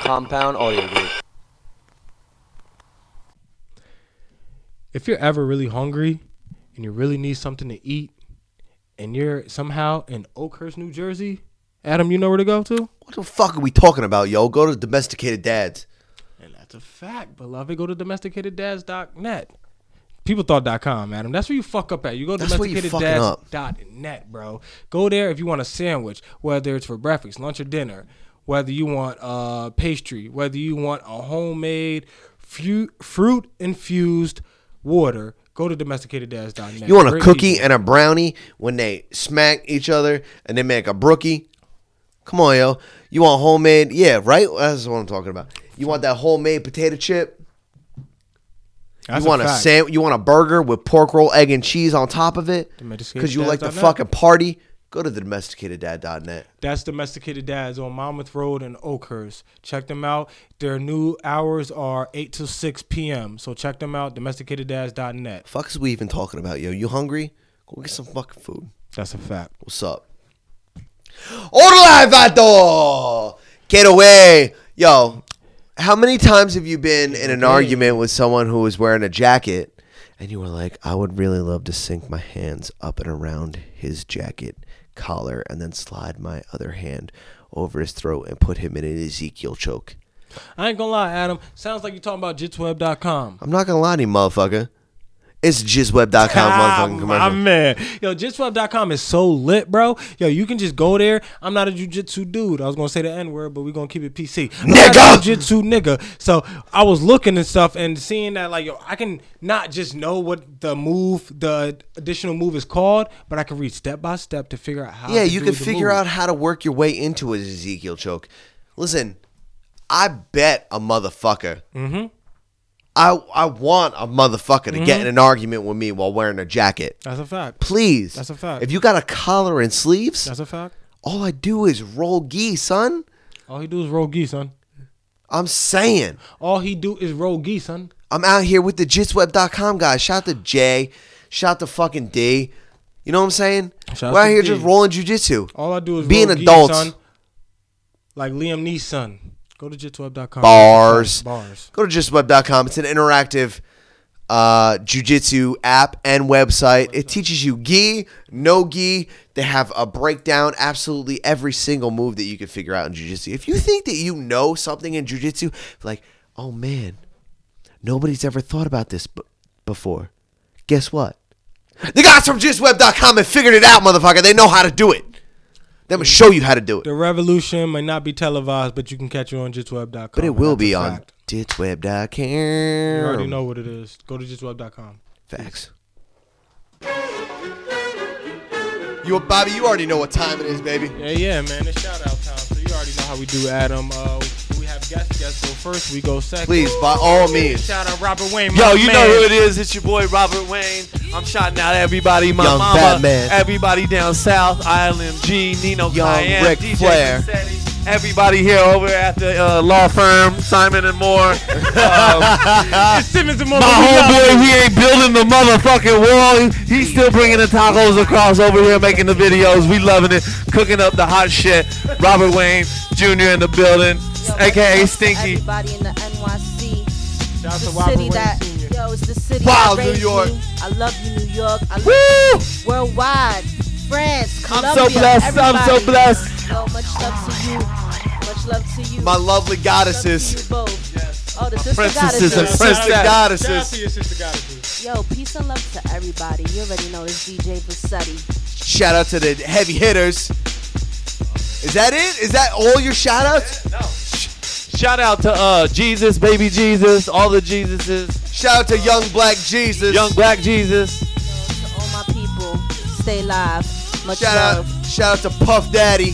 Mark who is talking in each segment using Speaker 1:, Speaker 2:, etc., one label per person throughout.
Speaker 1: Compound Audio Group.
Speaker 2: if you're ever really hungry and you really need something to eat and you're somehow in Oakhurst, New Jersey, Adam, you know where to go to?
Speaker 3: What the fuck are we talking about, yo? Go to domesticated dads.
Speaker 2: And that's a fact, beloved. Go to domesticateddads.net. People thought .com, Adam. That's where you fuck up at. You go to
Speaker 3: That's where you fucking up.
Speaker 2: domesticateddads.net, bro. Go there if you want a sandwich, whether it's for breakfast, lunch, or dinner, whether you want a pastry, whether you want a homemade fu- fruit infused water. Go to domesticateddads.net.
Speaker 3: You want a
Speaker 2: Great
Speaker 3: cookie
Speaker 2: people.
Speaker 3: and a brownie when they smack each other and they make a brookie? Come on, yo. You want homemade? Yeah, right? That's what I'm talking about. You want that homemade potato chip?
Speaker 2: That's
Speaker 3: you want a,
Speaker 2: fact.
Speaker 3: sam- You want a burger with pork roll, egg, and cheese on top of it? Because you like to
Speaker 2: Domesticateddads.net.
Speaker 3: fucking party? Go to the domesticateddads.net.
Speaker 2: That's Domesticated Dads on Monmouth Road in Oakhurst. Check them out. Their new hours are 8 to 6 p.m. So check them out, domesticateddads.net.
Speaker 3: Fuck is we even talking about, yo? You hungry? Go get some fucking food.
Speaker 2: That's a fact.
Speaker 3: What's up? Hola, vato! Get away! Yo, how many times have you been in an argument with someone who was wearing a jacket and you were like, I would really love to sink my hands up and around his jacket collar and then slide my other hand over his throat and put him in an Ezekiel choke?
Speaker 2: I ain't gonna lie, Adam. Sounds like you're talking about jitsweb.com.
Speaker 3: I'm not gonna lie to you, motherfucker. It's jizzweb.com
Speaker 2: Ah,
Speaker 3: motherfucking
Speaker 2: my
Speaker 3: commercial.
Speaker 2: man. Yo, jitsweb.com is so lit, bro. Yo, you can just go there. I'm not a jujitsu dude. I was gonna say the N word, but we're gonna keep it PC. I'm not
Speaker 3: Nigga!
Speaker 2: a jujitsu nigga. So I was looking and stuff and seeing that like yo, I can not just know what the move, the additional move is called, but I can read step by step to figure out how.
Speaker 3: Yeah,
Speaker 2: to
Speaker 3: you
Speaker 2: do
Speaker 3: can
Speaker 2: the
Speaker 3: figure
Speaker 2: move.
Speaker 3: out how to work your way into an Ezekiel choke. Listen, I bet a motherfucker. Mm-hmm. I I want a motherfucker to
Speaker 2: Mm-hmm.
Speaker 3: get in an argument with me while wearing a jacket.
Speaker 2: That's a fact.
Speaker 3: Please.
Speaker 2: That's a fact.
Speaker 3: If you got a collar and sleeves,
Speaker 2: That's a fact.
Speaker 3: all I do is roll gi, son.
Speaker 2: All he do is roll gi, son.
Speaker 3: I'm saying.
Speaker 2: All he do is roll gi, son.
Speaker 3: I'm out here with the jitsweb.com guys. Shout out to Jay. Shout out to fucking D. You know what I'm saying?
Speaker 2: Shout out
Speaker 3: We're out
Speaker 2: to
Speaker 3: here
Speaker 2: D.
Speaker 3: just rolling jujitsu.
Speaker 2: All I do is
Speaker 3: Being
Speaker 2: roll gi,
Speaker 3: adults.
Speaker 2: son. Like Liam Neeson. Go to jitsweb.com.
Speaker 3: bars.
Speaker 2: Bars.
Speaker 3: Go to justweb.com. It's an interactive uh, jujitsu app and website. It teaches you gi, no gi. They have a breakdown, absolutely every single move that you can figure out in jujitsu. If you think that you know something in jujitsu, like, oh man, nobody's ever thought about this b- before. Guess what? The guys from justweb.com have figured it out, motherfucker. They know how to do it. They will show you how to do it.
Speaker 2: The revolution may not be televised, but you can catch it on jitsweb.com.
Speaker 3: But it will
Speaker 2: That's a
Speaker 3: be on
Speaker 2: fact.
Speaker 3: jitsweb.com.
Speaker 2: You already know what it is. Go to jitsweb.com.
Speaker 3: Facts. You, Bobby, you already know what time it is, baby.
Speaker 2: Yeah, yeah, man. It's shout out time. So you already know how we do, Adam. Uh, we have guests. Guests go first. We go second.
Speaker 3: Please, by all means.
Speaker 2: Shout out Robert Wayne.
Speaker 4: Yo,
Speaker 2: my
Speaker 4: you
Speaker 2: man.
Speaker 4: know who it is. It's your boy Robert Wayne. I'm shouting out everybody, my
Speaker 3: Young
Speaker 4: mama,
Speaker 3: Batman.
Speaker 4: everybody down south, ILMG, Nino
Speaker 3: Young
Speaker 4: Cayenne,
Speaker 3: Ric
Speaker 4: DJ
Speaker 3: Flair.
Speaker 4: Cassetti, everybody here over at the uh, law firm, Simon and Moore. Um,
Speaker 2: It's Simmons and Moore.
Speaker 4: my
Speaker 2: We up.
Speaker 4: homeboy here building the motherfucking wall. He's still bringing the tacos across over here, making the videos. We loving it, cooking up the hot shit. Robert Wayne Jr. in the building,
Speaker 5: Yo,
Speaker 4: aka
Speaker 5: what's up to
Speaker 4: Stinky.
Speaker 5: Everybody in the NYC.
Speaker 2: Shout out
Speaker 5: It's
Speaker 2: to
Speaker 5: the
Speaker 2: Robert
Speaker 5: city
Speaker 2: Wayne
Speaker 5: that,
Speaker 2: Sr.
Speaker 5: yo, it's the city
Speaker 3: Wow,
Speaker 5: that
Speaker 3: New
Speaker 5: raised
Speaker 3: York.
Speaker 5: me. I love you, New York. I love
Speaker 4: Woo!
Speaker 5: you worldwide. France,
Speaker 4: I'm
Speaker 5: Colombia.
Speaker 4: so blessed, I'm so
Speaker 5: everybody.
Speaker 4: blessed.
Speaker 5: Yo, much love to you. Much love to you.
Speaker 3: My
Speaker 5: Much
Speaker 3: lovely
Speaker 5: love to
Speaker 3: goddesses.
Speaker 5: you both. Oh, the sister
Speaker 4: princesses and
Speaker 5: goddesses.
Speaker 4: princes.
Speaker 3: Sister
Speaker 2: Shout out to
Speaker 3: goddesses.
Speaker 2: your sister goddesses.
Speaker 5: Yo, peace and love to everybody. You already know it's DJ Vassetti.
Speaker 3: Shout out to the heavy hitters. Is that it? Is that all your shout outs?
Speaker 4: Shout out to uh, Jesus, baby Jesus, all the Jesuses,
Speaker 3: Shout out to Young Black Jesus.
Speaker 4: young black Jesus.
Speaker 5: Yo, to all my people, stay live. Much
Speaker 3: shout
Speaker 5: love.
Speaker 3: out, shout out to Puff Daddy.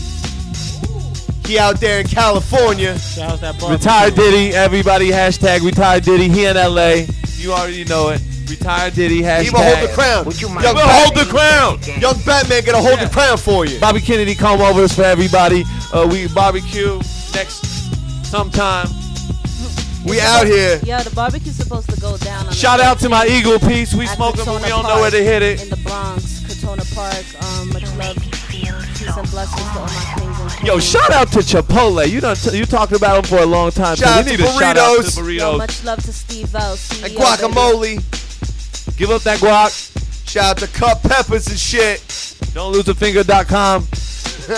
Speaker 3: He out there in California.
Speaker 2: Shout out to that barbecue.
Speaker 4: Retired Diddy, everybody hashtag retired Diddy. He in LA. You already know it. Retired Diddy hashtag.
Speaker 3: He will hold the crown.
Speaker 6: Would you mind-
Speaker 3: Young,
Speaker 4: We'll hold the crown.
Speaker 3: young Batman gonna hold the crown for you.
Speaker 4: Bobby Kennedy come overs for everybody. Uh, we barbecue next sometime.
Speaker 3: We out here.
Speaker 5: Yeah, the barbecue's supposed to go down. On the
Speaker 4: Shout out to my Eagle piece. We
Speaker 5: at
Speaker 4: smoking, but
Speaker 5: Katona
Speaker 4: we don't know
Speaker 5: Park
Speaker 4: where to hit
Speaker 5: In
Speaker 4: it.
Speaker 5: the Bronx, Katona Park. Um, much love. peace and blessings to all my kings and queens.
Speaker 4: Yo, shout out to Chipotle. You done t- you talked about them for a long time. so
Speaker 3: Shout
Speaker 4: we
Speaker 3: out
Speaker 4: need
Speaker 3: to
Speaker 4: a shout out to
Speaker 3: burritos.
Speaker 5: Yo,
Speaker 4: burritos.
Speaker 5: much love to Steve L. CEO,
Speaker 3: And
Speaker 5: baby.
Speaker 3: guacamole.
Speaker 4: Give up that guac.
Speaker 3: Shout out to cut peppers and shit.
Speaker 4: Don't lose a finger.com.
Speaker 5: Yo,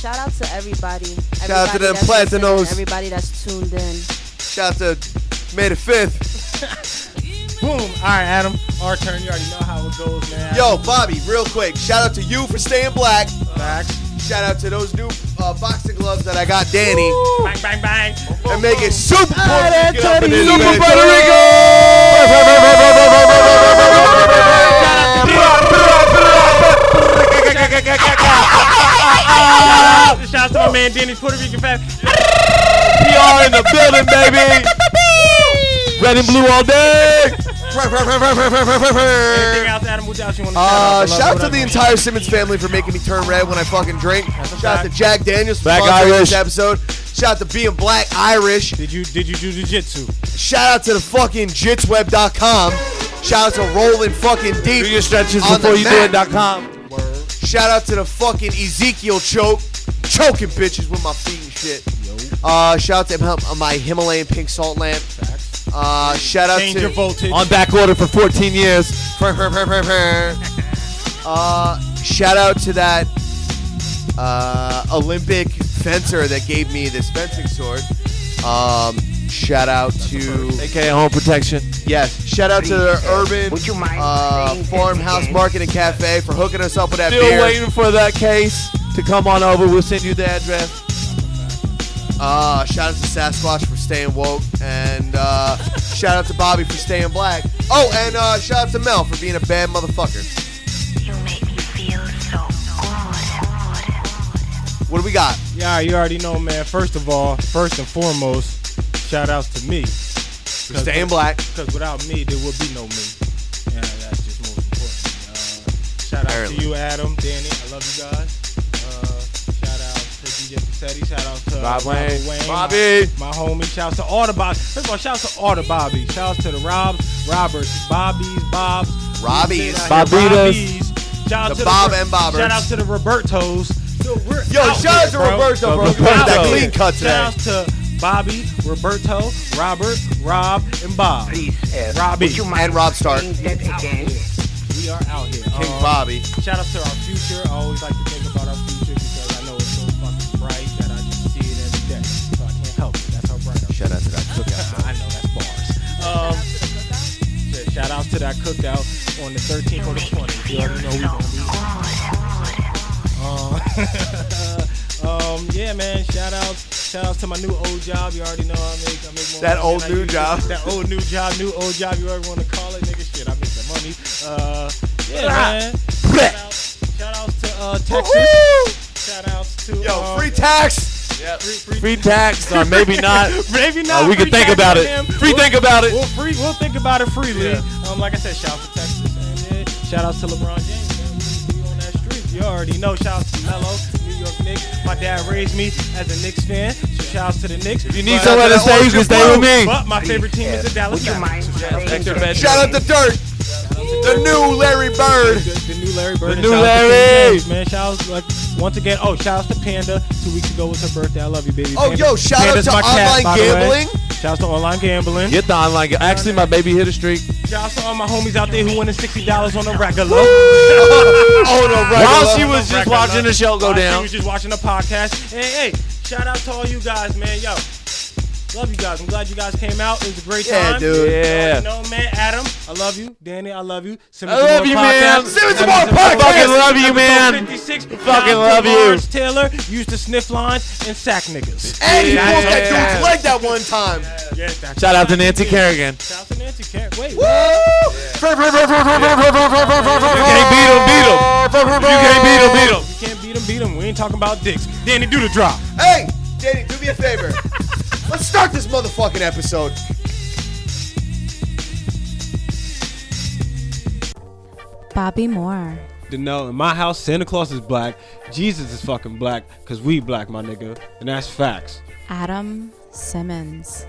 Speaker 5: shout out to everybody. everybody
Speaker 3: Shout out to them
Speaker 5: that's listening,
Speaker 3: Platinos.
Speaker 5: Everybody that's tuned in.
Speaker 3: Shout out to May the 5th.
Speaker 2: Boom. All right, Adam. Our turn. You already know how it goes, man.
Speaker 3: Yo, Bobby, real quick. Shout out to you for staying black.
Speaker 2: Facts.
Speaker 3: Shout out to those new uh, boxing gloves that I got Danny.
Speaker 2: Bang, bang, bang.
Speaker 3: And make it super
Speaker 4: that's
Speaker 3: Get up in this
Speaker 4: Super
Speaker 3: bitch.
Speaker 4: Puerto
Speaker 2: Shout out to my man Danny's Puerto Rican fan.
Speaker 4: PR in the building, baby. Red and blue all day.
Speaker 2: Anything else, Adam? What else you want to
Speaker 3: Uh,
Speaker 2: shout out?
Speaker 3: shout out to the entire Simmons family for making me turn red when I fucking drink. Shout out to Jack Daniels for
Speaker 4: Black
Speaker 3: sponsoring
Speaker 4: Irish.
Speaker 3: this episode. Shout out to being black Irish.
Speaker 2: Did you did you do jujitsu?
Speaker 3: Shout out to the fucking jitsweb.com. Shout out to Rolling fucking Deep.
Speaker 4: Do your stretches
Speaker 3: On the
Speaker 4: before you do
Speaker 3: mat.
Speaker 4: it. dot com.
Speaker 3: Shout out to the fucking Ezekiel choke. Choking bitches with my feet and shit. Uh, shout out to my Himalayan pink salt lamp. Uh, shout out
Speaker 2: Change
Speaker 3: to
Speaker 2: your voltage. Uh,
Speaker 4: On back order for 14 years.
Speaker 3: Uh, shout out to that uh, Olympic fencer that gave me this fencing sword. Um, shout out to
Speaker 4: AKA home protection.
Speaker 3: yes, shout out to the Urban uh, Farmhouse Market and Cafe for hooking us up with that
Speaker 4: Still
Speaker 3: beer.
Speaker 4: waiting for that case to come on over. We'll send you the address.
Speaker 3: Uh, shout out to Sasquatch for staying woke, and uh, shout out to Bobby for staying black. Oh, and uh, shout out to Mel for being a bad motherfucker.
Speaker 1: You make me feel so good.
Speaker 3: What do we got?
Speaker 2: Yeah, you already know, man. First of all, first and foremost, shout outs to me.
Speaker 3: For staying black.
Speaker 2: Because without me, there would be no me. Yeah, that's just most important. Uh, shout out
Speaker 3: Apparently.
Speaker 2: to you, Adam, Danny. I love you guys. Uh, shout out to DJ Passetti. Shout out to
Speaker 4: Bob
Speaker 2: Robert
Speaker 4: Wayne.
Speaker 2: Wayne.
Speaker 4: Bobby.
Speaker 2: My, my homie. Shout out to all the Bobby. First of all, shout out to all the Bobby. Shout out to the Robs, Roberts, Bobbies, Bobs.
Speaker 3: Robbies.
Speaker 4: Bobitas.
Speaker 2: Bobbies. Shout out to
Speaker 3: The Bob
Speaker 2: the, Ro-
Speaker 3: and Bobbers.
Speaker 2: Shout out to the Robertos. So we're
Speaker 3: Yo,
Speaker 2: out
Speaker 3: shout out
Speaker 2: here,
Speaker 3: to
Speaker 2: bro.
Speaker 3: Roberto, bro.
Speaker 4: Roberto.
Speaker 3: You had that clean cut today.
Speaker 2: Shout out to Bobby, Roberto, Robert, Rob, and Bob. Robbie.
Speaker 3: And Rob Stark. King
Speaker 2: We are out here. Um,
Speaker 3: Bobby.
Speaker 2: Shout out to our future. I always like to think about our future because I know it's so fucking bright that I just see it every day. So I can't help it. That's how bright our
Speaker 3: Shout out to that cookout.
Speaker 2: I know that's bars. Um, shit, shout out to that cookout on the 13th or the 20th. You already know we gonna be Uh, um, yeah, man. Shout outs, shout outs to my new old job. You already know I make, I make more.
Speaker 3: That
Speaker 2: money
Speaker 3: old
Speaker 2: than I
Speaker 3: new
Speaker 2: used to.
Speaker 3: job.
Speaker 2: That old new job, new old job. You ever want to call it, nigga? Shit, I make the money. Uh, yeah, man. Shout out, shout outs to uh, Texas. Shout outs to
Speaker 3: Yo,
Speaker 2: um,
Speaker 3: free tax.
Speaker 2: free, free,
Speaker 4: Free tax, or maybe not.
Speaker 2: maybe not.
Speaker 4: Uh, we
Speaker 2: free
Speaker 4: can think
Speaker 2: tax
Speaker 4: about
Speaker 2: on
Speaker 4: it.
Speaker 2: them.
Speaker 4: Free think about it.
Speaker 2: We'll free. We'll think about it freely.
Speaker 4: Yeah.
Speaker 2: Um, like I said, shout out to Texas and yeah, shout out to LeBron James. man. We- we on that street. You already know. Shout out to Melo, New York Knicks. My dad raised me as a Knicks fan. So shout out to the Knicks. If
Speaker 4: You need somewhere to stay. You can stay with me.
Speaker 2: But my favorite team is the Dallas Mavericks. So shout out to Texas.
Speaker 4: Extra bedroom.
Speaker 3: Shout out to Dirk. The new Larry Bird.
Speaker 2: The, the new Larry Bird.
Speaker 4: The
Speaker 2: and
Speaker 4: new
Speaker 2: shout out to King
Speaker 4: Larry.
Speaker 2: James, man. Shout out like once again. Oh, shout out to Panda. Two weeks ago was her birthday. I love you, baby.
Speaker 3: Oh,
Speaker 2: Panda.
Speaker 3: yo, shout out
Speaker 2: Panda's
Speaker 3: to
Speaker 2: my cat,
Speaker 3: online
Speaker 2: by the way.
Speaker 3: gambling.
Speaker 2: Shout out to online gambling.
Speaker 4: Get the online. ga- Actually, my baby hit a streak.
Speaker 2: Shout out to all my homies out there who winning sixty dollars on the regular.
Speaker 3: Oh, no, right.
Speaker 4: While she was just
Speaker 2: regular.
Speaker 4: watching the show go
Speaker 2: While She
Speaker 4: down.
Speaker 2: was just watching the podcast. Hey, hey, shout out to all you guys, man. Yo, love you guys. I'm glad you guys came out. It was a great
Speaker 3: Yeah,
Speaker 2: time.
Speaker 3: dude.
Speaker 2: You
Speaker 4: Yeah.
Speaker 2: know, man, Adam, I love you. Danny, I love you.
Speaker 4: I love you, man.
Speaker 3: Simmons and Moore podcast.
Speaker 4: Fucking love you, man.
Speaker 2: 56,
Speaker 4: Fucking love you.
Speaker 2: Lawrence Taylor used to sniff lines and sack niggas.
Speaker 3: And he broke that
Speaker 4: Yeah.
Speaker 3: dude's leg that one time.
Speaker 2: Yeah, that's-
Speaker 4: Shout out to Nancy Kerrigan.
Speaker 2: Shout out to Nancy Kerrigan. Wait,
Speaker 3: Woo!
Speaker 4: You can't beat him, beat him. You can't beat him, beat him.
Speaker 2: you can't beat him, beat him. We ain't talking about dicks. Danny, do the drop.
Speaker 3: Hey, Danny, do me a favor. Let's start this motherfucking episode.
Speaker 5: Bobby Moore.
Speaker 2: to know in my house Santa Claus is black, Jesus is fucking black, cause we black, my nigga, and that's facts.
Speaker 5: Adam Simmons.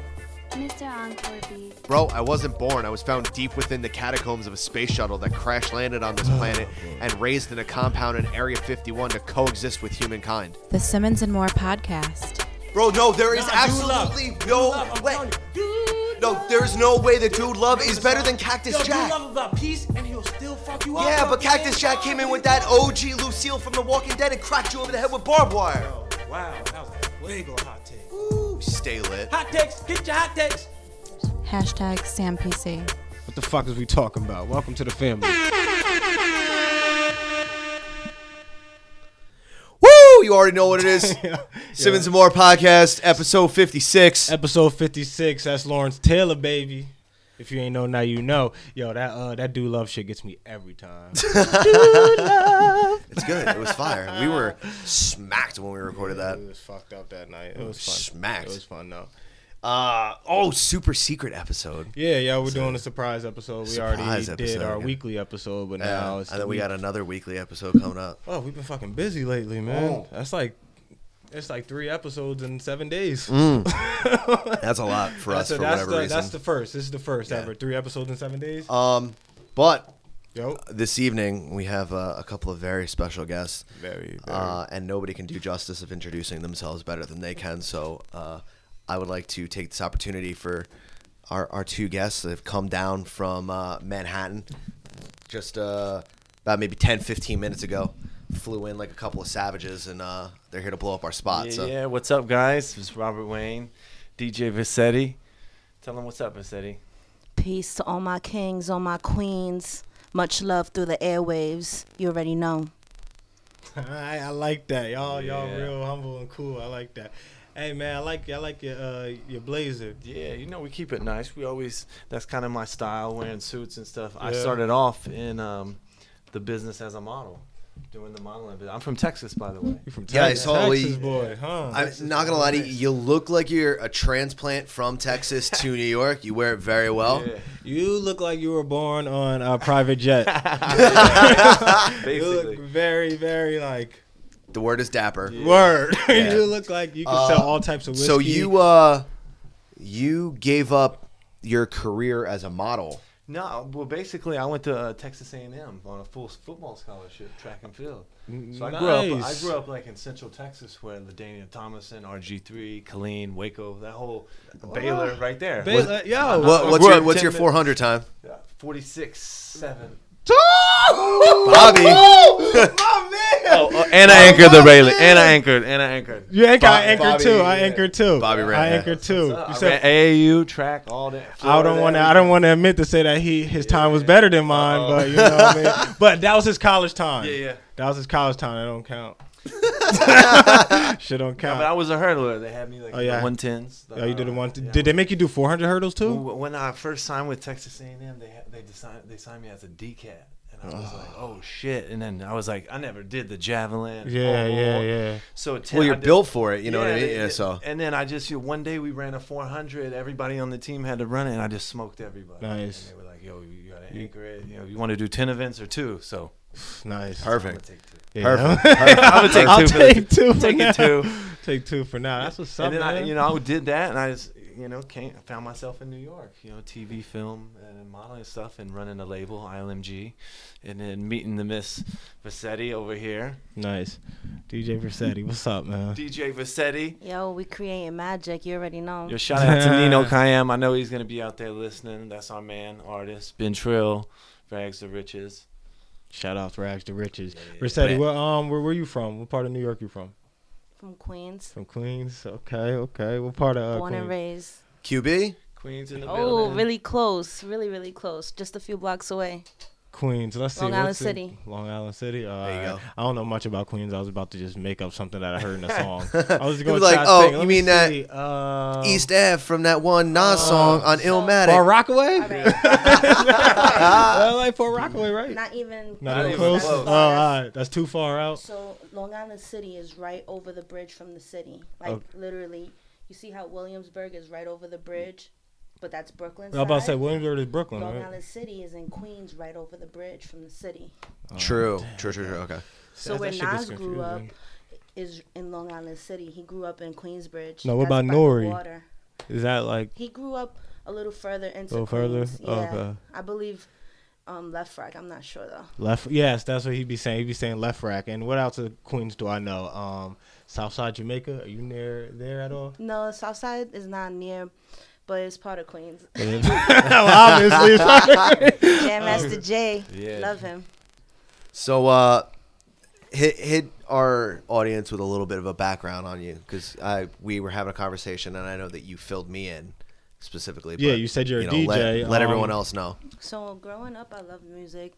Speaker 1: Mr. Encore Beat.
Speaker 3: Bro, I wasn't born. I was found deep within the catacombs of a space shuttle that crash landed on this planet and raised in a compound in Area 51 to coexist with humankind.
Speaker 6: The Simmons and More podcast.
Speaker 3: Bro, no, there is
Speaker 2: Nah, Dude Love.
Speaker 3: absolutely
Speaker 2: Dude
Speaker 3: no
Speaker 2: Love, I'm
Speaker 3: way.
Speaker 2: telling you. Dude
Speaker 3: No,
Speaker 2: Love.
Speaker 3: there's no way that Dude Love is
Speaker 2: Listen
Speaker 3: better
Speaker 2: up.
Speaker 3: than Cactus
Speaker 2: Yo, Dude
Speaker 3: Jack.
Speaker 2: Love is about peace, and he'll still fuck you up.
Speaker 3: Yeah, but
Speaker 2: Fuck
Speaker 3: Cactus
Speaker 2: you.
Speaker 3: Jack came in with that OG Lucille from The Walking Dead and cracked you over the head with barbed wire.
Speaker 2: Oh, Wow, that was a legal hot take.
Speaker 3: Ooh, stay lit.
Speaker 2: Hot takes, get your hot takes.
Speaker 6: Hashtag SamPC.
Speaker 2: What the fuck is we talking about? Welcome to the family.
Speaker 3: Woo! You already know what it is. Simmons and More podcast, episode 56.
Speaker 2: Episode 56. That's Lawrence Taylor, baby. If you ain't know now, you know. Yo, that uh, that dude love shit gets me every time.
Speaker 3: It's good. It was fire. We were smacked when we recorded that.
Speaker 2: It was fucked up that night. It was fun.
Speaker 3: Oh, Smacked.
Speaker 2: It was fun though.
Speaker 3: Uh, oh, super secret episode.
Speaker 2: Yeah, yeah, we're doing a surprise episode. We already
Speaker 3: Surprise
Speaker 2: did
Speaker 3: episode,
Speaker 2: our
Speaker 3: yeah.
Speaker 2: weekly episode, but
Speaker 3: Yeah,
Speaker 2: now
Speaker 3: and
Speaker 2: it's
Speaker 3: then
Speaker 2: the
Speaker 3: we
Speaker 2: week-
Speaker 3: got another weekly episode coming up.
Speaker 2: Oh, we've been fucking busy lately, man.
Speaker 3: Oh.
Speaker 2: That's like it's like three episodes in seven days.
Speaker 3: That's a lot Mm, for
Speaker 2: that's
Speaker 3: us
Speaker 2: the- that's
Speaker 3: for whatever
Speaker 2: the,
Speaker 3: reason.
Speaker 2: That's the first. This is the first
Speaker 3: Yeah.
Speaker 2: ever. Three episodes in seven days.
Speaker 3: um, but
Speaker 2: Yo.
Speaker 3: this evening we have uh, a couple of very special guests.
Speaker 2: Very, very.
Speaker 3: Uh, and nobody can do justice of introducing themselves better than they can. So uh, I would like to take this opportunity for our, our two guests that have come down from uh, Manhattan just uh, about maybe 10, 15 minutes ago. Flew in like a couple of savages, and uh, they're here to blow up our spot.
Speaker 7: Yeah,
Speaker 3: so
Speaker 7: yeah, what's up, guys? It's Robert Wayne, DJ Vassetti. Tell him what's up, Vassetti.
Speaker 5: Peace to all my kings, all my queens. Much love through the airwaves. You already know.
Speaker 2: I, I like that. Y'all,
Speaker 7: Yeah.
Speaker 2: y'all real humble and cool. I like that. Hey man, I like I like your uh, your blazer.
Speaker 7: Yeah, you know we keep it nice. We always that's kind of my style, wearing suits and stuff. I
Speaker 2: Yeah.
Speaker 7: started off in um, the business as a model, doing the modeling. business. I'm from Texas, by the way.
Speaker 2: You from
Speaker 3: Yeah, I
Speaker 2: Texas,
Speaker 3: saw
Speaker 2: Texas
Speaker 3: we-
Speaker 2: boy, huh?
Speaker 3: I'm not gonna lie to you. You look like you're a transplant from Texas to New York. You wear it very well.
Speaker 7: Yeah,
Speaker 2: you look like you were born on a private jet. you
Speaker 7: basically.
Speaker 2: look very, very like
Speaker 3: The word is dapper.
Speaker 2: word.
Speaker 3: Yeah.
Speaker 2: you look like you can
Speaker 3: Uh,
Speaker 2: sell all types of whiskey.
Speaker 3: So you uh, you gave up your career as a model.
Speaker 7: No, well, basically, I went to uh, Texas A&M on a full s- football scholarship, track and field. So I grew up. I
Speaker 2: Nice.
Speaker 7: grew up like in Central Texas, where Ladania Thomason, RG3, Colleen, Waco, that whole Baylor right there.
Speaker 2: Ba- uh, yo,
Speaker 3: What, what's
Speaker 7: We're
Speaker 3: your
Speaker 7: up
Speaker 3: what's
Speaker 7: 10
Speaker 3: your 400
Speaker 7: minutes.
Speaker 3: time?
Speaker 7: Yeah, 46, 7.
Speaker 3: Bobby,
Speaker 7: Oh, and I anchored the Baylor. And I anchored. And I anchored.
Speaker 2: you anchor, I
Speaker 3: Bob-
Speaker 2: anchor
Speaker 3: Bobby,
Speaker 2: too. I
Speaker 3: yeah.
Speaker 2: anchor too.
Speaker 3: Bobby Ray,
Speaker 2: I
Speaker 3: yeah.
Speaker 2: anchor too. You
Speaker 7: I
Speaker 2: said-
Speaker 7: ran AAU track all day.
Speaker 2: I don't want to. I don't want to admit to say that he his time was better than mine, but you know what I mean. But that was his college time.
Speaker 7: Yeah, yeah.
Speaker 2: That was his college time. That don't count. Shit don't count.
Speaker 7: But I was a hurdler. They had me like
Speaker 2: Oh, yeah.
Speaker 7: one tens.
Speaker 2: oh, you did a one. Did they make you do 400 hurdles too?
Speaker 7: When I first signed with Texas A&M, they had, they decided they signed me as a DCAT, and I was like, oh shit. And then I was like, I never did the javelin.
Speaker 2: Yeah,
Speaker 7: Oh,
Speaker 2: yeah,
Speaker 7: oh.
Speaker 2: yeah.
Speaker 7: So ten,
Speaker 3: well,
Speaker 7: I
Speaker 3: you're
Speaker 7: did-
Speaker 3: built for it. You know what I
Speaker 7: they-
Speaker 3: mean? Yeah.
Speaker 7: they-
Speaker 3: So
Speaker 7: And then I just you know, one day we ran a 400. Everybody on the team had to run it, and I just smoked everybody.
Speaker 2: Nice.
Speaker 7: And they were like, "Yo, you gotta anchor it. You know, you want to do 10 events or two? So
Speaker 2: Nice.
Speaker 7: I'm gonna
Speaker 3: perfect.
Speaker 7: take two.
Speaker 2: Perfect.
Speaker 7: I would take
Speaker 2: I'll
Speaker 7: two. for the-
Speaker 2: take two. for
Speaker 7: Take
Speaker 2: now.
Speaker 7: it two.
Speaker 2: Take two for now. That's what's up,
Speaker 7: And then I,
Speaker 2: man.
Speaker 7: you know, I did that, and I just, you know, came, found myself in New York. You know, TV, film, and modeling stuff, and running a label, ILMG, and then meeting the Miss Vassetti over here,
Speaker 2: nice. DJ Versetti, what's up, man?
Speaker 7: DJ Vassetti.
Speaker 5: Yo, we creating magic. You already know.
Speaker 7: Yo, shout out to Nino Kayam. I know he's gonna be out there listening. That's our man, artist Ben Trill, Rags to Riches.
Speaker 2: Shout out to Rags to Riches.
Speaker 7: yeah.
Speaker 2: Versetti,
Speaker 7: Yeah.
Speaker 2: well, um, where were you from? What part of New York you from?
Speaker 5: From Queens.
Speaker 2: From Queens. Okay, okay. What part of uh,
Speaker 5: Born
Speaker 2: Queens?
Speaker 5: and raised.
Speaker 3: QB,
Speaker 7: Queens in the
Speaker 5: Oh,
Speaker 7: building.
Speaker 5: really close. Really, really close. Just a few blocks away.
Speaker 2: Queens. Let's see.
Speaker 5: Long
Speaker 2: what's
Speaker 5: Island
Speaker 2: in-
Speaker 5: City.
Speaker 2: Long Island City. All
Speaker 3: There you
Speaker 2: right.
Speaker 3: go.
Speaker 2: I don't know much about Queens. I was about to just make up something that I heard in a song. I was going to
Speaker 3: like,
Speaker 2: try to
Speaker 3: "Oh,
Speaker 2: think.
Speaker 3: you
Speaker 2: Let me
Speaker 3: mean that
Speaker 2: see. Um,
Speaker 3: East Ave from that one Nas song on Illmatic.
Speaker 2: Far Rockaway. I like Far Rockaway, right?
Speaker 5: Not even.
Speaker 2: Not,
Speaker 7: Not
Speaker 2: even
Speaker 7: even
Speaker 2: close.
Speaker 7: close.
Speaker 2: Oh, all right. That's too far out.
Speaker 5: So Long Island City is right over the bridge from the city. Like
Speaker 2: Okay.
Speaker 5: literally, you see how Williamsburg is right over the bridge, but that's Brooklyn.
Speaker 2: I was about to
Speaker 5: side.
Speaker 2: say Williamsburg is Brooklyn,
Speaker 5: Long
Speaker 2: right?
Speaker 5: Island City is in Queens, right over the bridge from the city.
Speaker 3: True. True. True. True. Okay.
Speaker 5: So
Speaker 2: That-
Speaker 5: where
Speaker 2: that shit gets
Speaker 5: Nas grew up
Speaker 2: confusing.
Speaker 5: is in Long Island City. He grew up in Queensbridge.
Speaker 2: No, what
Speaker 5: That's
Speaker 2: about
Speaker 5: by the
Speaker 2: Nori?
Speaker 5: water.
Speaker 2: Is that like
Speaker 5: He grew up a little further into
Speaker 2: a little further?
Speaker 5: Queens. Yeah,
Speaker 2: Okay.
Speaker 5: I believe um, left rack. I'm not sure though.
Speaker 2: Left. Yes, that's what he'd be saying. He'd be saying left rack. And what else of Queens do I know? Um, Southside Jamaica. Are you near there at all?
Speaker 5: No, Southside is not near, but it's part of Queens.
Speaker 2: Obviously. it's not-
Speaker 5: Jam Master J,
Speaker 7: Yeah.
Speaker 5: love him.
Speaker 3: So uh, hit hit our audience with a little bit of a background on you because I we were having a conversation and I know that you filled me in specifically.
Speaker 2: Yeah, you said you're a
Speaker 3: know,
Speaker 2: DJ,
Speaker 3: Let, let everyone
Speaker 2: um,
Speaker 3: else know.
Speaker 5: So growing up, I loved music.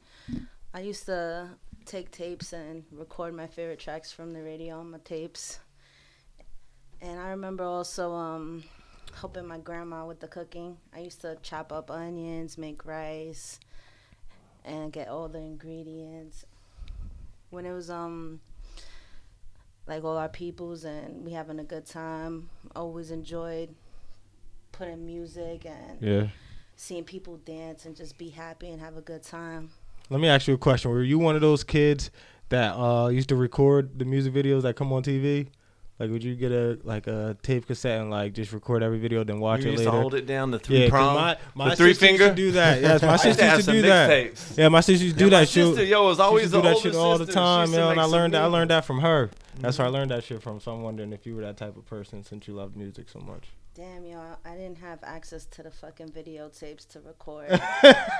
Speaker 5: I used to take tapes and record my favorite tracks from the radio on my tapes. And I remember also um, helping my grandma with the cooking. I used to chop up onions, make rice, and get all the ingredients. When it was um like all our peoples and we having a good time, always enjoyed putting music and
Speaker 2: yeah.
Speaker 5: seeing people dance and just be happy and have a good time.
Speaker 2: Let me ask you a question. Were you one of those kids that uh, used to record the music videos that come on TV? Like, would you get a like a tape cassette and like just record every video, then watch
Speaker 7: You
Speaker 2: it
Speaker 7: used
Speaker 2: later?
Speaker 7: to hold it down the three
Speaker 2: yeah, 'cause
Speaker 7: prong,
Speaker 2: my, my
Speaker 7: the three
Speaker 2: sister used to
Speaker 7: finger.
Speaker 2: do that. Yes, my
Speaker 7: I used
Speaker 2: sister
Speaker 7: to have
Speaker 2: used to
Speaker 7: some
Speaker 2: do that.
Speaker 7: mixtapes.
Speaker 2: Yeah, my sister used to
Speaker 7: Yeah,
Speaker 2: do
Speaker 7: my
Speaker 2: that. She
Speaker 7: sister, yo, was always
Speaker 2: she used
Speaker 7: the
Speaker 2: to do that
Speaker 7: older
Speaker 2: shit all the
Speaker 7: sister. She
Speaker 2: time,
Speaker 7: used to
Speaker 2: yo. And I
Speaker 7: make some Mm-hmm.
Speaker 2: learned that. I
Speaker 7: music.
Speaker 2: learned that from her. That's where I learned that shit from. So I'm wondering if you were that type of person since you love music so much.
Speaker 5: Damn, y'all, I didn't have access to the fucking videotapes to record.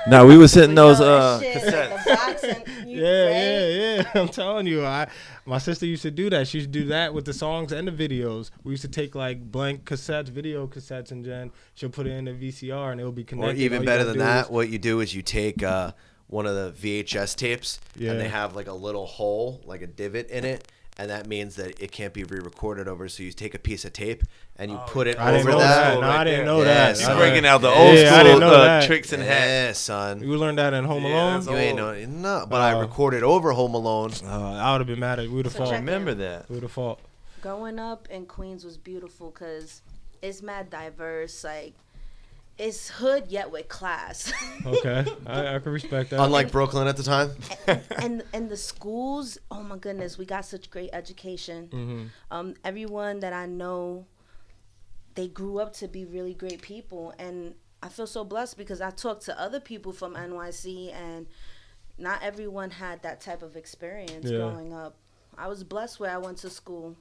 Speaker 7: No, we were sitting
Speaker 5: But
Speaker 7: those
Speaker 5: y'all,
Speaker 7: uh,
Speaker 5: that shit, like
Speaker 7: cassettes.
Speaker 5: the box and you-
Speaker 2: yeah,
Speaker 5: right?
Speaker 2: yeah, yeah. I'm telling you, I my sister used to do that. She used to do that with the songs and the videos. We used to take like blank cassettes, video cassettes, and then she'll put it in a VCR and it'll be
Speaker 3: Or
Speaker 2: connected. All
Speaker 3: even
Speaker 2: you
Speaker 3: better
Speaker 2: gotta
Speaker 3: than
Speaker 2: do
Speaker 3: that,
Speaker 2: is-
Speaker 3: what you do is you take uh, one of the VHS tapes
Speaker 2: Yeah.
Speaker 3: and they have like a little hole, like a divot in it. And that means that it can't be re-recorded over. So you take a piece of tape and you put it
Speaker 2: I didn't
Speaker 3: over
Speaker 2: know
Speaker 3: that.
Speaker 2: that. No, I
Speaker 7: right
Speaker 2: didn't
Speaker 7: there.
Speaker 2: know
Speaker 3: Yeah,
Speaker 2: that.
Speaker 3: see,
Speaker 7: She's
Speaker 2: I
Speaker 3: Uh,
Speaker 7: breaking out the
Speaker 2: yeah,
Speaker 7: old
Speaker 2: I didn't
Speaker 7: school
Speaker 2: know
Speaker 7: uh,
Speaker 2: that.
Speaker 7: tricks and hacks.
Speaker 3: Yeah, son.
Speaker 2: You learned that in Home
Speaker 7: Yeah,
Speaker 2: Alone.
Speaker 7: that's
Speaker 3: You ain't no, no, but I
Speaker 2: Uh,
Speaker 3: recorded over Home Alone.
Speaker 2: Uh, I would have been mad at. We would have
Speaker 5: So
Speaker 2: fought.
Speaker 5: check-
Speaker 7: Remember that?
Speaker 2: We would have fought.
Speaker 5: Growing up in Queens was beautiful because it's mad diverse. Like, it's hood yet with class.
Speaker 2: Okay, I, I can respect that.
Speaker 3: Unlike Brooklyn at the time.
Speaker 5: and and the schools oh my goodness we got such great education um, everyone that i know they grew up to be really great people and i feel so blessed because i talked to other people from nyc and not everyone had that type of experience
Speaker 2: Yeah.
Speaker 5: growing up i was blessed where i went to school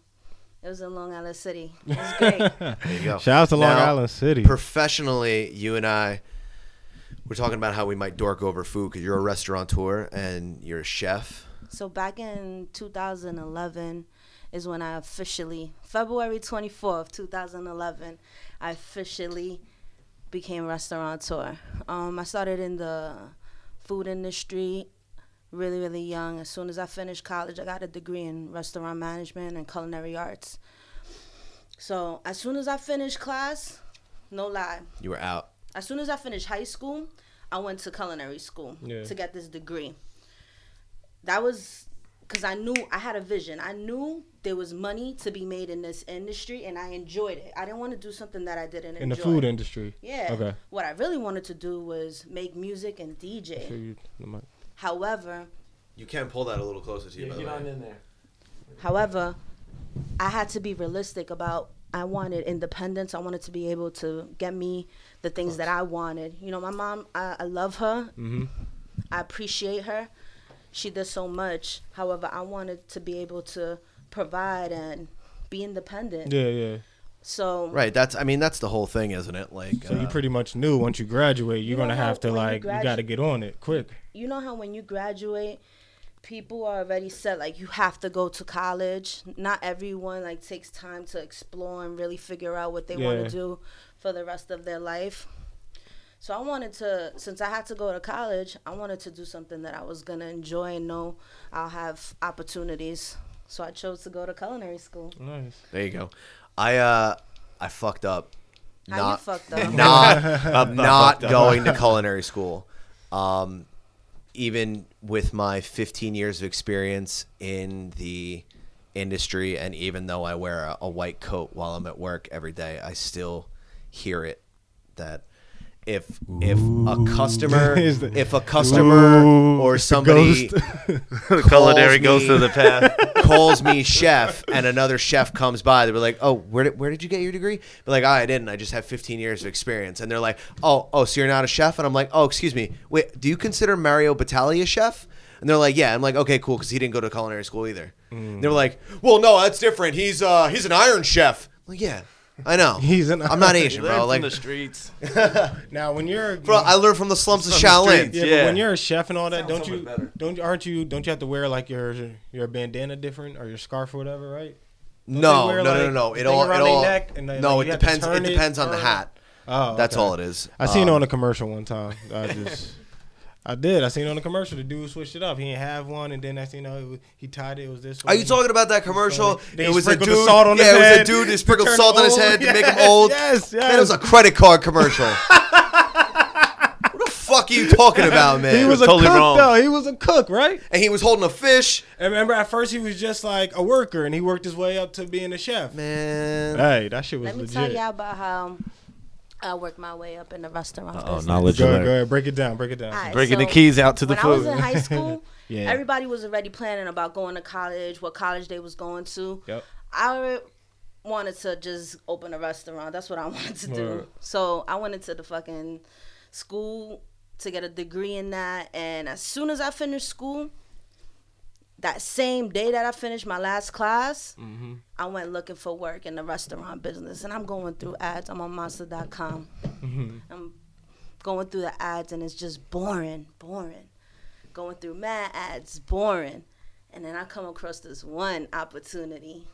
Speaker 5: it was in long island city it was great
Speaker 3: There you go.
Speaker 2: Shout out to Long
Speaker 3: Now,
Speaker 2: Island City.
Speaker 3: Professionally, you and I were talking about how we might dork over food because you're a restaurateur and you're a chef.
Speaker 5: So back in 2011 is when I officially, February 24th, 2011, I officially became restaurateur. Um, I started in the food industry really, really young. As soon as I finished college, I got a degree in restaurant management and culinary arts. So as soon as I finished class, no lie,
Speaker 3: You were out.
Speaker 5: as soon as I finished high school, I went to culinary school
Speaker 2: Yeah.
Speaker 5: to get this degree. That was because I knew I had a vision. I knew there was money to be made in this industry, and I enjoyed it. I didn't want to do something that I didn't
Speaker 2: in the
Speaker 5: enjoy.
Speaker 2: food industry.
Speaker 5: Yeah.
Speaker 2: Okay.
Speaker 5: What I really wanted to do was make music and DJ.
Speaker 2: So you- you might-
Speaker 5: However,
Speaker 3: You can pull that a little closer to you, by the way.
Speaker 7: in there.
Speaker 5: However, I had to be realistic about I wanted independence. I wanted to be able to get me the things that I wanted. You know, my mom, I, I love her. I appreciate her. She does so much. However, I wanted to be able to provide and be independent.
Speaker 2: Yeah, yeah.
Speaker 5: So
Speaker 3: Right. That's. I mean, that's the whole thing, isn't it? Like.
Speaker 2: So
Speaker 3: uh,
Speaker 2: you pretty much knew once you graduate, you're
Speaker 5: know
Speaker 2: gonna
Speaker 5: how
Speaker 2: have to
Speaker 5: when you
Speaker 2: like you
Speaker 5: gradu-
Speaker 2: gotta get on it quick.
Speaker 5: you know how when you graduate people are already set like you have to go to college not everyone like takes time to explore and really figure out what they want
Speaker 2: Yeah.
Speaker 5: to do for the rest of their life so i wanted to since i had to go to college i wanted to do something that i was going to enjoy and know i'll have opportunities so i chose to go to culinary school
Speaker 2: Nice.
Speaker 3: there you go. I. uh I fucked up.
Speaker 5: how you fucked up
Speaker 3: not not going to culinary school. Um, even with my 15 years of experience in the industry, and even though I wear a, a white coat while I'm at work every day, I still hear it that if if a customer
Speaker 8: Is the-
Speaker 3: if a customer
Speaker 8: Ooh,
Speaker 3: or
Speaker 8: it's the
Speaker 3: somebody
Speaker 8: ghost.
Speaker 3: calls
Speaker 4: Culinary
Speaker 3: me-
Speaker 4: goes to the path.
Speaker 3: calls me chef and another chef comes by they're like oh where did, where did you get your degree but like oh, i didn't i just have 15 years of experience and they're like oh oh so you're not a chef and i'm like oh excuse me wait do you consider mario batali a chef and they're like yeah i'm like okay cool because he didn't go to culinary school either
Speaker 2: Mm.
Speaker 3: And they were like well no that's different he's uh he's an iron chef I'm like yeah i know
Speaker 2: He's an
Speaker 3: i'm not
Speaker 2: iron-
Speaker 3: asian
Speaker 7: Learn
Speaker 3: bro
Speaker 7: from
Speaker 3: like
Speaker 7: the streets.
Speaker 2: Now, when you're
Speaker 3: bro i learned from the slums of shaolin
Speaker 7: streets.
Speaker 2: yeah,
Speaker 7: Yeah.
Speaker 2: But when you're a chef and all that,
Speaker 7: Sounds
Speaker 2: don't
Speaker 7: so much
Speaker 2: you
Speaker 7: better.
Speaker 2: don't you- aren't you don't you have to wear like your your bandana different or your scarf or whatever, right? Don't
Speaker 3: no,
Speaker 2: they wear,
Speaker 3: no,
Speaker 2: like,
Speaker 3: no, no,
Speaker 2: the
Speaker 3: It
Speaker 2: thing
Speaker 3: all, it
Speaker 2: around they
Speaker 3: all.
Speaker 2: neck and they-
Speaker 3: no,
Speaker 2: like, you
Speaker 3: it
Speaker 2: have to
Speaker 3: depends. It
Speaker 2: turn it
Speaker 3: depends on the
Speaker 2: or-
Speaker 3: hat.
Speaker 2: Oh,
Speaker 3: That's
Speaker 2: okay.
Speaker 3: all it is.
Speaker 2: I seen it
Speaker 3: Um,
Speaker 2: on a commercial one time. I just, I did. I seen it on a commercial. The dude switched it up. He didn't have one, and then next thing you know, it was, he tied it. It was this.
Speaker 3: Are you
Speaker 2: one.
Speaker 3: talking about that commercial?
Speaker 2: They
Speaker 3: it was a dude.
Speaker 2: sprinkled the salt on
Speaker 3: yeah,
Speaker 2: his
Speaker 3: it was a
Speaker 2: head
Speaker 3: dude that
Speaker 2: to
Speaker 3: sprinkled
Speaker 2: turn
Speaker 3: salt on his
Speaker 2: old.
Speaker 3: head to make him
Speaker 2: Yes,
Speaker 3: old.
Speaker 2: yes,
Speaker 3: Man, it was a credit card commercial. what the fuck are you talking about, man?
Speaker 2: He was a
Speaker 4: Totally
Speaker 2: cook
Speaker 4: wrong.
Speaker 2: though. He was a cook, right?
Speaker 3: and he was holding a fish.
Speaker 2: And remember, at first he was just like a worker, and he worked his way up to being a chef.
Speaker 3: Man,
Speaker 2: Hey, that shit was
Speaker 5: Let me
Speaker 2: legit.
Speaker 5: tell y'all about how I worked my way up in the restaurant. business.
Speaker 2: Go ahead, go ahead, break it down, break it down.
Speaker 5: All right,
Speaker 7: Breaking the
Speaker 5: so
Speaker 7: keys out to the
Speaker 5: when I was
Speaker 7: food.
Speaker 5: in high school,
Speaker 2: Yeah.
Speaker 5: everybody was already planning about going to college, what college they was going to.
Speaker 2: Yep.
Speaker 5: I re- wanted to just open a restaurant. That's what I wanted to do.
Speaker 2: Word.
Speaker 5: So I went into the fucking school to get a degree in that. And as soon as I finished school, that same day that I finished my last class, I went looking for work in the restaurant business. And I'm going through ads. I'm on monster.com. I'm going through the ads, and it's just boring, boring. Going through mad ads, boring. And then I come across this one opportunity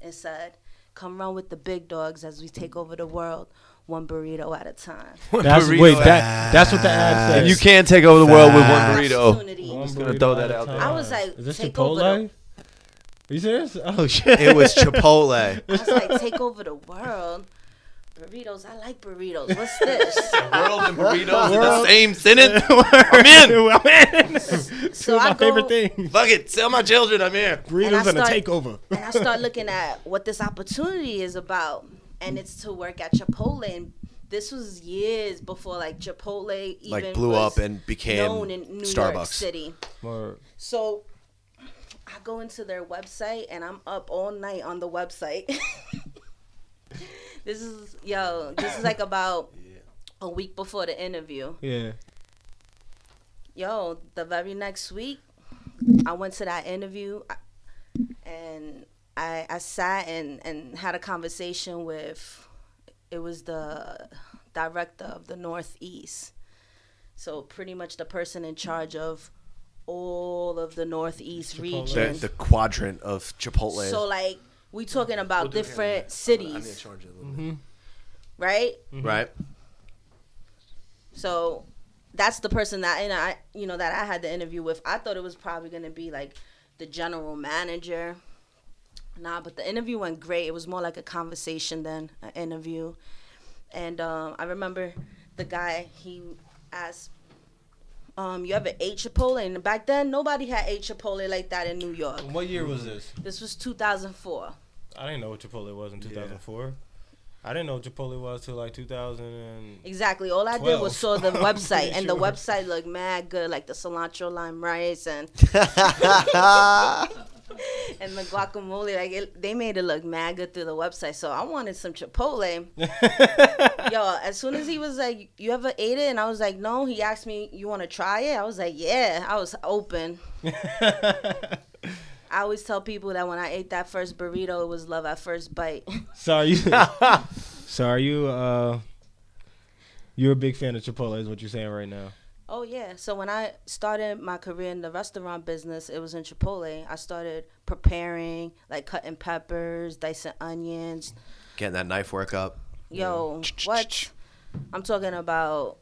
Speaker 5: and said, Come run with the big dogs as we take over the world, one burrito at a time.
Speaker 8: That's wait, that that's what the ad says.
Speaker 4: You can take over the world with one burrito.
Speaker 5: Opportunity.
Speaker 8: One
Speaker 7: just gonna
Speaker 8: burrito
Speaker 7: throw
Speaker 8: at
Speaker 7: that
Speaker 8: a
Speaker 7: out there.
Speaker 5: I was like,
Speaker 8: is this
Speaker 5: take
Speaker 8: Chipotle?
Speaker 5: over
Speaker 8: Are you serious? Oh shit!
Speaker 3: it was Chipotle.
Speaker 5: I was like, Take over the world. Burritos, I like burritos. What's this?
Speaker 7: World and burritos in the same sentence.
Speaker 8: I'm in. I'm in.
Speaker 5: so I go,
Speaker 8: my favorite thing.
Speaker 7: Fuck it, sell my children. I'm here.
Speaker 5: And I
Speaker 2: Burritos and, a
Speaker 5: start-
Speaker 2: takeover.
Speaker 5: and I start looking at what this opportunity is about, and it's to work at Chipotle. And this was years before like Chipotle even
Speaker 3: Like blew
Speaker 5: was
Speaker 3: up and became
Speaker 5: known in New York
Speaker 3: Starbucks.
Speaker 5: City. So I go into their website and I'm up all night on the website. this is yo, this is like about a week before the interview.
Speaker 8: Yeah.
Speaker 5: Yo, the very next week, I went to that interview I- and I I sat and and had a conversation with it was the director of the Northeast. So pretty much the person in charge of all of the Northeast
Speaker 3: The,
Speaker 5: region.
Speaker 3: the quadrant of Chipotle.
Speaker 5: So like we talking about different cities, right?
Speaker 3: right?
Speaker 5: So that's the person that and I you know that I had the interview with. I thought it was probably gonna be like the general manager. Nah, but the interview went great. It was more like a conversation than an interview. And um, I remember the guy he asked, um, "You ever ate Chipotle?" And back then nobody had ate Chipotle like that in New York.
Speaker 2: What year was this?
Speaker 5: This was 2004.
Speaker 2: I didn't know what Chipotle was in 2004. I didn't know what Chipotle was till like 2000. And
Speaker 5: Exactly. All I did was saw
Speaker 2: Twelve.
Speaker 5: the
Speaker 2: I'm
Speaker 5: website,
Speaker 2: pretty
Speaker 5: and the
Speaker 2: sure.
Speaker 5: website looked mad good, like the cilantro lime rice and and the guacamole. Like it, they made it look mad good through the website. So I wanted some Chipotle. Yo, as soon as he was like, "You ever ate it?" and I was like, "No." He asked me, "You want to try it?" I was like, "Yeah." I was open. I always tell people that when I ate that first burrito, it was love at first bite.
Speaker 8: So are you? so are you? Uh, you're a big fan of Chipotle, is what you're saying right now.
Speaker 5: Oh yeah. So when I started my career in the restaurant business, it was in Chipotle. I started preparing, like cutting peppers, dicing onions.
Speaker 3: Getting that knife work up.
Speaker 5: Yo, what? I'm talking about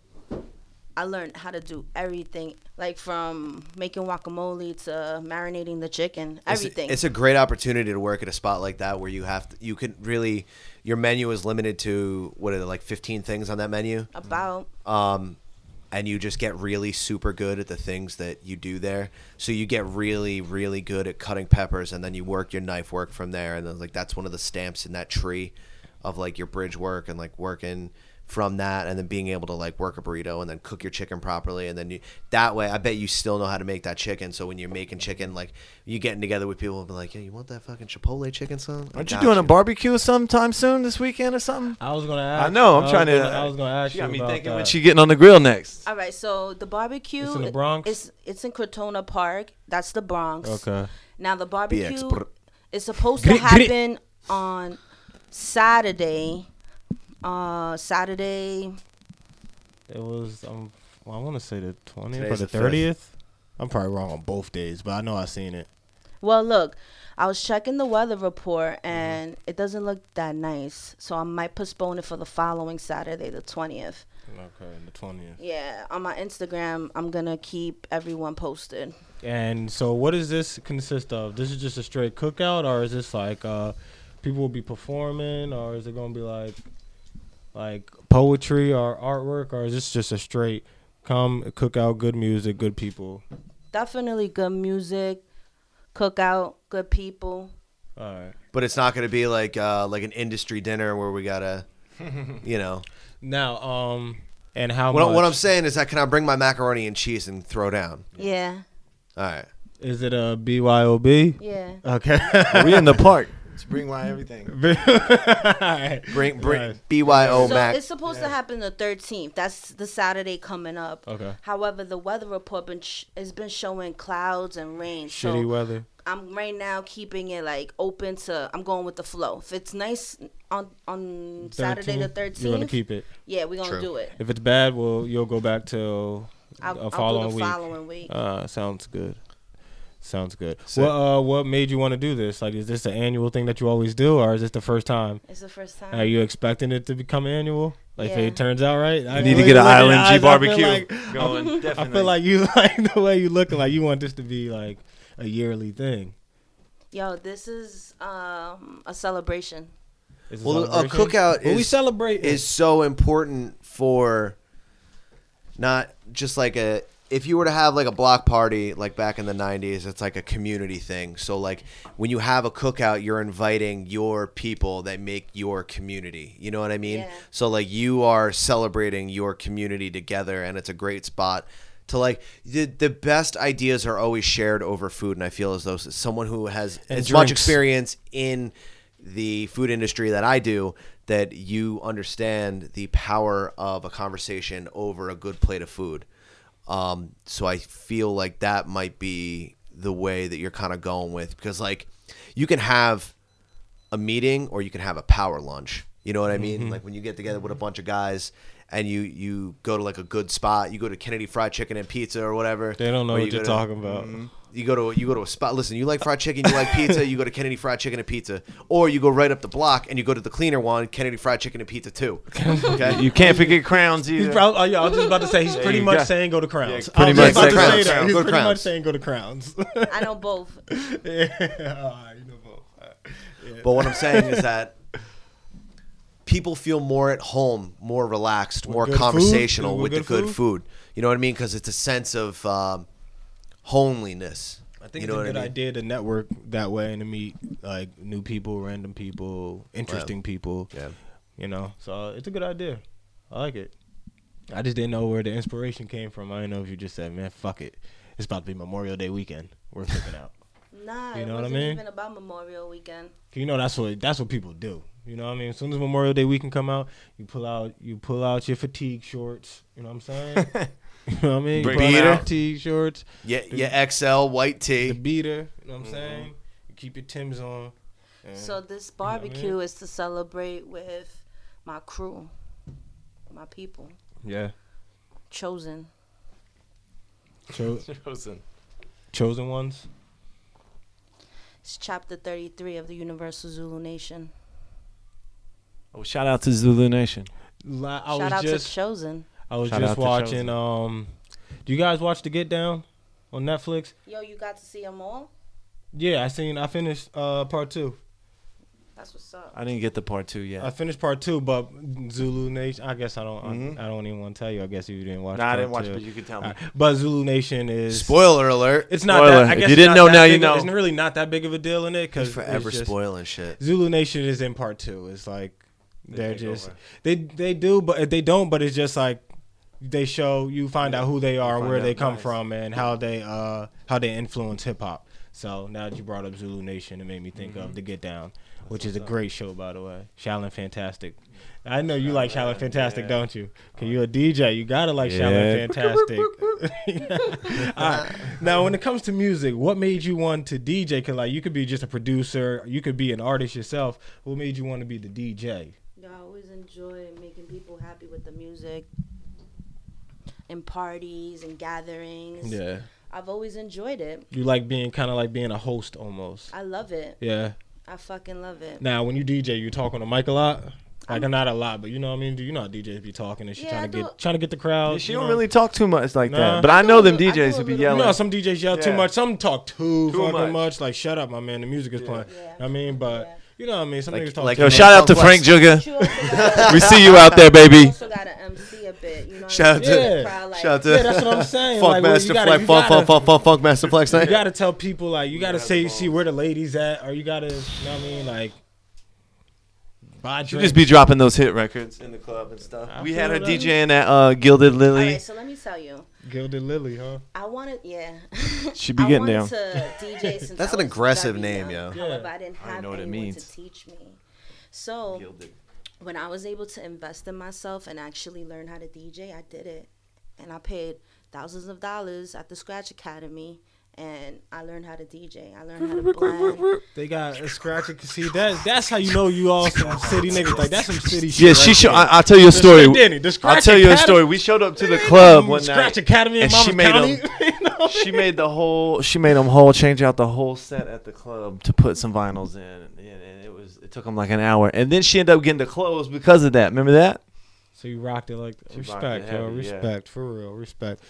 Speaker 5: I learned how to do everything, like from making guacamole to marinating the chicken,
Speaker 3: It's-
Speaker 5: everything.
Speaker 3: It's, a great opportunity to work at a spot like that where you have to, you can really your menu is limited to what are there, like 15 things on that menu.
Speaker 5: about
Speaker 3: Um and you just get really super good at the things that you do there. So you get really really good at cutting peppers and then you work your knife work from there and then like that's one of the stamps in that tree of like your bridge work and like working from that, and then being able to like work a burrito and then cook your chicken properly, and then you that way, I bet you still know how to make that chicken. So when you're making chicken, like you getting together with people and be like, yeah, you want that fucking Chipotle chicken, son? I
Speaker 4: Aren't you
Speaker 3: got
Speaker 4: doing a barbecue sometime soon this weekend or something?
Speaker 2: I was gonna ask.
Speaker 4: I know. I'm
Speaker 2: was
Speaker 4: trying to.
Speaker 2: gonna- I was gonna ask
Speaker 4: She got
Speaker 2: you
Speaker 4: me
Speaker 2: about
Speaker 4: thinking
Speaker 2: that.
Speaker 4: when she getting on the grill next.
Speaker 5: All right, so the barbecue
Speaker 2: It's in the
Speaker 5: i-
Speaker 2: Bronx?
Speaker 5: It's it's in Crotona Park. That's the Bronx.
Speaker 2: Okay.
Speaker 5: Now the barbecue
Speaker 3: brr.
Speaker 5: is supposed to
Speaker 9: Grit, grit.
Speaker 5: happen on Saturday. Uh, Saturday.
Speaker 2: It was. Um, well, I want to say the twentieth or
Speaker 3: Today's
Speaker 2: the
Speaker 3: the fifth.
Speaker 2: thirtieth. I'm probably wrong on both days, but I know I seen it.
Speaker 5: Well, look, I was checking the weather report and it doesn't look that nice, so I might postpone it for the following Saturday, the twentieth.
Speaker 2: Okay, the twentieth.
Speaker 5: Yeah, on my Instagram, I'm gonna keep everyone posted.
Speaker 2: And so, what does this consist of? This is just a straight cookout, or is this like uh, people will be performing, or is it gonna be like like poetry or artwork, or is this just a straight come cook out, good music, good people?
Speaker 5: Definitely good music, cookout, good people.
Speaker 2: All right.
Speaker 3: But it's not going to be like uh, like an industry dinner where we gotta, you know.
Speaker 2: Now, um, and how
Speaker 3: What,
Speaker 2: much
Speaker 3: what I'm saying is, that can I bring my macaroni and cheese and throw down?
Speaker 5: Yeah,
Speaker 3: All right.
Speaker 2: is it a BYOB?
Speaker 5: yeah.
Speaker 2: Okay.
Speaker 4: we in the park. Let's bring why everything.
Speaker 2: Alright.
Speaker 3: Bring bring
Speaker 2: Nice.
Speaker 3: BYO
Speaker 5: so
Speaker 3: Oh, Mac.
Speaker 5: it's supposed to happen the 13th. That's the Saturday coming up.
Speaker 2: Okay.
Speaker 5: However, the weather report been sh- has been showing clouds and rain.
Speaker 2: Shitty
Speaker 5: so
Speaker 2: weather.
Speaker 5: I'm right now keeping it like open to. I'm going with the flow. If it's nice on on Saturday the 13th,
Speaker 2: You're gonna keep it.
Speaker 5: yeah, we're gonna
Speaker 3: True.
Speaker 5: do it.
Speaker 2: If it's bad, well, you'll go back till
Speaker 5: I'll,
Speaker 2: a
Speaker 5: I'll
Speaker 2: following
Speaker 5: do the
Speaker 2: week.
Speaker 5: following week.
Speaker 2: Uh, sounds good. Sounds good.
Speaker 3: So-
Speaker 2: what uh, what made you want to do this? Like, is this an annual thing that you always do, or is this the first time?
Speaker 5: it's the first time.
Speaker 2: Are you expecting it to become annual? Like, if
Speaker 5: Yeah.
Speaker 2: it turns out right, I
Speaker 4: I need to
Speaker 2: look-
Speaker 4: get an
Speaker 2: look at your eyes, I
Speaker 4: ILMG
Speaker 2: feel
Speaker 4: barbecue
Speaker 2: like-
Speaker 4: going.
Speaker 2: I
Speaker 4: Definitely.
Speaker 2: feel like you like the way you looking. Like, you want this to be like a yearly thing.
Speaker 5: Yo, this is um, a celebration.
Speaker 2: Is this
Speaker 3: Well, a
Speaker 2: celebration?
Speaker 3: cookout
Speaker 2: Well,
Speaker 3: is
Speaker 2: we celebrate
Speaker 3: is so important for not just like a if you were to have like a block party like back in the 90s it's like a community thing so like when you have a cookout you're inviting your people that make your community you know what i mean
Speaker 5: Yeah.
Speaker 3: so like you are celebrating your community together and it's a great spot to like the, the best ideas are always shared over food and i feel as though someone who has
Speaker 2: And
Speaker 3: as much
Speaker 2: drinks.
Speaker 3: experience experience in the food industry that I do that you understand the power of a conversation over a good plate of food. Um, so I feel like that might be the way that you're kind of going with because like you can have a meeting or you can have a power lunch. You know what I mean?
Speaker 2: Mm-hmm.
Speaker 3: Like when you get together with a bunch of guys and you you go to like a good spot, you go to Kennedy Fried Chicken and Pizza or whatever.
Speaker 2: They don't know
Speaker 3: or
Speaker 2: what
Speaker 3: you
Speaker 2: you're
Speaker 3: go to- Mm-hmm.
Speaker 2: talking about.
Speaker 3: you go to you go to a spot. Listen, you like fried chicken, you like pizza. You go to Kennedy Fried Chicken and Pizza, or you go right up the block and you go to the cleaner one, Kennedy Fried Chicken and Pizza too. Okay,
Speaker 4: you can't forget crowns
Speaker 2: He's
Speaker 4: either.
Speaker 2: probably. Oh, yeah, I was just about to say he's pretty
Speaker 4: you
Speaker 2: much
Speaker 4: go.
Speaker 2: saying go to crowns.
Speaker 4: Yeah, pretty
Speaker 2: I was
Speaker 4: much
Speaker 2: just about to
Speaker 4: say
Speaker 2: say
Speaker 4: Crowns.
Speaker 2: that. He's
Speaker 3: Go to
Speaker 2: pretty much
Speaker 3: Crowns.
Speaker 2: saying go to crowns.
Speaker 5: I know both.
Speaker 2: yeah. all right, you know both. All right.
Speaker 3: but what I'm saying is that people feel more at home, more relaxed, more
Speaker 2: good food?
Speaker 3: conversational
Speaker 2: With
Speaker 3: with,
Speaker 2: good
Speaker 3: the good
Speaker 2: food?
Speaker 3: food? You know what I mean? Because it's a sense of um, homeliness.
Speaker 2: I think
Speaker 3: you know
Speaker 2: it's a
Speaker 3: what
Speaker 2: good
Speaker 3: I mean?
Speaker 2: idea to network that way and to meet like new people, random people, interesting people.
Speaker 3: Yeah.
Speaker 2: You know, so it's a good idea. I like it. I just didn't know where the inspiration came from. I didn't know if you just said, "Man, fuck it, it's about to be Memorial Day weekend. We're cooking out."
Speaker 5: Nah,
Speaker 2: You
Speaker 5: it
Speaker 2: know what I
Speaker 5: wasn't
Speaker 2: mean?
Speaker 5: even about Memorial Weekend.
Speaker 2: You know that's what that's what people do. You know what I mean? As soon as Memorial Day weekend come out, you pull out you pull out your fatigue shorts. You know what I'm saying? you know what I mean? You
Speaker 4: Bring
Speaker 2: pull out
Speaker 4: it
Speaker 2: your
Speaker 4: out.
Speaker 2: fatigue shorts,
Speaker 3: Yeah, yeah. XL white
Speaker 2: the
Speaker 3: tea.
Speaker 2: beater. You know what I'm
Speaker 5: Mm-hmm.
Speaker 2: saying? You keep your Tim's on. and-
Speaker 5: So this
Speaker 2: what I mean?
Speaker 5: barbecue is to celebrate with my crew, my people,
Speaker 2: yeah,
Speaker 5: chosen.
Speaker 2: Cho-
Speaker 4: Chosen.
Speaker 2: chosen ones.
Speaker 5: It's chapter 33 of the Universal Zulu Nation.
Speaker 4: Oh, shout out to Zulu Nation.
Speaker 2: La- I
Speaker 5: Shout
Speaker 2: was
Speaker 5: out
Speaker 2: just
Speaker 5: to Chosen.
Speaker 2: I was
Speaker 4: Shout
Speaker 2: just
Speaker 4: out to
Speaker 2: watching.
Speaker 4: Chosen.
Speaker 2: Um, do you guys watch The Get Down on Netflix?
Speaker 5: Yo, you got to see them all?
Speaker 2: Yeah, I seen. I finished uh, part two.
Speaker 5: That's what's up.
Speaker 4: I didn't get the part two yet.
Speaker 2: I finished part two, but Zulu Nation. I guess I don't.
Speaker 4: Mhm.
Speaker 2: I, I don't even want to tell you. I guess you didn't watch.
Speaker 4: nah, I
Speaker 2: part
Speaker 4: didn't watch,
Speaker 2: two.
Speaker 4: but you can tell me.
Speaker 2: Alright, But Zulu Uh, Nation is.
Speaker 3: Spoiler alert.
Speaker 2: it's not
Speaker 4: Spoiler.
Speaker 2: that. I
Speaker 4: If
Speaker 2: guess
Speaker 4: you
Speaker 2: not
Speaker 4: didn't know,
Speaker 2: that
Speaker 4: now
Speaker 2: big
Speaker 4: you
Speaker 2: of-
Speaker 4: know.
Speaker 2: It's really not that big of a deal in it because
Speaker 3: Forever spoiling shit.
Speaker 2: Zulu Nation is in part two. It's like
Speaker 7: They
Speaker 2: They're
Speaker 7: take
Speaker 2: just
Speaker 7: over.
Speaker 2: they they do, but they don't. But it's just like they show you find out who they are,
Speaker 7: find
Speaker 2: where they
Speaker 7: out
Speaker 2: come
Speaker 7: nice.
Speaker 2: from, and how they uh how they influence hip hop. So now that you brought up Zulu Nation, it made me think
Speaker 4: Mm-hmm.
Speaker 2: of The Get Down, which is a great show, by the way. Shaolin Fantastic. I know you like Shaolin Fantastic,
Speaker 7: yeah.
Speaker 2: don't you? Cause you're a DJ, you gotta like Shaolin Fantastic. All right. Now, when it comes to music, what made you want to DJ? Cause like you could be just a producer, you could be an artist yourself. What made you want to be the DJ?
Speaker 5: You know, I always enjoy making people happy with the music and parties and gatherings.
Speaker 2: Yeah.
Speaker 5: I've always enjoyed it.
Speaker 2: You like being kind of like being a host almost.
Speaker 5: I love it.
Speaker 2: Yeah.
Speaker 5: I fucking love it.
Speaker 2: Now, when you DJ, you talk on the mic a lot. Like not a lot, but you know what I mean. Do you know how DJs be talking and shit,
Speaker 5: Um, Yeah, I
Speaker 2: trying to
Speaker 5: do-
Speaker 2: get trying to get the crowd?
Speaker 7: She
Speaker 2: you
Speaker 7: don't
Speaker 2: know?
Speaker 7: really talk too much like
Speaker 2: Nah.
Speaker 7: that. But I know them
Speaker 5: I do a
Speaker 7: DJs who be
Speaker 5: little-
Speaker 7: yelling.
Speaker 2: You know, how some DJs yell too
Speaker 7: Yeah.
Speaker 2: much. Some talk too,
Speaker 7: Too
Speaker 2: fucking much.
Speaker 7: much.
Speaker 2: Like, shut up, my man. The music is playing.
Speaker 5: Yeah.
Speaker 2: I mean, but
Speaker 5: Yeah.
Speaker 2: you know what I mean. Some
Speaker 3: Like-
Speaker 2: niggas talk
Speaker 3: like-
Speaker 2: too
Speaker 4: Yo,
Speaker 2: much.
Speaker 4: shout out to Frank Jugga.
Speaker 5: You also gotta-
Speaker 4: We see you out there,
Speaker 5: you
Speaker 4: baby.
Speaker 5: also got to MC a bit. You know what
Speaker 3: Shout
Speaker 5: I
Speaker 3: out
Speaker 5: mean?
Speaker 3: to-
Speaker 5: Make the crowd, like,
Speaker 3: shout out to-
Speaker 2: Yeah, that's what I'm saying.
Speaker 3: Funk
Speaker 2: like, well, you
Speaker 3: Master
Speaker 2: gotta-
Speaker 3: Flex,
Speaker 2: you
Speaker 3: Funk,
Speaker 2: gotta-
Speaker 3: Funk, Funk, Funk, Funk Master Flex
Speaker 2: You
Speaker 3: night.
Speaker 2: gotta tell people like you gotta
Speaker 7: gotta
Speaker 2: say
Speaker 7: balls.
Speaker 2: see where the ladies at, or you gotta you know what I mean like buy
Speaker 7: You
Speaker 2: drinks.
Speaker 7: just be dropping those hit records in the club and stuff.
Speaker 2: I
Speaker 7: we
Speaker 2: feel
Speaker 7: had her
Speaker 2: that.
Speaker 7: DJing at uh, Gilded
Speaker 5: All
Speaker 7: Lily.
Speaker 5: right, so let me tell you.
Speaker 2: Gilded Lily, huh?
Speaker 5: I wanted, yeah.
Speaker 7: She be getting
Speaker 5: I
Speaker 7: down.
Speaker 5: wanted to DJ since
Speaker 3: That's
Speaker 5: I
Speaker 3: an
Speaker 5: was
Speaker 3: aggressive
Speaker 5: very
Speaker 3: name,
Speaker 5: young.
Speaker 2: yo.
Speaker 5: However, I didn't
Speaker 7: I
Speaker 5: have
Speaker 7: know what it
Speaker 5: anyone
Speaker 7: means.
Speaker 5: to teach me. So
Speaker 7: Gilded.
Speaker 5: when I was able to invest in myself and actually learn how to DJ, I did it, and I paid thousands of dollars at the Scratch Academy, and I learned how to DJ. I learned how to blend.
Speaker 2: They got a scratch. and- See that that's how you know you all some city niggas. Like that's some city shit.
Speaker 4: Yeah,
Speaker 2: right
Speaker 4: she. Show,
Speaker 2: there.
Speaker 4: I, I'll tell you a story.
Speaker 2: Danny, the
Speaker 4: I'll
Speaker 2: Scratch
Speaker 4: tell you a
Speaker 2: Academy-
Speaker 4: story.
Speaker 7: We showed up to the
Speaker 2: Damn,
Speaker 7: club one
Speaker 2: Scratch
Speaker 7: night.
Speaker 2: Academy in
Speaker 7: and she
Speaker 2: Mama's
Speaker 7: made
Speaker 2: County.
Speaker 7: them-
Speaker 2: You know what I
Speaker 7: She
Speaker 2: mean?
Speaker 7: made the whole. She made them whole change out the whole set at the club to put some vinyls in, and, and it was. It took them like an hour, and then she ended up getting the clothes because of that. Remember that?
Speaker 2: So you rocked it like
Speaker 7: She rocked
Speaker 2: respect,
Speaker 7: it
Speaker 2: yo,
Speaker 7: heavy, yeah.
Speaker 2: respect for real, respect.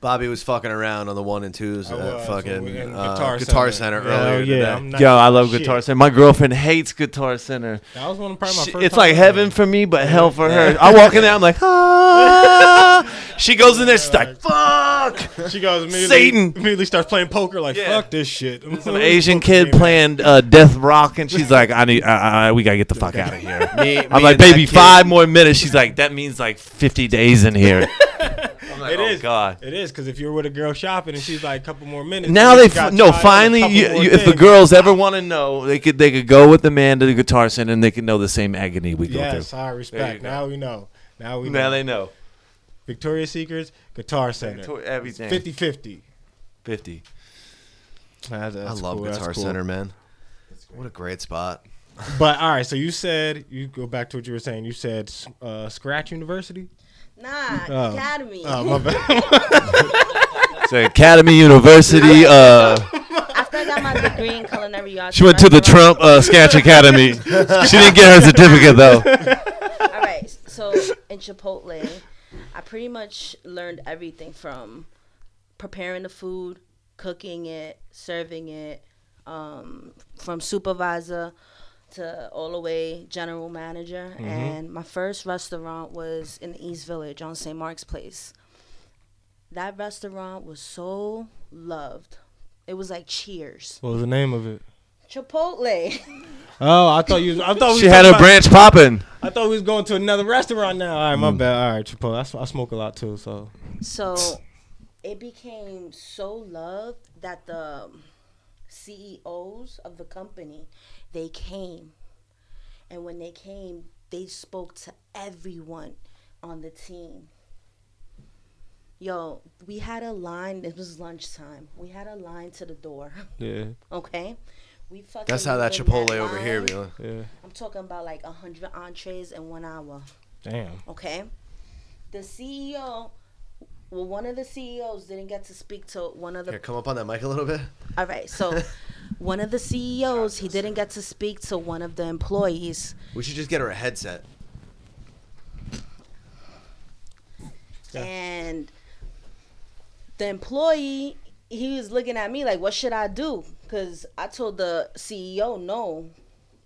Speaker 3: Bobby was fucking around on the one and twos
Speaker 2: I
Speaker 3: at
Speaker 2: was,
Speaker 3: fucking
Speaker 2: in
Speaker 3: uh,
Speaker 2: Guitar
Speaker 3: Guitar, Center,
Speaker 2: Center.
Speaker 3: earlier
Speaker 2: Yeah,
Speaker 3: today.
Speaker 2: I'm not-
Speaker 4: Yo, I love
Speaker 2: Shit.
Speaker 4: Guitar Center.
Speaker 7: My girlfriend hates Guitar Center.
Speaker 2: That was one of probably my
Speaker 7: She-
Speaker 2: first.
Speaker 7: it's
Speaker 2: time
Speaker 7: like
Speaker 2: going.
Speaker 7: heaven for me, but hell for her. I walk in there, I'm like, ah. She goes in there, she's like, fuck.
Speaker 2: She goes immediately,
Speaker 7: Satan.
Speaker 2: immediately starts playing poker. Like
Speaker 7: Yeah.
Speaker 2: fuck this shit.
Speaker 7: Some Asian kid playing uh, death rock, and she's like, I need,
Speaker 4: uh,
Speaker 7: I, I, we gotta get the fuck out of here.
Speaker 3: Me- me
Speaker 4: I'm like,
Speaker 3: and that
Speaker 4: baby,
Speaker 3: kid-
Speaker 4: five more minutes. She's like, that means like 50 days in here.
Speaker 7: I'm like,
Speaker 2: It
Speaker 7: oh
Speaker 2: is.
Speaker 7: god.
Speaker 2: It is because if you're with a girl shopping and she's like a couple more minutes.
Speaker 4: Now
Speaker 2: then
Speaker 4: they
Speaker 2: you got
Speaker 4: fi- no.
Speaker 2: time, a
Speaker 4: Finally,
Speaker 2: couple
Speaker 4: you,
Speaker 2: more
Speaker 4: you, if the
Speaker 2: things.
Speaker 4: girls ever want to know, they could they could go with the man to the Guitar Center, and they could know the same agony we go
Speaker 2: Yes,
Speaker 4: through.
Speaker 2: I respect.
Speaker 7: go.
Speaker 2: Now we know. Now we know.
Speaker 7: Now they know.
Speaker 2: Victoria's Secrets, Guitar Center,
Speaker 7: Everything. 50.
Speaker 2: 50-50.
Speaker 3: I love Guitar Center, man. What a great spot.
Speaker 2: But all right, so you said you go back to what you were saying. You said uh, Scratch University.
Speaker 5: Nah,
Speaker 2: Oh.
Speaker 5: Academy.
Speaker 2: Oh my bad.
Speaker 4: So Academy University. Uh,
Speaker 5: After I got my degree in culinary arts,
Speaker 4: she went to the
Speaker 5: restaurant-
Speaker 4: Trump uh, Sketch Academy. She didn't get her certificate though.
Speaker 5: All right. So in Chipotle, I pretty much learned everything from preparing the food, cooking it, serving it, um, from supervisor to all the way general manager. And my first restaurant was in the East Village on St. Mark's Place. That restaurant was so loved. It was like Cheers,
Speaker 2: What was the name of it?
Speaker 5: Chipotle.
Speaker 2: Oh, I thought you. I thought we
Speaker 4: She
Speaker 2: was
Speaker 4: had
Speaker 2: talking
Speaker 4: her
Speaker 2: about-
Speaker 4: branch popping.
Speaker 2: I thought we was going to another restaurant now. All right,
Speaker 3: Mm.
Speaker 2: my bad. All right, Chipotle. I, sm- I smoke a lot too, so
Speaker 5: So it became so loved that the CEOs of the company they came. And when they came, they spoke to everyone on the team. Yo, we had a line. It was lunchtime. We had a line to the door.
Speaker 2: yeah,
Speaker 5: Okay, we fucking.
Speaker 3: That's how that
Speaker 5: moved in
Speaker 3: Chipotle over here,
Speaker 5: line.
Speaker 3: be like.
Speaker 2: yeah.
Speaker 5: I'm talking about like a hundred entrees in one hour
Speaker 2: Damn.
Speaker 5: okay the ceo well one of the ceos didn't get to speak to one of the
Speaker 3: Here, come up on that mic a little bit.
Speaker 5: all right so one of the ceos he didn't get to speak to one of the employees
Speaker 3: We should just get her a headset.
Speaker 5: and the employee he was looking at me like what should i do because i told the ceo no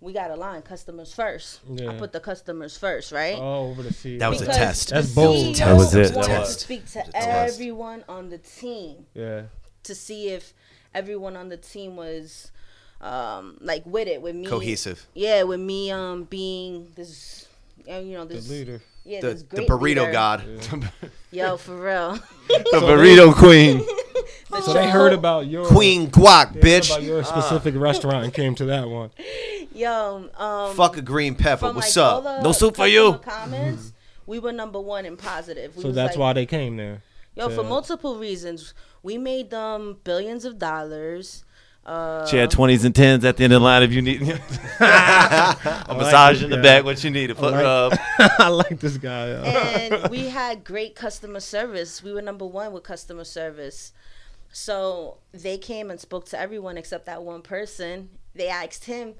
Speaker 5: we got a line customers first i
Speaker 2: Yeah.
Speaker 5: put the customers first right
Speaker 2: Oh, over the sea.
Speaker 3: That was a
Speaker 5: Because
Speaker 3: test.
Speaker 5: the
Speaker 2: That's bold.
Speaker 5: CEO
Speaker 4: That was it.
Speaker 5: wanted
Speaker 3: Test.
Speaker 5: to speak to
Speaker 3: test.
Speaker 5: everyone on the team
Speaker 2: yeah.
Speaker 5: to see if everyone on the team was um like with it with me
Speaker 3: Cohesive.
Speaker 5: yeah with me um being this and you know,
Speaker 8: The
Speaker 5: there's
Speaker 8: leader.
Speaker 5: yeah,
Speaker 3: The,
Speaker 5: there's
Speaker 3: the
Speaker 5: great
Speaker 3: burrito
Speaker 5: leader.
Speaker 3: god.
Speaker 5: Yo, for real.
Speaker 7: The burrito queen.
Speaker 8: So they heard about your
Speaker 3: Queen guac,
Speaker 8: they heard
Speaker 3: bitch.
Speaker 8: about your
Speaker 5: Ah.
Speaker 8: specific restaurant and came to that one.
Speaker 5: Yo, um,
Speaker 3: Fuck a green pepper.
Speaker 5: from,
Speaker 3: What's
Speaker 5: like, all
Speaker 3: up?
Speaker 5: the
Speaker 3: no soup for
Speaker 5: customer
Speaker 3: you.
Speaker 5: Comments. We were number one in positive. We
Speaker 8: So
Speaker 5: was
Speaker 8: that's
Speaker 5: like,
Speaker 8: why they came there.
Speaker 5: Yo,
Speaker 8: Yeah.
Speaker 5: for multiple reasons, we made them billions of dollars. Uh,
Speaker 7: She had
Speaker 4: Uh-huh.
Speaker 7: twenties and tens at the end of the line. If you need a massage in the back, what you need? A foot
Speaker 8: like-
Speaker 4: uh,
Speaker 7: rub.
Speaker 8: I like this guy. yo.
Speaker 5: and we had great customer service. We were number one with customer service. So they came and spoke to everyone except that one person. They asked him,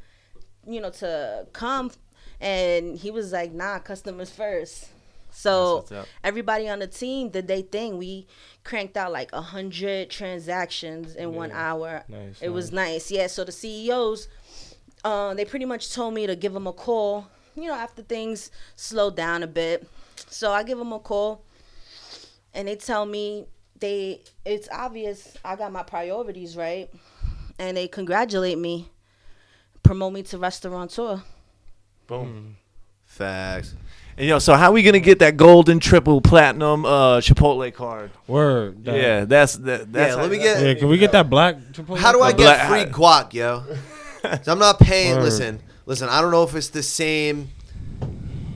Speaker 5: you know, to come, and he was like, "Nah, customers first. So
Speaker 7: what's up.
Speaker 5: everybody on the team did they thing. We cranked out like a hundred transactions in one hour.
Speaker 8: Nice,
Speaker 5: it was nice, yeah. So the CEOs, uh, they pretty much told me to give them a call. You know, after things slow down a bit, so I give them a call, and they tell me they it's obvious I got my priorities right, and they congratulate me, promote me to restaurateur.
Speaker 7: Boom.
Speaker 3: Facts.
Speaker 7: And yo, so how we gonna get that golden triple platinum uh, Chipotle card?
Speaker 8: Word. dog.
Speaker 7: Yeah, that's that. That's
Speaker 3: Yeah,
Speaker 7: how-
Speaker 3: let me get-
Speaker 8: Yeah, can we get that black? Chipotle
Speaker 3: How do I
Speaker 8: card?
Speaker 3: get
Speaker 7: Black-
Speaker 3: free guac, yo? 'Cause I'm not paying.
Speaker 8: Word.
Speaker 3: Listen, listen. I don't know if it's the same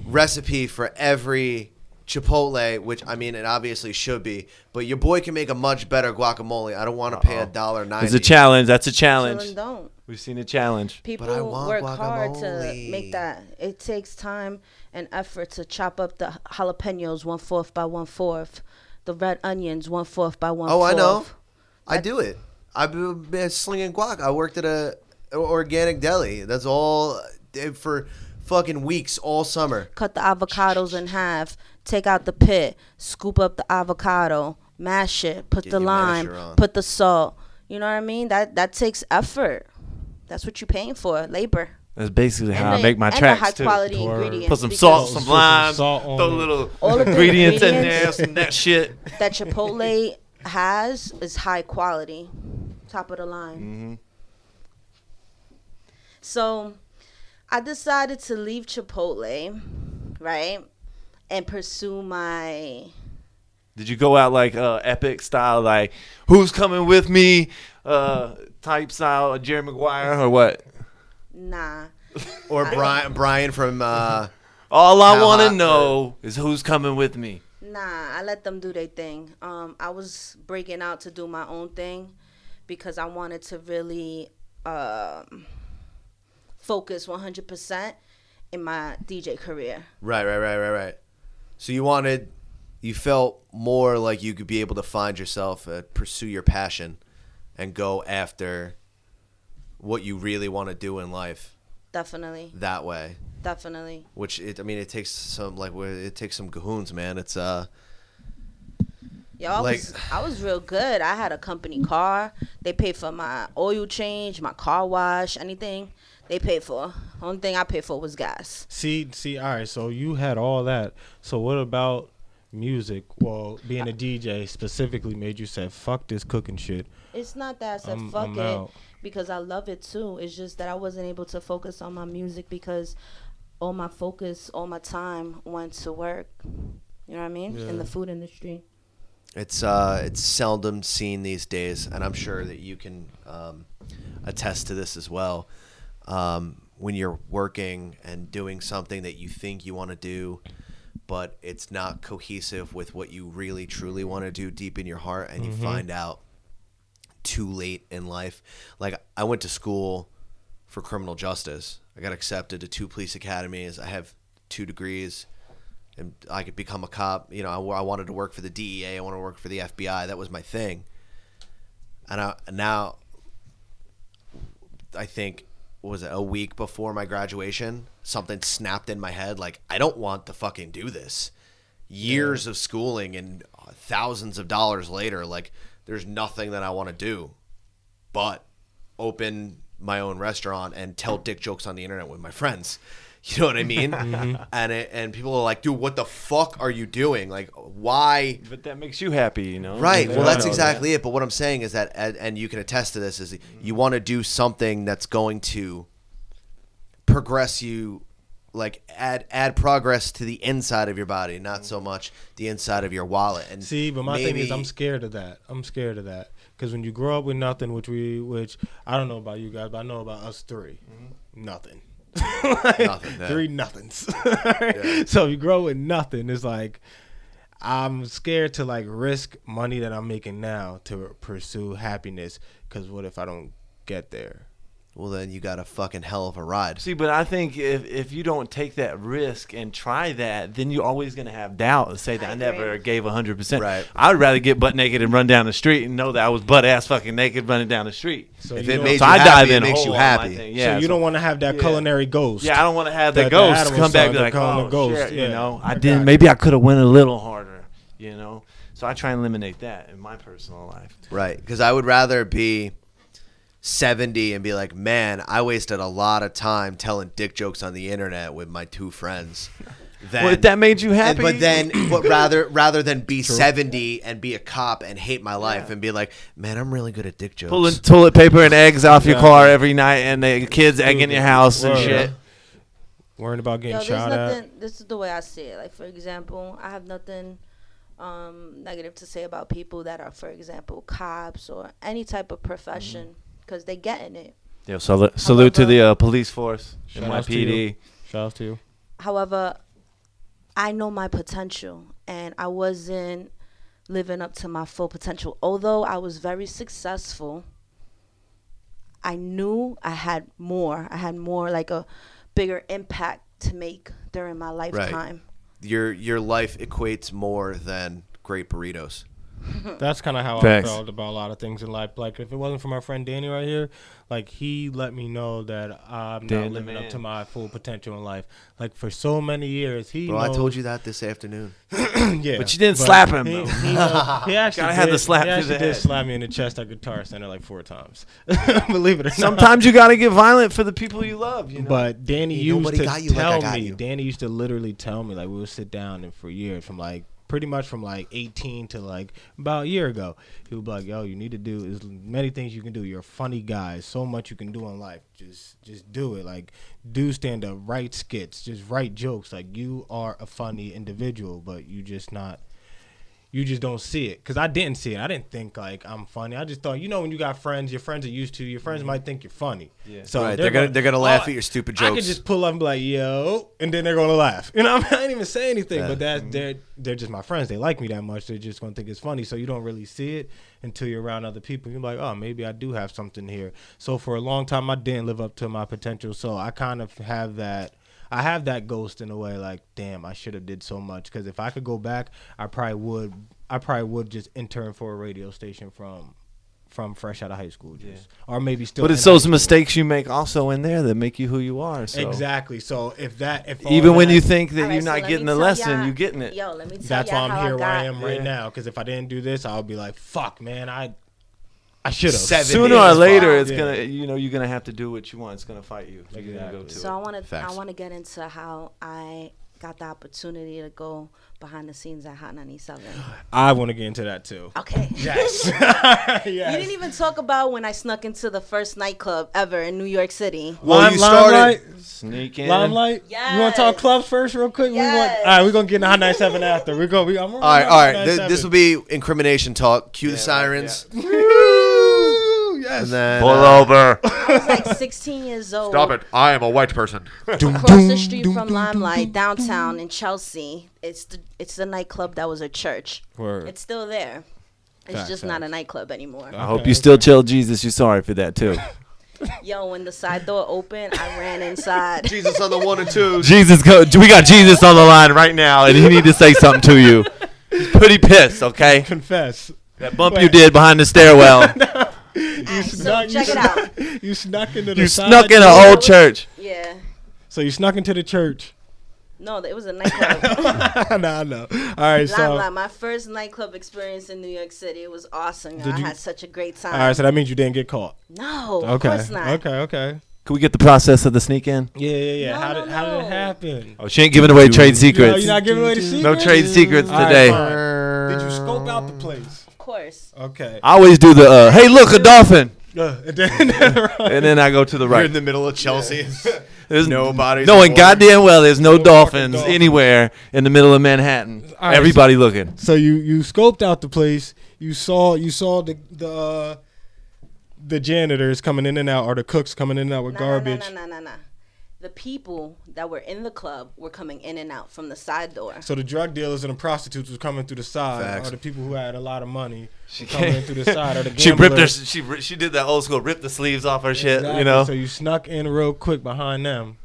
Speaker 3: recipe for every Chipotle, which I mean, it obviously should be. But your boy can make a much better guacamole. I don't want to pay a dollar ninety.
Speaker 7: It's a challenge. That's a
Speaker 5: Children
Speaker 7: challenge.
Speaker 5: don't.
Speaker 7: We've seen a challenge.
Speaker 5: People
Speaker 3: I want
Speaker 5: work hard to
Speaker 3: guacamole.
Speaker 5: make that. It takes time and effort to chop up the jalapenos one fourth by one fourth, the red onions one fourth by one fourth.
Speaker 3: Oh, I know. I do it. I've been been slinging guac. I worked at a a organic deli. That's all eh, for fucking weeks all summer.
Speaker 5: Cut the avocados in half. Take out the pit. Scoop up the avocado. Mash it. Put
Speaker 3: Get
Speaker 5: the
Speaker 3: your
Speaker 5: lime.
Speaker 3: measure on.
Speaker 5: Put the salt. You know what I mean? That that takes effort. That's what you're paying for. Labor.
Speaker 7: That's basically how I
Speaker 5: the-
Speaker 7: make my
Speaker 5: and the
Speaker 7: tracks
Speaker 5: high
Speaker 7: too.
Speaker 5: quality
Speaker 8: Word.
Speaker 5: ingredients.
Speaker 7: Put some
Speaker 5: because
Speaker 7: salt,
Speaker 8: Put
Speaker 7: some
Speaker 8: some
Speaker 7: lime,
Speaker 8: salt on
Speaker 7: throw
Speaker 8: it.
Speaker 7: little
Speaker 5: All of the
Speaker 7: ingredients in there,
Speaker 5: ingredients-
Speaker 7: some that shit.
Speaker 5: that Chipotle has is high quality, top of the line. So I decided to leave Chipotle, right? And pursue my
Speaker 7: Did you go out like uh, epic style, like who's coming with me, uh, type style, uh, Jerry Maguire or what?
Speaker 5: nah.
Speaker 3: Or Brian Brian from uh,
Speaker 7: All I
Speaker 3: How
Speaker 7: want
Speaker 3: hot,
Speaker 7: to know is who's coming with me.
Speaker 5: Nah, I let them do their thing. Um, I was breaking out to do my own thing because I wanted to really um, focus 100% in my DJ career.
Speaker 3: right, right, right, right, right. So you wanted, you felt more like you could be able to find yourself, uh, pursue your passion, and go after what you really want to do in life
Speaker 5: Definitely,
Speaker 3: that way.
Speaker 5: definitely.
Speaker 3: Which it, I mean, it takes some like wh- it takes some gahoons, man. It's uh,
Speaker 5: Yo, I
Speaker 3: Like-
Speaker 5: was I was real good. I had a company car. They paid for my oil change, my car wash, anything they paid for. Only thing I paid for was gas.
Speaker 8: See, see. All right. So you had all that. So what about music? Well, being a DJ specifically made you say, "Fuck this cooking shit."
Speaker 5: It's not that I said
Speaker 8: I'm-
Speaker 5: fuck
Speaker 8: I'm
Speaker 5: it
Speaker 8: out.
Speaker 5: because I love it too. It's just that I wasn't able to focus on my music because all my focus, all my time went to work. You know what I mean? In the food industry.
Speaker 3: It's uh, it's seldom seen these days, and I'm sure that you can um, attest to this as well. Um, when you're working and doing something that you think you want to do, but it's not cohesive with what you really truly want to do deep in your heart, and you find out too late in life. Like I went to school for criminal justice. I got accepted to two police academies. I have two degrees, and I could become a cop. You know, I, w- I wanted to work for the DEA. I wanted to work for the FBI. That was my thing. And I and now, I think what was it a week before my graduation, something snapped in my head like I don't want to fucking do this. Years of schooling and thousands of dollars later, like there's nothing that I want to do but open my own restaurant and tell dick jokes on the internet with my friends. You know what I mean?
Speaker 2: Mm-hmm.
Speaker 3: And it, and people are like, "Dude, what the fuck are you doing? Like, why?"
Speaker 7: But that makes you happy, you know?
Speaker 3: Right.
Speaker 7: Yeah.
Speaker 3: Well, that's
Speaker 7: Yeah.
Speaker 3: exactly it. But what I'm saying is that, and, and you can attest to this, is you want to do something that's going to progress you like add add progress to the inside of your body, not so much the inside of your wallet. And
Speaker 2: See, but my thing is,
Speaker 3: maybe-
Speaker 2: I'm scared of that. I'm scared of that because when you grow up with nothing, which we, which I don't know about you guys, but I know about us 3
Speaker 7: Mm-hmm.
Speaker 2: nothing.
Speaker 3: Nothing, yeah.
Speaker 2: Three nothings. So if you grow with nothing. It's like I'm scared to like risk money that I'm making now to pursue happiness. Because what if I don't get there?
Speaker 3: well, then you got a fucking hell of a ride.
Speaker 7: See, but I think if, if you don't take that risk and try that, then you're always going to have doubt and say that I,
Speaker 5: I
Speaker 7: never
Speaker 5: agree.
Speaker 7: gave 100%.
Speaker 3: Right.
Speaker 7: I would rather get butt naked and run down the street and know that I was butt ass fucking naked running down the street.
Speaker 2: So
Speaker 3: If
Speaker 2: you
Speaker 3: it
Speaker 2: don't-
Speaker 3: made
Speaker 7: So
Speaker 3: you
Speaker 7: I
Speaker 3: happy,
Speaker 7: dive
Speaker 3: it
Speaker 7: in
Speaker 3: makes
Speaker 7: whole
Speaker 3: you
Speaker 7: on my
Speaker 3: happy.
Speaker 7: thing. Yeah,
Speaker 2: so you don't want to have that
Speaker 7: yeah.
Speaker 2: culinary ghost.
Speaker 7: Yeah, I don't want to have the,
Speaker 2: That the
Speaker 7: ghost
Speaker 2: animals
Speaker 7: come
Speaker 2: saw
Speaker 7: back and be
Speaker 2: the
Speaker 7: like,
Speaker 2: color
Speaker 7: oh,
Speaker 2: ghost,
Speaker 7: shit, you
Speaker 2: yeah.
Speaker 7: know,
Speaker 2: I
Speaker 7: I
Speaker 2: got
Speaker 7: didn't.
Speaker 2: you.
Speaker 7: Maybe I could have went a little harder, you know. So I try and eliminate that in my personal life.
Speaker 3: Right. Because I would rather be 70 and be like, man, I wasted a lot of time telling dick jokes on the internet with my two friends. Than,
Speaker 7: well, if that made you happy,
Speaker 3: but then, but rather rather than be 70 and be a cop and hate my life and be like, man, I'm really good at dick jokes.
Speaker 7: pulling toilet paper and eggs off your car every night, and the kids egging your house and
Speaker 2: Word.
Speaker 7: shit.
Speaker 2: Worrying about getting
Speaker 5: Yo, there's
Speaker 2: shot
Speaker 5: nothing.
Speaker 2: at.
Speaker 5: This is the way I see it. Like for example, I have nothing um, negative to say about people that are, for example, cops or any type of profession because they get in it.
Speaker 7: Yo, salute, salute to
Speaker 5: However-
Speaker 7: the uh, police force,
Speaker 2: Shout outs to
Speaker 7: NYPD.
Speaker 2: Shout out to you.
Speaker 5: However, I know my potential and I wasn't living up to my full potential. Although I was very successful, I knew I had more. I had more like a bigger impact to make during my lifetime.
Speaker 3: your your life equates more than great burritos.
Speaker 2: That's kind of how
Speaker 7: Facts.
Speaker 2: I felt about a lot of things in life. Like if it wasn't for my friend Danny right here, like he let me know that I'm
Speaker 7: Danny
Speaker 2: not living
Speaker 7: man.
Speaker 2: up to my full potential in life. Like for so many years, he.
Speaker 3: Bro, I
Speaker 2: knows-
Speaker 3: told you that this afternoon.
Speaker 2: yeah,
Speaker 7: But you didn't slap him,
Speaker 2: He,
Speaker 7: though.
Speaker 2: he knows- he actually
Speaker 7: Gotta
Speaker 2: did,
Speaker 7: have the slap
Speaker 2: He
Speaker 7: to the
Speaker 2: actually
Speaker 7: head.
Speaker 2: did slap me in the chest at Guitar Center like four times. Believe it or not.
Speaker 7: Sometimes you gotta get violent for the people you love. You know?
Speaker 2: But Danny
Speaker 3: Ain't
Speaker 2: used
Speaker 3: nobody
Speaker 2: to
Speaker 3: got you like I
Speaker 2: tell
Speaker 3: got
Speaker 2: me.
Speaker 3: you.
Speaker 2: Danny used to literally tell me like we would sit down and for years from like pretty much from like 18 to like about a year ago he would be like yo you need to do as many things you can do you're a funny guy so much you can do in life just just do it like do stand up write skits just write jokes like you are a funny individual but you just not you just don't see it because i didn't see it i didn't think like i'm funny i just thought you know when you got friends your friends are used to your friends might think you're funny yeah. so
Speaker 3: Right, they're gonna- they're gonna laugh
Speaker 2: all-
Speaker 3: at your stupid
Speaker 2: i could
Speaker 3: jokes.
Speaker 2: just pull up and be like yo and then they're gonna laugh you know i, mean, I didn't even say anything but that's they're they're just my friends they like me that much they're just gonna think it's funny so you don't really see it until you're around other people you're like oh maybe i do have something here so for a long time i didn't live up to my potential so i kind of have that I have that ghost in a way, like, damn, I should have did so much. Because if I could go back, I probably would. I probably would just intern for a radio station from, from fresh out of high school, just or maybe still.
Speaker 7: But
Speaker 2: in
Speaker 7: it's
Speaker 2: high
Speaker 7: those
Speaker 2: school.
Speaker 7: mistakes you make also in there that make you who you are. So.
Speaker 2: Exactly. So if that, if all
Speaker 7: Even when
Speaker 2: that-
Speaker 7: you think that
Speaker 5: All right,
Speaker 7: you're
Speaker 5: so
Speaker 7: not
Speaker 5: let me
Speaker 7: getting the
Speaker 5: tell
Speaker 7: lesson,
Speaker 5: y'all-
Speaker 7: you're getting it.
Speaker 5: Yo, let me tell
Speaker 2: that's why
Speaker 5: y'all
Speaker 2: I'm
Speaker 5: how
Speaker 2: here where
Speaker 5: got,
Speaker 2: I am right
Speaker 7: Yeah.
Speaker 2: now. Because if I didn't do this, I'll be like, fuck, man, I, I should have.
Speaker 3: Seven
Speaker 7: Sooner
Speaker 3: days
Speaker 7: or
Speaker 3: is
Speaker 7: later,
Speaker 3: fine.
Speaker 7: it's
Speaker 2: Yeah.
Speaker 7: gonna you know you're gonna have to do what you want. It's gonna fight you. You're gonna go
Speaker 2: Exactly.
Speaker 7: to
Speaker 5: So I
Speaker 7: it.
Speaker 5: want to I
Speaker 3: Facts.
Speaker 5: want to get into how I got the opportunity to go behind the scenes at Hot 97.
Speaker 2: I want to get into that too.
Speaker 5: Okay.
Speaker 2: Yes.
Speaker 5: You didn't even talk about when I snuck into the first nightclub ever in New York City.
Speaker 3: Well,
Speaker 2: Lime-
Speaker 3: you started.
Speaker 2: Limelight?
Speaker 7: Sneak in.
Speaker 2: Limelight. You want to talk
Speaker 5: Yes.
Speaker 2: clubs first, real quick? We want,
Speaker 5: Yes.
Speaker 2: all right, we're gonna get in the high 97 after. We're gonna. We, I'm all
Speaker 3: All right, all right. Th- this will be incrimination talk. Cue the
Speaker 7: Yeah,
Speaker 3: sirens.
Speaker 2: yes.
Speaker 3: And then,
Speaker 4: Pull
Speaker 3: uh,
Speaker 4: over.
Speaker 5: I was like 16 years old.
Speaker 4: I am a white person.
Speaker 5: Across the street from Limelight, downtown in Chelsea, it's the it's the nightclub that was a church.
Speaker 2: Word.
Speaker 5: It's still there. It's
Speaker 2: Facts, Ah.
Speaker 5: just not a nightclub anymore.
Speaker 7: I hope you still chill, Jesus. You're sorry for that too.
Speaker 5: Yo, when the side door opened, I ran inside.
Speaker 3: Jesus on the one and two.
Speaker 4: Jesus, go. We got Jesus on the line right now, and he need to say something to you. He's pretty pissed, okay?
Speaker 2: confess.
Speaker 4: That bump you did behind the stairwell.
Speaker 5: Alright, so
Speaker 2: snuck- you
Speaker 5: check it
Speaker 2: snuck-
Speaker 5: out.
Speaker 2: You snuck into the
Speaker 4: You
Speaker 2: side
Speaker 4: snuck in
Speaker 2: door.
Speaker 4: an old church.
Speaker 5: Yeah.
Speaker 2: So you snuck into the church.
Speaker 5: No, it was a nightclub.
Speaker 2: I know, I know. All right, so
Speaker 5: Limelight, my first nightclub experience in New York City. It was awesome.
Speaker 2: Did
Speaker 5: I
Speaker 2: you-
Speaker 5: had such a great time.
Speaker 2: all right, so that means you didn't get caught.
Speaker 5: No, of
Speaker 2: Okay.
Speaker 5: course not.
Speaker 2: Okay. Okay.
Speaker 7: Can we get the process of the sneak in?
Speaker 2: Yeah, yeah, yeah.
Speaker 5: No,
Speaker 2: how
Speaker 5: no,
Speaker 2: did how did it
Speaker 5: no.
Speaker 2: happen?
Speaker 4: Oh, she ain't giving away trade
Speaker 2: You know,
Speaker 4: secrets.
Speaker 2: you're not giving away the secrets.
Speaker 4: No trade secrets
Speaker 2: All right,
Speaker 4: today.
Speaker 2: fine. Did you scope out the place?
Speaker 5: Of course.
Speaker 2: Okay.
Speaker 4: I always do the, uh, hey, look, a dolphin.
Speaker 2: Uh, and then-
Speaker 4: And then I go to the
Speaker 3: You're
Speaker 4: right.
Speaker 3: in the middle of Chelsea.
Speaker 7: There's
Speaker 3: Nobody.
Speaker 7: knowing goddamn well there's no dolphins anywhere in the middle of Manhattan.
Speaker 2: All right,
Speaker 7: Everybody looking.
Speaker 2: So you you scoped out the place. You saw you saw the the uh, the janitors coming in and out, or the cooks coming in and out with
Speaker 5: Nah, nah, nah,
Speaker 2: garbage.
Speaker 5: Nah, nah, nah, nah. The people that were in the club were coming in and out from the side door.
Speaker 2: So the drug dealers and the prostitutes was coming through the side,
Speaker 3: Facts.
Speaker 2: or the people who had a lot of money were coming in through the side, or the
Speaker 7: She ripped her.
Speaker 2: gamblers.
Speaker 7: She ri- she did that old school. Rip the sleeves off her shit.
Speaker 2: Exactly.
Speaker 7: You know.
Speaker 2: So you snuck in real quick behind them,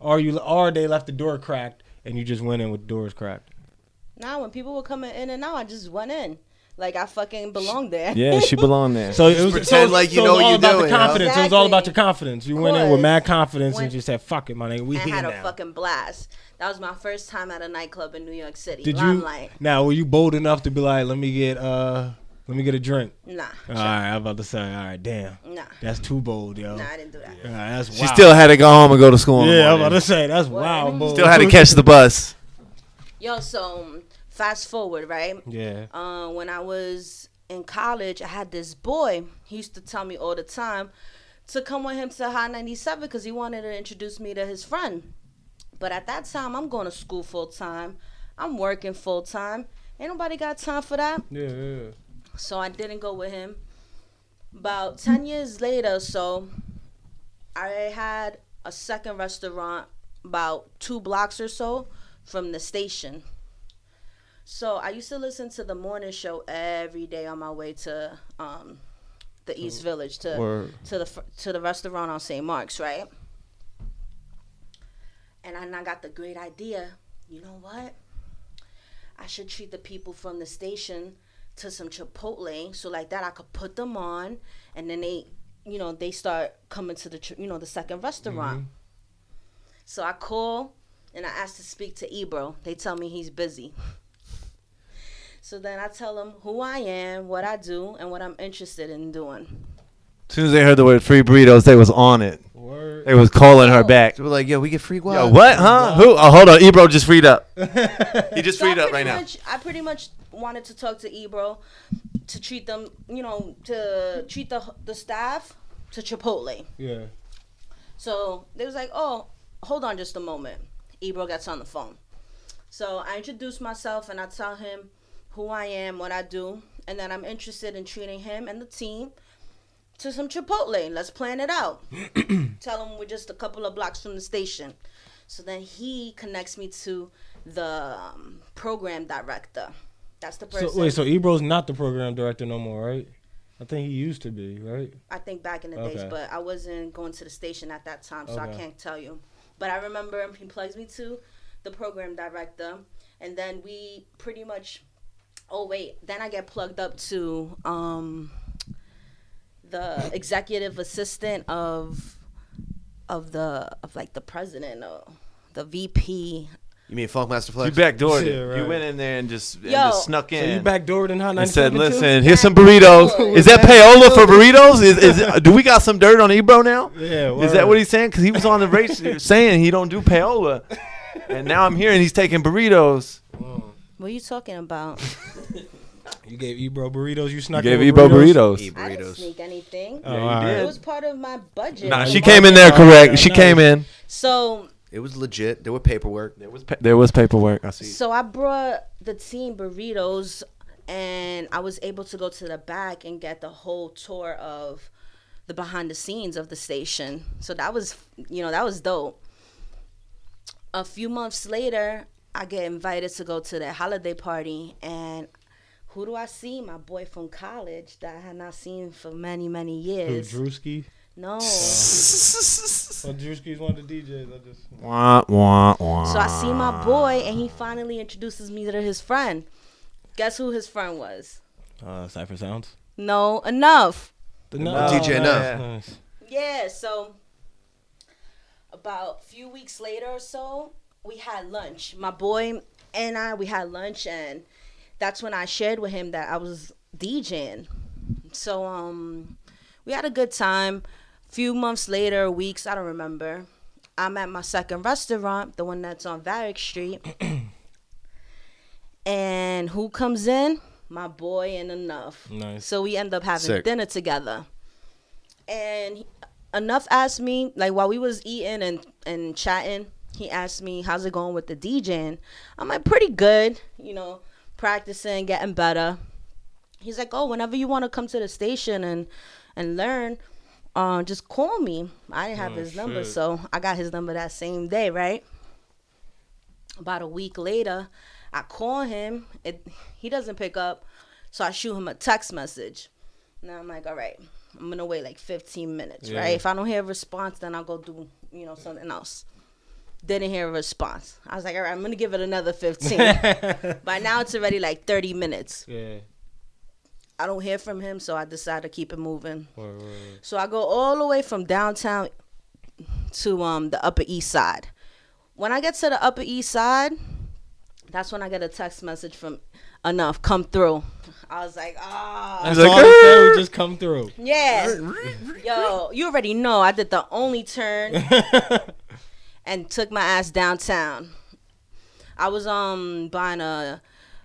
Speaker 2: or you or they left the door cracked and you just went in with doors cracked.
Speaker 5: Nah, when people were coming in and out, I just went in. Like I fucking belonged there.
Speaker 7: she belonged there.
Speaker 2: So it was
Speaker 3: pretend
Speaker 2: so,
Speaker 3: like you
Speaker 2: so it
Speaker 3: know
Speaker 2: was
Speaker 3: what
Speaker 2: all
Speaker 3: you're
Speaker 2: about
Speaker 3: doing,
Speaker 2: The
Speaker 3: huh?
Speaker 2: confidence. It was all
Speaker 5: Exactly.
Speaker 2: about your confidence. You went in with
Speaker 5: Course.
Speaker 2: mad confidence
Speaker 5: When-
Speaker 2: and you said, "Fuck it, my nigga, we
Speaker 5: I
Speaker 2: here
Speaker 5: had a
Speaker 2: now."
Speaker 5: fucking blast. That was my first time at a nightclub in New York City.
Speaker 2: Did you
Speaker 5: Limelight.
Speaker 2: now? Were you bold enough to be like, "Let me get uh, let me get a drink"?
Speaker 5: Nah,
Speaker 2: All right, I'm about to say, "All right, damn,
Speaker 5: nah,
Speaker 2: that's too bold, yo."
Speaker 5: nah. I didn't do that.
Speaker 2: All right, that's
Speaker 7: she
Speaker 2: wild.
Speaker 7: still had to go home and go to school. in the
Speaker 2: yeah, I'm
Speaker 7: morning.
Speaker 2: about to say that's wild. Bold.
Speaker 7: still had to catch the bus.
Speaker 5: Yo, so um, fast forward, right?
Speaker 2: Yeah,
Speaker 5: Uh, when I was in college, I had this boy. He used to tell me all the time to come with him to High 97 because he wanted to introduce me to his friend. But at that time, I'm going to school full time. I'm working full time. Ain't nobody got time for that.
Speaker 2: yeah, yeah.
Speaker 5: So I didn't go with him. About 10 years later, or so I had a second restaurant about two blocks or so from the station. So I used to listen to the morning show every day on my way to um, the East Village to
Speaker 2: Word.
Speaker 5: to the fr- to the restaurant on St. Mark's, right? And I- and I got the great idea. You know what? I should treat the people from the station to some Chipotle, so like that I could put them on, and then they, you know, they start coming to the, ch- you know, the second
Speaker 7: Mm-hmm.
Speaker 5: restaurant. So I call and I ask to speak to Ebro. They tell me he's busy. So then I tell him who I am, what I do, and what I'm interested in doing.
Speaker 7: As soon as they heard the word free burritos, they was on it.
Speaker 2: Word.
Speaker 7: They was calling her back.
Speaker 3: So we're like, yo, we get free guac.
Speaker 7: Yo, what? Huh? Who? Oh, hold on. Ebro just freed up. he just
Speaker 5: So I
Speaker 7: freed up
Speaker 5: pretty
Speaker 7: right now.
Speaker 5: much, I pretty much wanted to talk to Ebro to treat them, you know, to treat the the staff to Chipotle.
Speaker 2: yeah.
Speaker 5: So they was like, "Oh, hold on just a moment." Ebro gets on the phone. So I introduce myself and I tell him who I am, what I do, and that I'm interested in treating him and the team to some Chipotle. Let's plan it out. tell him we're just a couple of blocks from the station. So then he connects me to the um, program director. That's the person.
Speaker 2: So wait, so Ebro's not the program director no more, right? I think he used to be, right?
Speaker 5: I think back in the days,
Speaker 2: Okay.
Speaker 5: but I wasn't going to the station at that time, so I
Speaker 2: Okay.
Speaker 5: can't tell you. But I remember him- he plugs me to the program director, and then we pretty much. Oh wait, then I get plugged up to um, the executive assistant of of the of like the president or the VP.
Speaker 3: You mean Funk Master
Speaker 7: You
Speaker 3: Flex?
Speaker 7: backdoored
Speaker 2: Yeah,
Speaker 7: it.
Speaker 2: right.
Speaker 7: You went in there and just, and
Speaker 5: Yo.
Speaker 7: just snuck in.
Speaker 2: So you backdoored in Hot
Speaker 7: and
Speaker 2: 97
Speaker 7: said,
Speaker 2: too?
Speaker 7: "Listen, here's some burritos. Is that payola for burritos? Is, is do we got some dirt on Ebro now?
Speaker 2: Yeah,
Speaker 7: Is that
Speaker 2: word.
Speaker 7: what he's saying? Because he was on the race saying he don't do payola, and now I'm hearing he's taking burritos.
Speaker 5: What are you talking about?
Speaker 2: You gave Ebro burritos. You snuck.
Speaker 7: Gave
Speaker 2: in with
Speaker 7: Ebro burritos.
Speaker 3: Eat
Speaker 5: I didn't
Speaker 3: burritos.
Speaker 5: sneak anything.
Speaker 2: Oh,
Speaker 7: you
Speaker 2: all
Speaker 7: did.
Speaker 5: It
Speaker 7: Yeah.
Speaker 5: was part of my budget.
Speaker 7: Nah,
Speaker 5: My
Speaker 7: she
Speaker 5: mom-
Speaker 7: came in there correct. She came in.
Speaker 5: So
Speaker 3: It was legit. There were paperwork.
Speaker 7: There was pa- there was paperwork. I see.
Speaker 5: So I brought the team burritos, and I was able to go to the back and get the whole tour of the behind the scenes of the station. So that was, you know, that was dope. A few months later, I get invited to go to their holiday party, and who do I see? My boy from college that I had not seen for many, many
Speaker 2: Who,
Speaker 5: years.
Speaker 2: Drewski?
Speaker 5: No.
Speaker 2: Well, Drewski's one of the DJs. I just.
Speaker 7: Wah, wah, wah.
Speaker 5: So I see my boy, and he finally introduces me to his friend. Guess who his friend was?
Speaker 2: Uh, Cypher Sounds.
Speaker 5: No, enough.
Speaker 3: DJ
Speaker 2: Oh,
Speaker 3: Enough.
Speaker 2: Nice.
Speaker 5: Yeah, so about a few weeks later or so, we had lunch. My boy and I, we had lunch, and that's when I shared with him that I was DJing. So um, we had a good time. Few months later, weeks, I don't remember. I'm at my second restaurant, the one that's on Varick Street. and who comes in? My boy and enough.
Speaker 2: Nice.
Speaker 5: So we end up having
Speaker 3: Sick.
Speaker 5: dinner together. And he- enough asked me like while we was eating and and chatting he asked me how's it going with the djing i'm like pretty good you know practicing getting better he's like oh whenever you want to come to the station and and learn uh, just call me i didn't have
Speaker 2: Oh,
Speaker 5: his number
Speaker 2: shit.
Speaker 5: so i got his number that same day right about a week later i call him it, he doesn't pick up so i shoot him a text message now i'm like all right i'm gonna wait like 15 minutes
Speaker 2: Yeah.
Speaker 5: right if i don't hear a response then i'll go do you know something else didn't hear a response i was like all right i'm gonna give it another 15 by now it's already like 30 minutes
Speaker 8: Yeah.
Speaker 5: i don't hear from him so i decide to keep it moving
Speaker 8: Word, word, word.
Speaker 5: so I go all the way from downtown to um the Upper East Side. When I get to the Upper East Side, that's when I get a text message from Enough come through. I was like, ah,
Speaker 8: That's all I said. We just come through.
Speaker 5: yeah, yo, you already know I did the only turn and took my ass downtown. I was um buying a.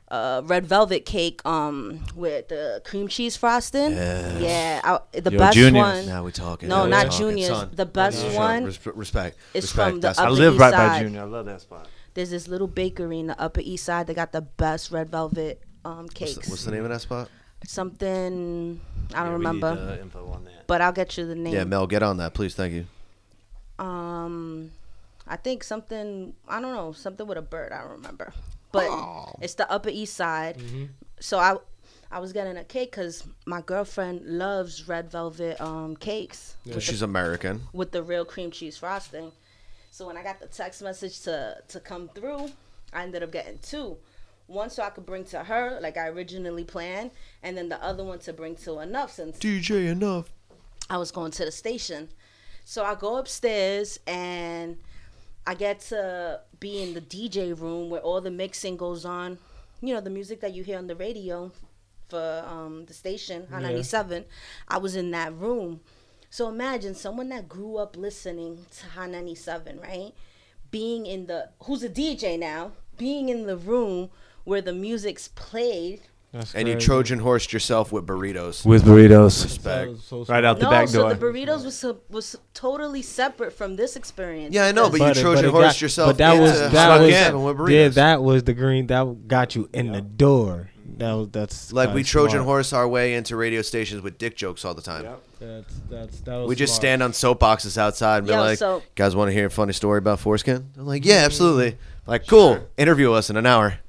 Speaker 5: Uh, red velvet cake um with the cream cheese frosting yeah I, the
Speaker 7: Yo,
Speaker 5: best
Speaker 7: Junior.
Speaker 5: one
Speaker 3: Now we talking.
Speaker 5: No,
Speaker 3: now we
Speaker 5: not
Speaker 3: talking,
Speaker 5: juniors.
Speaker 3: son.
Speaker 5: The best
Speaker 3: Shut up.
Speaker 5: one
Speaker 3: Respe- respect.
Speaker 5: is
Speaker 3: respect.
Speaker 5: from the
Speaker 3: That's
Speaker 7: I
Speaker 5: Upper
Speaker 7: live
Speaker 5: East
Speaker 7: right by
Speaker 5: Side.
Speaker 7: Junior. I love that spot.
Speaker 5: there's this little bakery in the Upper East Side that got the best red velvet um,
Speaker 3: what's
Speaker 5: cakes.
Speaker 3: the, what's the name of that spot?
Speaker 5: Something I don't
Speaker 7: Yeah, we need,
Speaker 5: remember,
Speaker 7: uh, info on that.
Speaker 5: but I'll get you the name.
Speaker 3: Yeah, Mel, get on that, please. Thank you.
Speaker 5: um, I think something I don't know something with a bird. I don't remember, but it's the Upper East Side. So I I was getting a cake because my girlfriend loves red velvet um cakes with,
Speaker 3: She's American.
Speaker 5: the, with the real cream cheese frosting. So when I got the text message to to come through, I ended up getting two. One so I could bring to her, like I originally planned, and then the other one to bring to enough since
Speaker 3: DJ enough.
Speaker 5: I was going to the station. So I go upstairs and I get to be in the DJ room where all the mixing goes on. You know, the music that you hear on the radio for um, the station, High
Speaker 8: Yeah.
Speaker 5: 97. I was in that room. So imagine someone that grew up listening to High 97, right? Being in the, who's a DJ now, being in the room where the music's played.
Speaker 8: That's
Speaker 3: And you
Speaker 8: crazy.
Speaker 3: Trojan horsed yourself with burritos.
Speaker 7: With burritos.
Speaker 8: That
Speaker 3: Respect.
Speaker 8: was so
Speaker 7: Right out the
Speaker 5: no,
Speaker 7: back
Speaker 5: so
Speaker 7: door.
Speaker 5: the burritos was so- was totally separate from this experience.
Speaker 3: Yeah, I know,
Speaker 5: because-
Speaker 3: but you
Speaker 8: it-
Speaker 3: Trojan
Speaker 8: it
Speaker 3: horsed
Speaker 8: got-
Speaker 3: yourself
Speaker 8: But that
Speaker 3: into
Speaker 8: was
Speaker 3: Hot
Speaker 8: that was
Speaker 3: 97 with burritos.
Speaker 8: yeah, that was the green that got you in the door. That was that's
Speaker 3: Like
Speaker 8: kinda
Speaker 3: we Trojan
Speaker 8: smart.
Speaker 3: horse our way into radio stations with dick jokes all the time.
Speaker 8: That's that's that was
Speaker 3: We just
Speaker 8: smart.
Speaker 3: stand on soapboxes outside and be
Speaker 5: Yo,
Speaker 3: like,
Speaker 5: so-
Speaker 3: "Guys, want to hear a funny story about foreskin?" I'm like, "Yeah, absolutely." Like, cool. Interview us in an hour.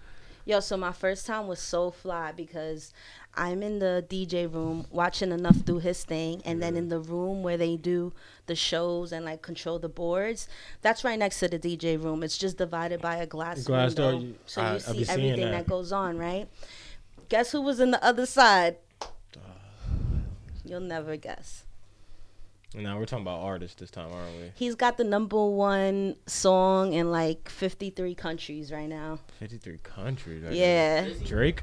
Speaker 5: Yo, so my first time was so fly because I'm in the DJ room watching enough do his thing, and then in the room where they do the shows and like control the boards, that's right next to the DJ room. It's just divided by a glass,
Speaker 8: Glass door,
Speaker 5: window,
Speaker 8: you-
Speaker 5: so
Speaker 8: I- I
Speaker 5: you
Speaker 8: be
Speaker 5: see
Speaker 8: seeing
Speaker 5: everything that.
Speaker 8: that.
Speaker 5: goes on, right? Guess who was in the other side? You'll never guess.
Speaker 8: Now we're talking about artists this time, aren't we?
Speaker 5: He's got the number one song in like 53 countries right now.
Speaker 8: Fifty three countries. I
Speaker 5: Yeah.
Speaker 8: guess. Drake.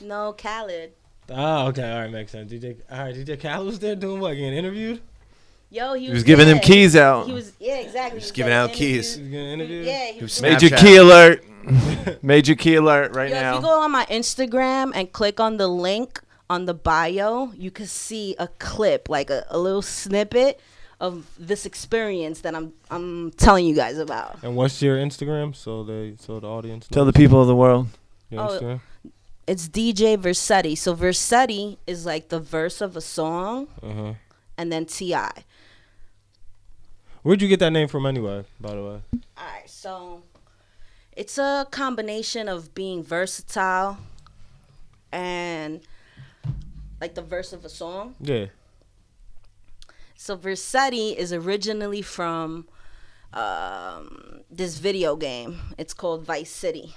Speaker 5: No, Khaled.
Speaker 8: Ah, okay, all right, makes sense. DJ, all right, DJ Khaled was there doing what? Getting interviewed?
Speaker 5: Yo, he was,
Speaker 7: He was giving them
Speaker 5: yeah.
Speaker 7: keys out.
Speaker 5: He was, yeah, exactly.
Speaker 3: Just
Speaker 5: He
Speaker 3: giving
Speaker 5: was
Speaker 3: out
Speaker 5: getting
Speaker 3: keys.
Speaker 8: He
Speaker 5: interviewed.
Speaker 8: was getting interviewed.
Speaker 5: Yeah, he
Speaker 3: He was
Speaker 5: was.
Speaker 3: Snapchat.
Speaker 7: Major key alert. Major key alert right
Speaker 5: Yo, if you
Speaker 7: now.
Speaker 5: go on my Instagram and click on the link on the bio, you can see a clip, like a, a little snippet of this experience that I'm I'm telling you guys about.
Speaker 8: And what's your Instagram? So they, so the audience.
Speaker 7: Tell the
Speaker 8: knows
Speaker 7: people of the world.
Speaker 8: your
Speaker 5: Oh,
Speaker 8: Instagram.
Speaker 5: It's DJ Versetti. So Versetti is like the verse of a song,
Speaker 8: Uh-huh.
Speaker 5: and then Ti.
Speaker 8: Where'd you get that name from, anyway? By the way.
Speaker 5: All right, so it's a combination of being versatile and like the verse of a song.
Speaker 8: Yeah.
Speaker 5: So Versetti is originally from um, this video game. It's called Vice City.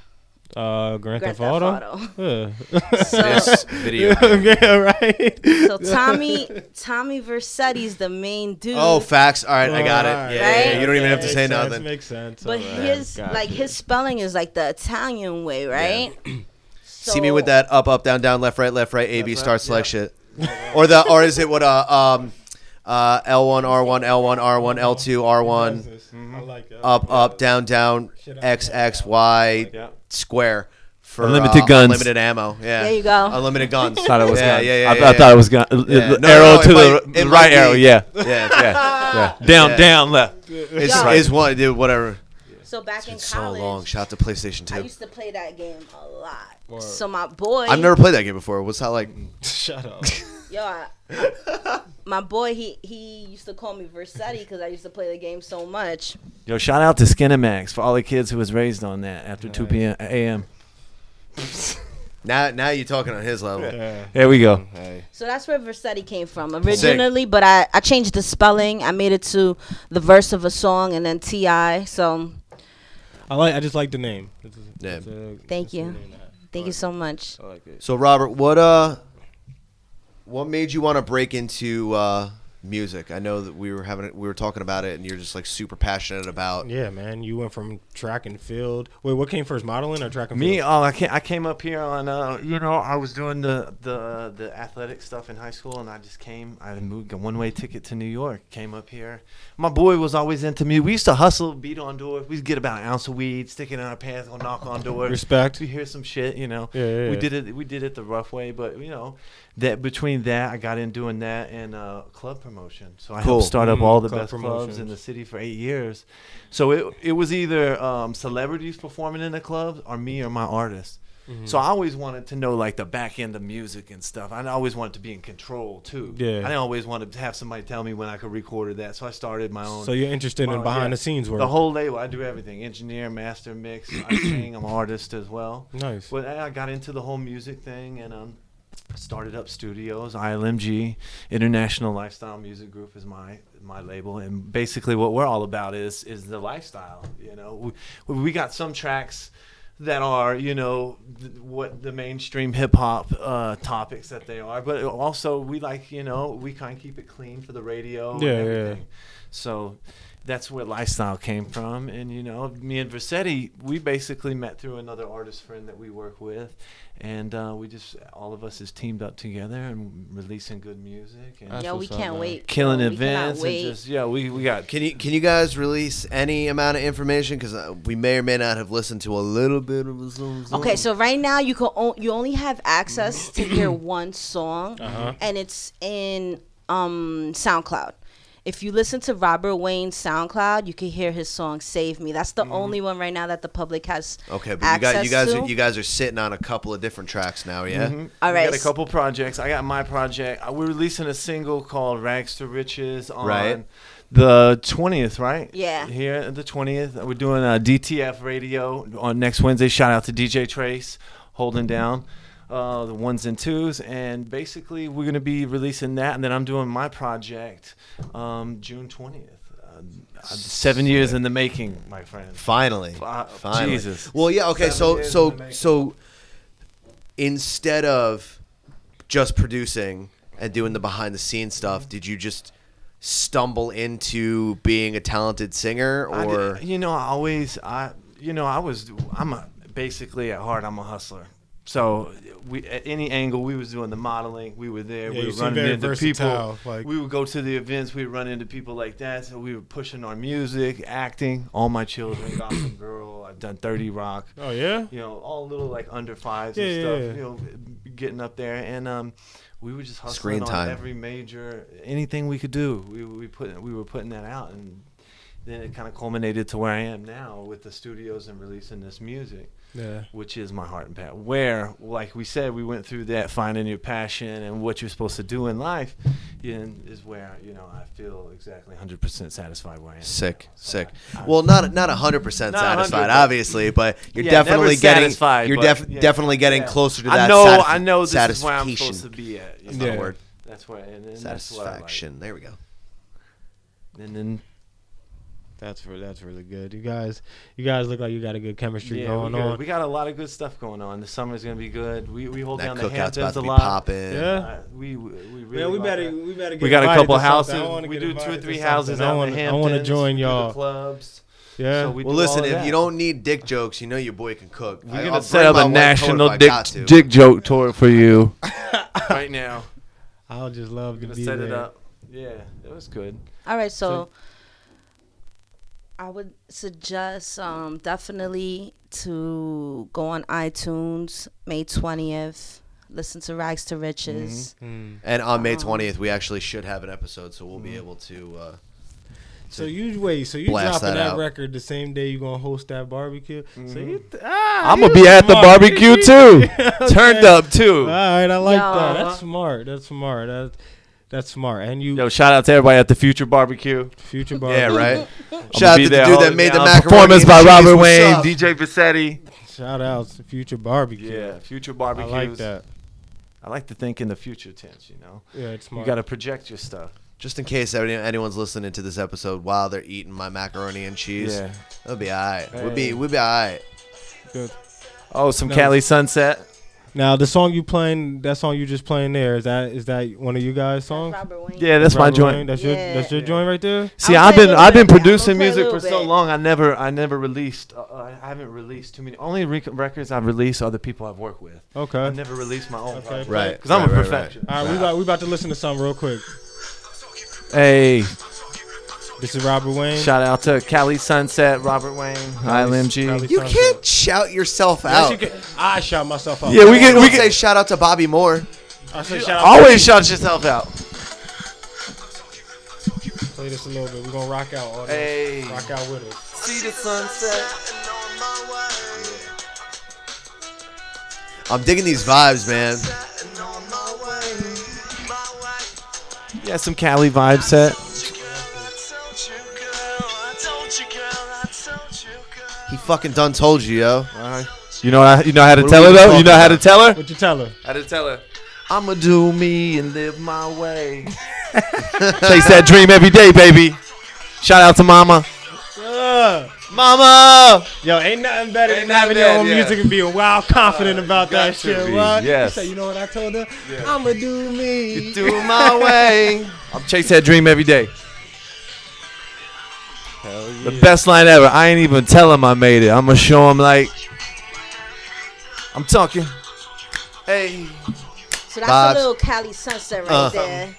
Speaker 8: Uh, Grand,
Speaker 5: Grand
Speaker 8: Theft
Speaker 5: Theft
Speaker 8: Auto. Yeah.
Speaker 5: So,
Speaker 3: This video.
Speaker 8: yeah. Right.
Speaker 5: so Tommy Tommy Versetti's the main dude.
Speaker 3: Oh, facts. All right, I got it. Yeah,
Speaker 8: Alright.
Speaker 3: yeah, yeah, you don't even have to
Speaker 8: Makes
Speaker 3: say
Speaker 8: sense,
Speaker 3: nothing.
Speaker 8: Makes sense.
Speaker 5: but
Speaker 8: alright.
Speaker 5: his like his spelling is like the Italian way, right?
Speaker 3: See me with
Speaker 5: So-
Speaker 3: that up, up, down, down, left, right, left, right, A B
Speaker 7: Left,
Speaker 3: start
Speaker 7: right,
Speaker 3: select shit, or the or is it what uh um uh L one R one L one R one L two R one
Speaker 8: I like that.
Speaker 3: up up down down
Speaker 8: Shit, I
Speaker 3: X
Speaker 8: like
Speaker 3: X Y
Speaker 7: Yeah.
Speaker 3: square. for
Speaker 4: Unlimited
Speaker 3: uh,
Speaker 4: guns.
Speaker 3: unlimited ammo. Yeah,
Speaker 5: There you go.
Speaker 3: Unlimited guns.
Speaker 4: Thought it was
Speaker 3: yeah,
Speaker 4: gun.
Speaker 3: yeah, yeah,
Speaker 4: I,
Speaker 3: yeah,
Speaker 4: I
Speaker 3: yeah.
Speaker 4: thought it was gun.
Speaker 7: Uh,
Speaker 3: Yeah.
Speaker 4: The
Speaker 3: No,
Speaker 4: arrow
Speaker 3: no, it
Speaker 4: to
Speaker 3: might-
Speaker 4: the
Speaker 3: it
Speaker 4: r-
Speaker 3: might
Speaker 4: right
Speaker 3: be-
Speaker 4: arrow. Yeah.
Speaker 3: yeah,
Speaker 4: yeah. Down,
Speaker 3: Yeah.
Speaker 4: down, left.
Speaker 3: It's,
Speaker 5: Yeah.
Speaker 3: it's one, dude. Whatever.
Speaker 5: So back in
Speaker 3: It's so
Speaker 5: college,
Speaker 3: long. Shout out to PlayStation
Speaker 5: I
Speaker 3: Two.
Speaker 5: used to play that game a lot. So my boy,
Speaker 3: I've never played that game before. What's that like?
Speaker 8: Shut up.
Speaker 5: yo, I, my boy, he he used to call me Versetti because I used to play the game so much.
Speaker 7: Yo, shout out to Skinemax for all the kids who was raised on that after 2 p.m. a.m.
Speaker 3: Now, now you're talking on his level.
Speaker 4: There we go.
Speaker 5: So that's where Versetti came from originally, but I, I changed the spelling. I made it to the verse of a song and then T.I. So
Speaker 8: I like. I just like the name. It's a-
Speaker 3: Yeah.
Speaker 8: it's a-
Speaker 5: Thank
Speaker 8: it's a
Speaker 5: you.
Speaker 8: good name to have.
Speaker 5: thank you so much.
Speaker 2: I like it.
Speaker 3: So Robert, what uh, what made you want to break into uh, music? I know that we were having we were talking about it, and you're just like super passionate about.
Speaker 8: Yeah, man. You went from track and field. Wait, what came first, modeling or track and
Speaker 7: Me,
Speaker 8: field?
Speaker 7: oh, I came, I came up here on, uh, you know, I was doing the, the the athletic stuff in high school, and I just came. I moved a one way ticket to New York. Came up here. My boy was always into me. We used to hustle, beat on doors. We'd get about an ounce of weed, stick it in our pants, go knock on doors.
Speaker 8: Respect.
Speaker 7: We hear some shit, you know.
Speaker 8: Yeah, yeah,
Speaker 7: We
Speaker 8: yeah.
Speaker 7: did it. We did it the rough way, but you know, that between that, I got in doing that and uh, club promotion. So I
Speaker 3: Cool.
Speaker 7: helped start up
Speaker 8: Mm,
Speaker 7: all the
Speaker 8: club
Speaker 7: best clubs in
Speaker 8: promotions.
Speaker 7: the city for eight years. So it it was either um, celebrities performing in the clubs or me or my artist.
Speaker 8: Mm-hmm.
Speaker 7: So I always wanted to know like the back end of music and stuff. I always wanted to be in control too.
Speaker 8: Yeah.
Speaker 7: I always wanted to have somebody tell me when I could record or that. So I started my own.
Speaker 8: So you're interested in
Speaker 7: Oh,
Speaker 8: behind
Speaker 7: yeah.
Speaker 8: the scenes work.
Speaker 7: the whole label, I do everything: engineer, master, mix. I sing. I'm an artist as well.
Speaker 8: nice.
Speaker 7: But I I got into the whole music thing and um, started up studios. ILMG, International Lifestyle Music Group, is my my label, and basically what we're all about is is the lifestyle. You know, we, we got some tracks that are you know th- what the mainstream hip hop uh, topics that they are, but also we like you know we kind of keep it clean for the radio. and
Speaker 8: Yeah, yeah, yeah.
Speaker 7: everything. So that's where lifestyle came from. And you know, me and Versetti, we basically met through another artist friend that we work with, and uh, we just all of us is teamed up together and releasing good music and
Speaker 8: That's
Speaker 5: Yo, we
Speaker 8: what's up,
Speaker 5: can't
Speaker 8: man.
Speaker 5: wait.
Speaker 7: killing
Speaker 5: Yo, we cannot
Speaker 7: events and
Speaker 5: wait.
Speaker 7: just yeah, we we got
Speaker 3: Can you can you guys release any amount of information? Because we may or may not have listened to a little bit of a zoom. zoom.
Speaker 5: Okay, so right now you can o- you only have access to hear one song, and it's in um SoundCloud. If you listen to Robert Wayne's SoundCloud, you can hear his song "Save Me." That's the only one right now that the public has.
Speaker 3: okay, but you guys you guys
Speaker 5: access
Speaker 3: are,
Speaker 5: to?
Speaker 3: you guys are sitting on a couple of different tracks now, yeah.
Speaker 5: All right,
Speaker 7: Mm-hmm. We got a
Speaker 5: s-
Speaker 7: couple projects. I got my project. Uh, We're releasing a single called "Rags to Riches" on
Speaker 3: Right.
Speaker 7: the twentieth, right?
Speaker 5: Yeah.
Speaker 7: Here at the twentieth, we're doing uh, a DTF radio on next Wednesday. Shout out to DJ Trace
Speaker 5: Mm-hmm.
Speaker 7: holding down uh, the ones and twos, and basically we're gonna be releasing that, and then I'm doing my project um, June twentieth. Uh, seven years in the making, my friend.
Speaker 3: Finally,
Speaker 7: Fi-
Speaker 3: finally.
Speaker 7: Jesus.
Speaker 3: Well, yeah. Okay,
Speaker 7: Seven
Speaker 3: so
Speaker 7: years in
Speaker 3: so
Speaker 7: the making.
Speaker 3: so instead of just producing and doing the behind the scenes stuff, did you just stumble into being a talented singer,
Speaker 7: I did-
Speaker 3: or
Speaker 7: you know, I always I you know I was I'm a basically at heart I'm a hustler. So we at any angle we was doing the modeling, we were there,
Speaker 8: Yeah,
Speaker 7: we
Speaker 8: you
Speaker 7: were
Speaker 8: seem
Speaker 7: running
Speaker 8: very
Speaker 7: into
Speaker 8: versatile,
Speaker 7: people.
Speaker 8: like-
Speaker 7: we would go to the events, we would run into people like that. So we were pushing our music, acting. All my children, Gossip Girl, I've done Thirty Rock
Speaker 8: Oh yeah.
Speaker 7: you know, all little like under fives
Speaker 8: Yeah,
Speaker 7: and
Speaker 8: yeah,
Speaker 7: stuff,
Speaker 8: yeah.
Speaker 7: you know, getting up there. And um, we were just hustling
Speaker 3: Screen
Speaker 7: on
Speaker 3: time.
Speaker 7: every major, anything we could do. We we put we were putting that out, and then it kind of culminated to where I am now with the studios and releasing this music
Speaker 8: Yeah.
Speaker 7: which is my heart and path. Where, like we said, we went through that finding your passion and what you're supposed to do in life, and is where you know I feel exactly 100% satisfied where I am.
Speaker 3: sick,
Speaker 7: So
Speaker 3: sick?
Speaker 7: I- I-
Speaker 3: Well, not not hundred percent
Speaker 7: Not a hundred,
Speaker 3: satisfied,
Speaker 7: but-
Speaker 3: obviously, but you're
Speaker 7: Yeah, never
Speaker 3: definitely getting
Speaker 7: satisfied,
Speaker 3: you're
Speaker 7: but,
Speaker 3: def-
Speaker 7: yeah,
Speaker 3: definitely getting
Speaker 7: yeah.
Speaker 3: closer to
Speaker 7: I
Speaker 3: that.
Speaker 7: know,
Speaker 3: satisf-
Speaker 7: I know this is where I'm
Speaker 3: satisfaction.
Speaker 7: supposed to be at. you
Speaker 3: That's
Speaker 7: know?
Speaker 3: not a
Speaker 8: Yeah.
Speaker 3: word.
Speaker 7: That's where, and, and that's what I like.
Speaker 3: Satisfaction. There we go.
Speaker 7: And then
Speaker 8: That's re- that's really good. You guys, you guys look like you got a good chemistry
Speaker 7: yeah,
Speaker 8: going
Speaker 7: we, got,
Speaker 8: on.
Speaker 7: we got a lot of good stuff going on. The summer's gonna be good. We we hold
Speaker 3: That
Speaker 7: down the
Speaker 3: cookout's
Speaker 7: Hamptons
Speaker 3: about
Speaker 7: a
Speaker 3: to be
Speaker 7: lot.
Speaker 3: popping.
Speaker 8: Yeah.
Speaker 7: Uh, we we we really
Speaker 8: Man, we
Speaker 7: like
Speaker 8: better,
Speaker 7: that.
Speaker 8: we better. Get
Speaker 7: We got a
Speaker 8: invited
Speaker 7: couple
Speaker 8: to something.
Speaker 7: houses.
Speaker 8: I wanna
Speaker 7: We
Speaker 8: get
Speaker 7: do two or
Speaker 8: invited to
Speaker 7: three
Speaker 8: something.
Speaker 7: houses
Speaker 8: I
Speaker 7: out in
Speaker 8: wanna-
Speaker 7: the
Speaker 8: I want to
Speaker 7: Hamptons.
Speaker 8: join
Speaker 7: We do the
Speaker 8: y'all.
Speaker 7: clubs.
Speaker 8: Yeah.
Speaker 7: So we
Speaker 3: Well,
Speaker 7: do all
Speaker 3: listen,
Speaker 7: of
Speaker 3: if
Speaker 7: that.
Speaker 3: you don't need dick jokes, you know your boy can cook.
Speaker 7: we're
Speaker 3: I-
Speaker 7: gonna
Speaker 3: I'll
Speaker 7: set
Speaker 3: bring
Speaker 7: up
Speaker 3: my
Speaker 7: a
Speaker 3: white
Speaker 7: national
Speaker 3: coat if I
Speaker 7: dick
Speaker 3: got to.
Speaker 4: Dick joke tour for you.
Speaker 7: right now,
Speaker 8: I'll just love
Speaker 7: we're
Speaker 8: to
Speaker 7: gonna
Speaker 8: be
Speaker 7: set it
Speaker 8: there.
Speaker 7: up. Yeah, it was good.
Speaker 5: All right, so I would suggest um, definitely to go on iTunes May 20th, listen to Rags to Riches.
Speaker 2: Mm-hmm. Mm.
Speaker 7: Mm.
Speaker 3: And on May 20th, we actually should have an episode, so we'll be able to. Uh,
Speaker 2: So you wait. So you
Speaker 3: Blast
Speaker 2: dropping
Speaker 3: that
Speaker 2: that,
Speaker 3: out.
Speaker 2: record the same day you gonna host that barbecue? So Ah, you th-
Speaker 4: I'm gonna be at the barbecue too, turned up
Speaker 2: all
Speaker 4: too.
Speaker 2: right, I like that.
Speaker 5: Yeah.
Speaker 2: That's smart. That's smart. That, that's smart. And you
Speaker 4: Yo, shout out to everybody at the Future Barbecue.
Speaker 2: future
Speaker 3: yeah,
Speaker 2: barbecue.
Speaker 3: right. Shout out
Speaker 4: be
Speaker 3: to the
Speaker 4: there
Speaker 3: dude that
Speaker 4: holding
Speaker 3: made the
Speaker 4: down.
Speaker 3: macaroni.
Speaker 4: Performance by
Speaker 3: and cheese.
Speaker 4: Robert
Speaker 3: What's
Speaker 4: Wayne,
Speaker 3: up?
Speaker 4: DJ Vassetti.
Speaker 2: Shout outs to future barbecue.
Speaker 7: Yeah, future
Speaker 2: I
Speaker 7: barbecues.
Speaker 2: like that.
Speaker 7: I like to think in the future tense. You know,
Speaker 2: Yeah, it's smart.
Speaker 7: you got to project your stuff.
Speaker 3: Just in case any- anyone's listening to this episode while they're eating my macaroni and cheese,
Speaker 7: Yeah.
Speaker 3: that'll be all right. We'll
Speaker 2: Hey.
Speaker 3: be we'll be all right.
Speaker 2: Good.
Speaker 7: Oh, some
Speaker 2: No.
Speaker 7: Cali sunset.
Speaker 2: Now the song you playing, that song you just playing there, is that is that one of you guys' songs?
Speaker 5: Robert Wayne.
Speaker 7: Yeah, that's my
Speaker 2: Robert
Speaker 7: joint.
Speaker 2: Wayne, That's
Speaker 5: Yeah.
Speaker 2: your that's your joint right there.
Speaker 7: See,
Speaker 5: I'll
Speaker 7: I've
Speaker 5: play a
Speaker 7: been
Speaker 5: little
Speaker 7: I've been
Speaker 5: bit. I'll
Speaker 7: producing
Speaker 5: play a
Speaker 7: music for
Speaker 5: little
Speaker 7: so
Speaker 5: bit.
Speaker 7: long. I never I never released. Uh, uh, I haven't released too many. Only rec- records I've released are the people I've worked with.
Speaker 2: Okay.
Speaker 7: I've never released my own.
Speaker 2: Okay.
Speaker 7: project.
Speaker 3: Right.
Speaker 7: Because I'm
Speaker 3: right,
Speaker 7: a
Speaker 3: right, right.
Speaker 7: perfectionist.
Speaker 2: All right, we about we about to listen to something real quick.
Speaker 7: Hey,
Speaker 2: This is Robert Wayne.
Speaker 7: shout out to Cali Sunset, Robert Wayne, ILMG.
Speaker 3: You can't shout yourself
Speaker 2: Yes,
Speaker 3: out.
Speaker 2: you can- I shout myself out.
Speaker 4: Yeah, we
Speaker 3: You
Speaker 4: can
Speaker 3: don't
Speaker 4: we can
Speaker 3: say shout out to Bobby Moore.
Speaker 2: I say shout out.
Speaker 4: always shout yourself out.
Speaker 2: Play this a little bit. We're gonna rock out. All
Speaker 7: Hey.
Speaker 2: rock out with us.
Speaker 7: See the sunset.
Speaker 3: I'm digging these vibes, man.
Speaker 7: Yeah, some Cali vibe set.
Speaker 3: He fucking done told you, yo.
Speaker 7: You know I, you know how to
Speaker 3: What are
Speaker 7: tell
Speaker 3: we
Speaker 7: her
Speaker 3: even
Speaker 7: though. You know
Speaker 3: talking
Speaker 7: how to tell her.
Speaker 2: What you tell her?
Speaker 4: How to tell her?
Speaker 7: I'ma do me and live my way.
Speaker 4: Chase that dream every day, baby. Shout out to Mama.
Speaker 2: Yeah.
Speaker 4: Mama.
Speaker 2: Yo, ain't nothing better
Speaker 4: Ain't
Speaker 2: than having
Speaker 4: nothing
Speaker 2: your own
Speaker 4: bad, yeah.
Speaker 2: music and being wild confident about that
Speaker 4: to
Speaker 2: shit.
Speaker 4: be,
Speaker 2: What?
Speaker 4: yes.
Speaker 2: You, say, you know what I told her? I'ma do me.
Speaker 4: Do my way. I'm chase that dream every day. The best line ever. I ain't even tell him I made it. I'ma show him like I'm talking. Hey.
Speaker 5: So that's
Speaker 3: Vibes.
Speaker 5: a little Cali sunset right
Speaker 4: Uh,
Speaker 3: Uh-huh.
Speaker 5: there.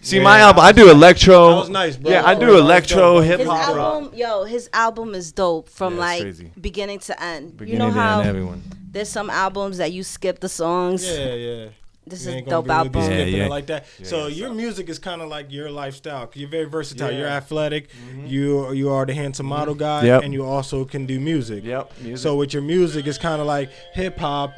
Speaker 4: See my album. I do electro.
Speaker 2: That was nice, bro.
Speaker 4: Yeah, I do
Speaker 2: That was
Speaker 4: electro,
Speaker 2: dope.
Speaker 4: hip
Speaker 5: His
Speaker 4: hop. rock.
Speaker 5: album, yo, his album is dope from
Speaker 7: Yeah, it's
Speaker 5: like
Speaker 7: crazy.
Speaker 5: beginning to end.
Speaker 7: Beginning
Speaker 5: you know
Speaker 7: to end,
Speaker 5: how
Speaker 7: everyone.
Speaker 5: there's some albums that you skip the songs.
Speaker 2: Yeah, yeah.
Speaker 5: This
Speaker 2: You
Speaker 5: is
Speaker 2: ain't gonna
Speaker 5: dope
Speaker 2: be really be
Speaker 5: album.
Speaker 7: Yeah,
Speaker 2: skipping
Speaker 7: yeah.
Speaker 2: it like that. so your music is kind of like your lifestyle. 'cause You're very versatile. You're athletic. You you are the handsome model guy,
Speaker 7: Yep.
Speaker 2: and you also can do music.
Speaker 7: Yep. Music. Mm-hmm.
Speaker 2: So with your music, it's kind of like hip hop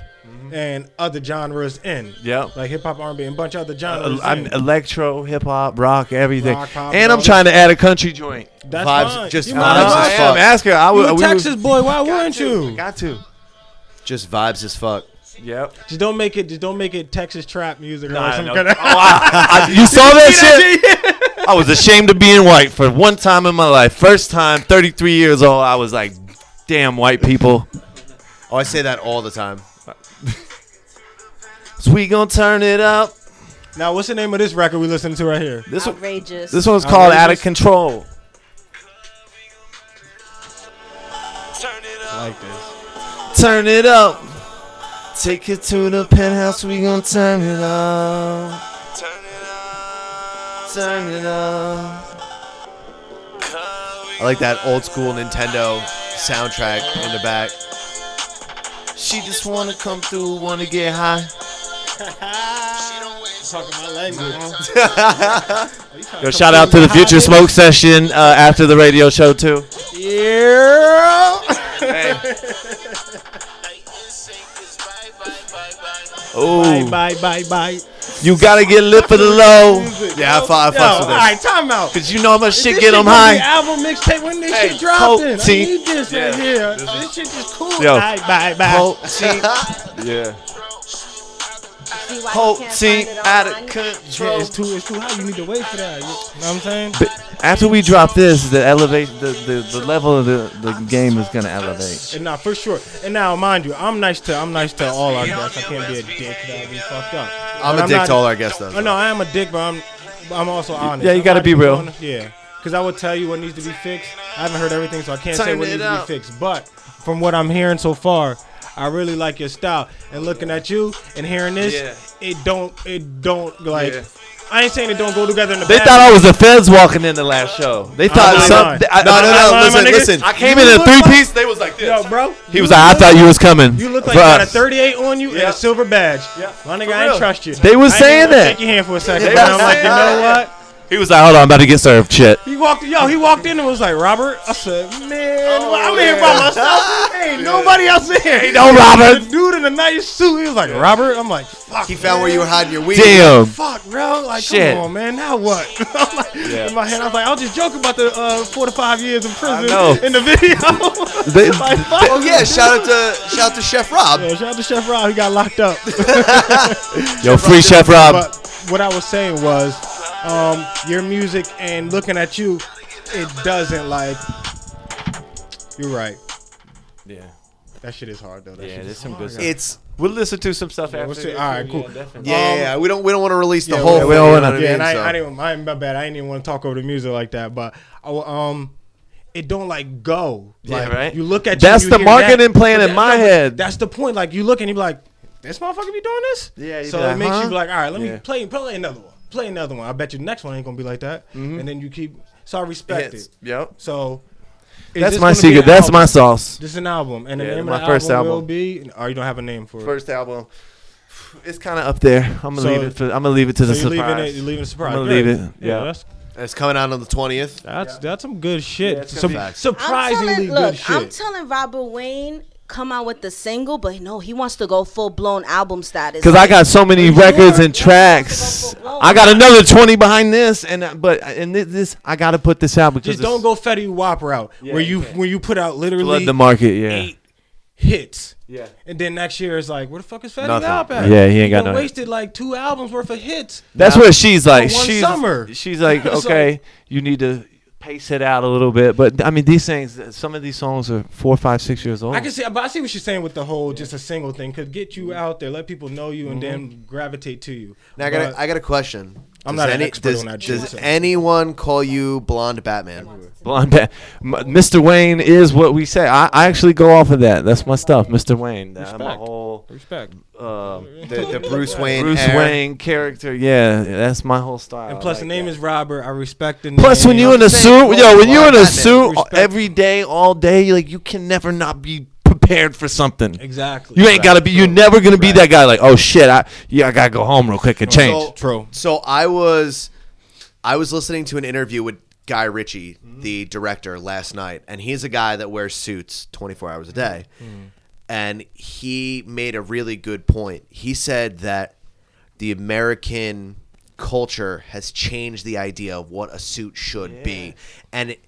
Speaker 2: and other genres in.
Speaker 7: Yep.
Speaker 2: Like hip hop, R&B, and bunch of other genres.
Speaker 7: Uh, I'm
Speaker 2: in.
Speaker 7: electro, hip hop, rock, everything.
Speaker 2: Rock, pop,
Speaker 7: and I'm
Speaker 2: rock.
Speaker 7: trying to add a country joint.
Speaker 2: That's
Speaker 3: vibes-
Speaker 2: fine.
Speaker 3: just
Speaker 2: You
Speaker 3: vibes
Speaker 2: might as
Speaker 3: as
Speaker 2: well.
Speaker 7: I
Speaker 3: fuck.
Speaker 7: am. Ask her. I
Speaker 2: Uh, You
Speaker 7: would.
Speaker 2: a
Speaker 7: we would-
Speaker 2: Texas boy. Why wouldn't you?
Speaker 7: Got to.
Speaker 3: Just vibes as fuck.
Speaker 7: Yep.
Speaker 2: Just don't make it. Just don't make it Texas trap music or
Speaker 7: Nah,
Speaker 2: some
Speaker 7: no.
Speaker 2: kind of.
Speaker 4: Oh, I- you saw that shit? I was ashamed of being white for one time in my life. First time, 33 years old, I was like, damn white people.
Speaker 3: Oh, I say that all the time.
Speaker 4: So we gonna turn it up.
Speaker 2: Now, what's the name of this record we listening to right here?
Speaker 4: This one,
Speaker 5: Outrageous.
Speaker 4: this one's called Uh, Out of
Speaker 2: Outrageous.
Speaker 4: Control.
Speaker 2: I like this.
Speaker 4: Turn it up. Take it to the penthouse, we gonna turn it up. Turn it up.
Speaker 3: I like that old school Nintendo soundtrack in the back.
Speaker 4: She just wanna come through, wanna get high.
Speaker 2: Talking my language.
Speaker 4: Yo, shout out to the Future Smoke session uh, after the radio show too. Yeah.
Speaker 2: Bye,
Speaker 4: Oh,
Speaker 2: bye, bye, bye.
Speaker 4: you gotta get lit for the low,
Speaker 3: Yeah, I, fu- I
Speaker 2: Yo,
Speaker 3: fucks with
Speaker 2: all
Speaker 3: this.
Speaker 2: right, time out.
Speaker 4: cause you know my shit
Speaker 2: This
Speaker 4: get them
Speaker 2: gonna be
Speaker 4: high.
Speaker 2: Album mixtape when this
Speaker 4: Hey,
Speaker 2: shit dropping.
Speaker 4: Coke,
Speaker 2: I
Speaker 4: see?
Speaker 2: need this
Speaker 4: Yeah.
Speaker 2: right here. This, shit is cool.
Speaker 4: Yo.
Speaker 2: Bye, bye, bye.
Speaker 4: Whole team,
Speaker 7: Yeah.
Speaker 5: See why you
Speaker 4: whole
Speaker 5: can't
Speaker 4: team
Speaker 5: find it
Speaker 4: out
Speaker 5: online?
Speaker 4: of
Speaker 2: Yeah,
Speaker 4: control.
Speaker 2: it's too, it's too high. You need to wait for that. You know what I'm saying?
Speaker 4: But after we drop this, the elevation, the, the, the level of the, the game is gonna elevate.
Speaker 2: And now, for sure. And now, mind you, I'm nice to I'm nice to all our guests. I can't be a dick. That'd be fucked up.
Speaker 3: I'm
Speaker 2: But
Speaker 3: a dick
Speaker 2: not-
Speaker 3: to all our guests, though.
Speaker 2: Oh, no, I am a dick, but I'm I'm also honest.
Speaker 4: Yeah, you
Speaker 2: I'm
Speaker 4: gotta
Speaker 2: not
Speaker 4: be
Speaker 2: even
Speaker 4: real.
Speaker 2: honest- Yeah, because I will tell you what needs to be fixed. I haven't heard everything, so I can't say
Speaker 4: Turn
Speaker 2: what
Speaker 4: it
Speaker 2: needs
Speaker 4: up.
Speaker 2: to be fixed. But from what I'm hearing so far, I really like your style. And looking at you and hearing this, it don't it don't like I ain't saying they don't go together in the
Speaker 4: They
Speaker 2: bag.
Speaker 4: thought I was the feds walking in the last show. They thought
Speaker 2: not
Speaker 4: some.
Speaker 2: lying.
Speaker 4: th- I,
Speaker 3: No, no,
Speaker 4: I-
Speaker 3: no.
Speaker 2: lying, my
Speaker 3: Listen,
Speaker 2: nigga.
Speaker 3: listen.
Speaker 4: I came in
Speaker 2: You
Speaker 4: a
Speaker 2: look
Speaker 4: three
Speaker 2: like-
Speaker 4: piece. They was like this.
Speaker 2: Yo, bro.
Speaker 4: he
Speaker 2: you
Speaker 4: was
Speaker 2: look
Speaker 4: like, I thought you was coming.
Speaker 2: You look like
Speaker 4: for
Speaker 2: you got a
Speaker 4: us.
Speaker 2: 38 on you and
Speaker 4: Yeah.
Speaker 2: a silver badge. My nigga, I
Speaker 4: real.
Speaker 2: ain't trust you.
Speaker 4: They was
Speaker 2: I ain't
Speaker 4: saying
Speaker 2: gonna
Speaker 4: that.
Speaker 2: Shake your hand for a second.
Speaker 4: They
Speaker 2: but I'm
Speaker 4: was
Speaker 2: like, you
Speaker 4: saying
Speaker 2: know
Speaker 4: that.
Speaker 2: what?
Speaker 4: He was like, hold on, I'm about to get served. Shit.
Speaker 2: He walked, yo, he walked in and was like, Robert. I said, man,
Speaker 4: Oh,
Speaker 2: I'm here by myself. Ain't nobody else in here. Ain't
Speaker 4: no Robert.
Speaker 2: The dude in the nice suit, he was like, Robert. I'm like, fuck.
Speaker 3: He found
Speaker 2: man.
Speaker 3: where you were hiding your weed.
Speaker 4: Damn.
Speaker 2: Fuck, bro. Like,
Speaker 4: Shit.
Speaker 2: come on, man. Now what? I'm like, In my head, I was like, I was just joking about the uh, four to five years in prison
Speaker 4: know.
Speaker 2: in the video.
Speaker 4: They-
Speaker 2: like, fuck.
Speaker 3: Oh yeah, shout out to shout out to Chef Rob.
Speaker 2: Yo, shout out to Chef Rob. He got locked up.
Speaker 4: Yo, free Chef Rob.
Speaker 2: But what I was saying was, um, your music and looking at you, it doesn't like. You're right.
Speaker 7: Yeah.
Speaker 2: That shit is hard though. That
Speaker 7: Yeah,
Speaker 2: shit
Speaker 7: there's
Speaker 2: is
Speaker 7: some
Speaker 2: hard.
Speaker 7: good stuff.
Speaker 3: It's um,
Speaker 7: We'll listen to some stuff
Speaker 2: we'll
Speaker 7: after.
Speaker 2: see.
Speaker 7: this,
Speaker 2: All right,
Speaker 7: yeah,
Speaker 2: cool.
Speaker 7: definitely.
Speaker 3: yeah, yeah, yeah. we don't we don't want to release the
Speaker 2: yeah,
Speaker 3: whole.
Speaker 2: we-
Speaker 3: thing,
Speaker 2: we
Speaker 3: you
Speaker 4: don't
Speaker 3: know
Speaker 4: wanna-
Speaker 3: what I
Speaker 2: Yeah,
Speaker 3: mean?
Speaker 2: and I,
Speaker 3: So-
Speaker 2: I didn't. My, my bad. I didn't even want to talk over the music like that, but I w- um, it don't like go.
Speaker 7: Yeah,
Speaker 2: Like,
Speaker 7: right?
Speaker 2: You look at you
Speaker 4: That's
Speaker 2: and you hear
Speaker 4: the marketing
Speaker 2: that,
Speaker 4: plan
Speaker 2: but
Speaker 4: in
Speaker 2: that-
Speaker 4: my
Speaker 2: no, but
Speaker 4: head.
Speaker 2: That's the point. Like you look and you be like, this motherfucker be doing this.
Speaker 7: Yeah, you'd
Speaker 2: So
Speaker 7: be
Speaker 2: it
Speaker 7: like,
Speaker 2: makes
Speaker 7: huh?
Speaker 2: you be like, all right, let
Speaker 7: Yeah.
Speaker 2: me play play another one. Play another one. I bet you the next one ain't gonna be like that. And then you keep. So I respect
Speaker 7: Mm-hmm. Hits.
Speaker 2: it.
Speaker 7: Yep.
Speaker 2: So. is
Speaker 4: That's
Speaker 2: this
Speaker 4: my
Speaker 2: gonna be
Speaker 4: secret.
Speaker 2: an
Speaker 4: That's
Speaker 2: album?
Speaker 4: my sauce.
Speaker 2: This is an album, and the
Speaker 7: Yeah,
Speaker 2: name
Speaker 7: my
Speaker 2: of the
Speaker 7: first
Speaker 2: album, will
Speaker 7: album.
Speaker 2: be. Or you don't have a name for it.
Speaker 7: First album. It's kind of up there. I'm gonna
Speaker 2: So-
Speaker 7: leave it. For, I'm gonna leave it to
Speaker 2: so
Speaker 7: the
Speaker 2: you're leaving
Speaker 7: surprise.
Speaker 2: it. You're leaving a surprise.
Speaker 7: gonna
Speaker 2: Good.
Speaker 7: leave it. Yeah.
Speaker 2: that's
Speaker 3: It's coming out on the twentieth.
Speaker 2: that's that's some good shit.
Speaker 7: Yeah, it's gonna
Speaker 2: Some-
Speaker 7: be-
Speaker 5: I'm
Speaker 2: surprisingly
Speaker 5: telling,
Speaker 2: good
Speaker 5: look,
Speaker 2: shit.
Speaker 5: I'm telling Robert Wayne come out with the single, but no, he wants to go full blown album status.
Speaker 4: Cause I got so many records and tracks. I got another twenty behind this, and uh, but and thi- this I gotta put this out because
Speaker 2: Just don't
Speaker 4: it's-
Speaker 2: go Fetty Wap route where
Speaker 7: you
Speaker 2: you
Speaker 7: can't.
Speaker 2: when you put out literally
Speaker 4: flood the market. Yeah,
Speaker 2: eight hits.
Speaker 7: Yeah.
Speaker 2: And then next year it's like, where the fuck is Fetty
Speaker 7: Nothing.
Speaker 2: Wap at?
Speaker 4: Yeah, he ain't got
Speaker 2: done
Speaker 4: no-
Speaker 2: wasted like two albums worth of hits.
Speaker 4: that's what she's like.
Speaker 2: For one
Speaker 4: She's
Speaker 2: summer.
Speaker 4: she's like,
Speaker 2: So-
Speaker 4: okay, you need to pace it out a little bit. But I mean, these things, some of these songs are four, five, six years old.
Speaker 2: I can see, but I see what you're saying with the whole just a single thing could get you out there, let people know you,
Speaker 7: Mm-hmm.
Speaker 2: and then gravitate to you.
Speaker 3: Now I got
Speaker 2: But
Speaker 3: a, I got a question.
Speaker 2: I'm
Speaker 3: Does
Speaker 2: not an
Speaker 3: any-
Speaker 2: expert
Speaker 3: does-
Speaker 2: on that shit,
Speaker 3: Does
Speaker 2: so-
Speaker 3: anyone call you blonde Batman?
Speaker 4: Blonde Bat. M- Mr. Wayne is what we say. I, I actually go off of that. That's my stuff, Mr. Wayne. I'm a
Speaker 2: Respect.
Speaker 4: whole
Speaker 2: respect.
Speaker 4: uh,
Speaker 3: The, the Bruce Wayne.
Speaker 4: Bruce
Speaker 3: era?
Speaker 4: Wayne character. Yeah, that's my whole style.
Speaker 2: And plus, the name
Speaker 4: is.
Speaker 2: is Robert. I respect the name.
Speaker 4: Plus, when you in a
Speaker 3: I'm saying,
Speaker 4: suit, yo, when you in
Speaker 3: goddamn,
Speaker 4: a suit
Speaker 2: respect.
Speaker 4: every day, all day, you like you can never not be prepared for something.
Speaker 2: exactly,
Speaker 4: You ain't gotta be. You're never gonna be that guy. Like, oh shit, I yeah, I gotta go home real quick and change.
Speaker 3: So-
Speaker 2: True.
Speaker 3: So I was, I was listening to an interview with Guy Ritchie, the director, last night, and he's a guy that wears suits 24 hours a day, and he made a really good point. He said that the American culture has changed the idea of what a suit should be, and. It,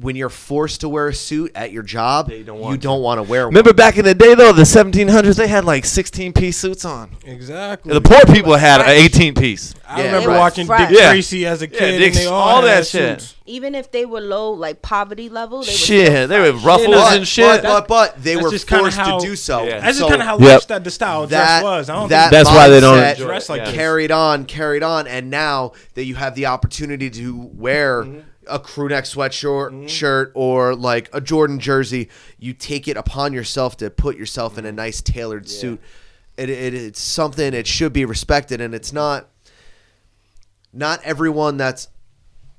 Speaker 3: when you're forced to wear a suit at your job, you
Speaker 4: don't
Speaker 3: don't want,
Speaker 4: want
Speaker 3: to wear one.
Speaker 4: Remember back in the day though, the 1700s, they had like 16 piece suits on.
Speaker 2: exactly.
Speaker 4: The poor people had an 18 piece.
Speaker 2: I
Speaker 3: Yeah,
Speaker 2: remember
Speaker 3: right.
Speaker 2: watching
Speaker 5: Right.
Speaker 2: Dick
Speaker 4: Yeah.
Speaker 2: Tracy as a
Speaker 4: Yeah,
Speaker 2: kid,
Speaker 4: Dick's-
Speaker 2: and they all,
Speaker 4: all
Speaker 2: had
Speaker 4: that shit.
Speaker 2: suits.
Speaker 5: even if they were low like poverty level, they were
Speaker 4: Shit, they were ruffles
Speaker 3: but,
Speaker 4: and shit.
Speaker 3: But, but, but they
Speaker 2: That's
Speaker 3: were
Speaker 2: just kinda
Speaker 3: forced
Speaker 2: how-
Speaker 3: to do so.
Speaker 4: Yeah.
Speaker 2: That's
Speaker 3: So-
Speaker 2: just kind of how
Speaker 4: Yep.
Speaker 2: lifestyle the style dress was. I don't
Speaker 3: that
Speaker 2: think
Speaker 4: That's why they don't
Speaker 3: mindset
Speaker 4: enjoy it.
Speaker 2: Dress like this.
Speaker 3: carried on, carried on, and now that you have the opportunity to wear a crew neck sweatshirt shirt or like a Jordan jersey, you take it upon yourself to put yourself in a nice tailored suit. It, it, it's something it should be respected, and it's not. Not everyone that's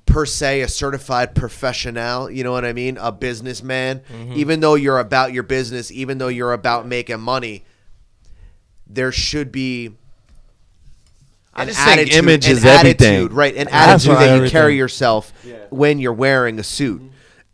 Speaker 3: per se a certified professional, you know what I mean? A businessman,
Speaker 4: Mm-hmm.
Speaker 3: even though you're about your business, even though you're about making money, there should be
Speaker 4: I
Speaker 3: an
Speaker 4: just think
Speaker 3: attitude,
Speaker 4: image
Speaker 3: an
Speaker 4: is everything.
Speaker 3: attitude, right? An
Speaker 4: That's
Speaker 3: attitude
Speaker 4: why
Speaker 3: that you
Speaker 4: everything- Mm-hmm.
Speaker 3: carry yourself when you're wearing a suit.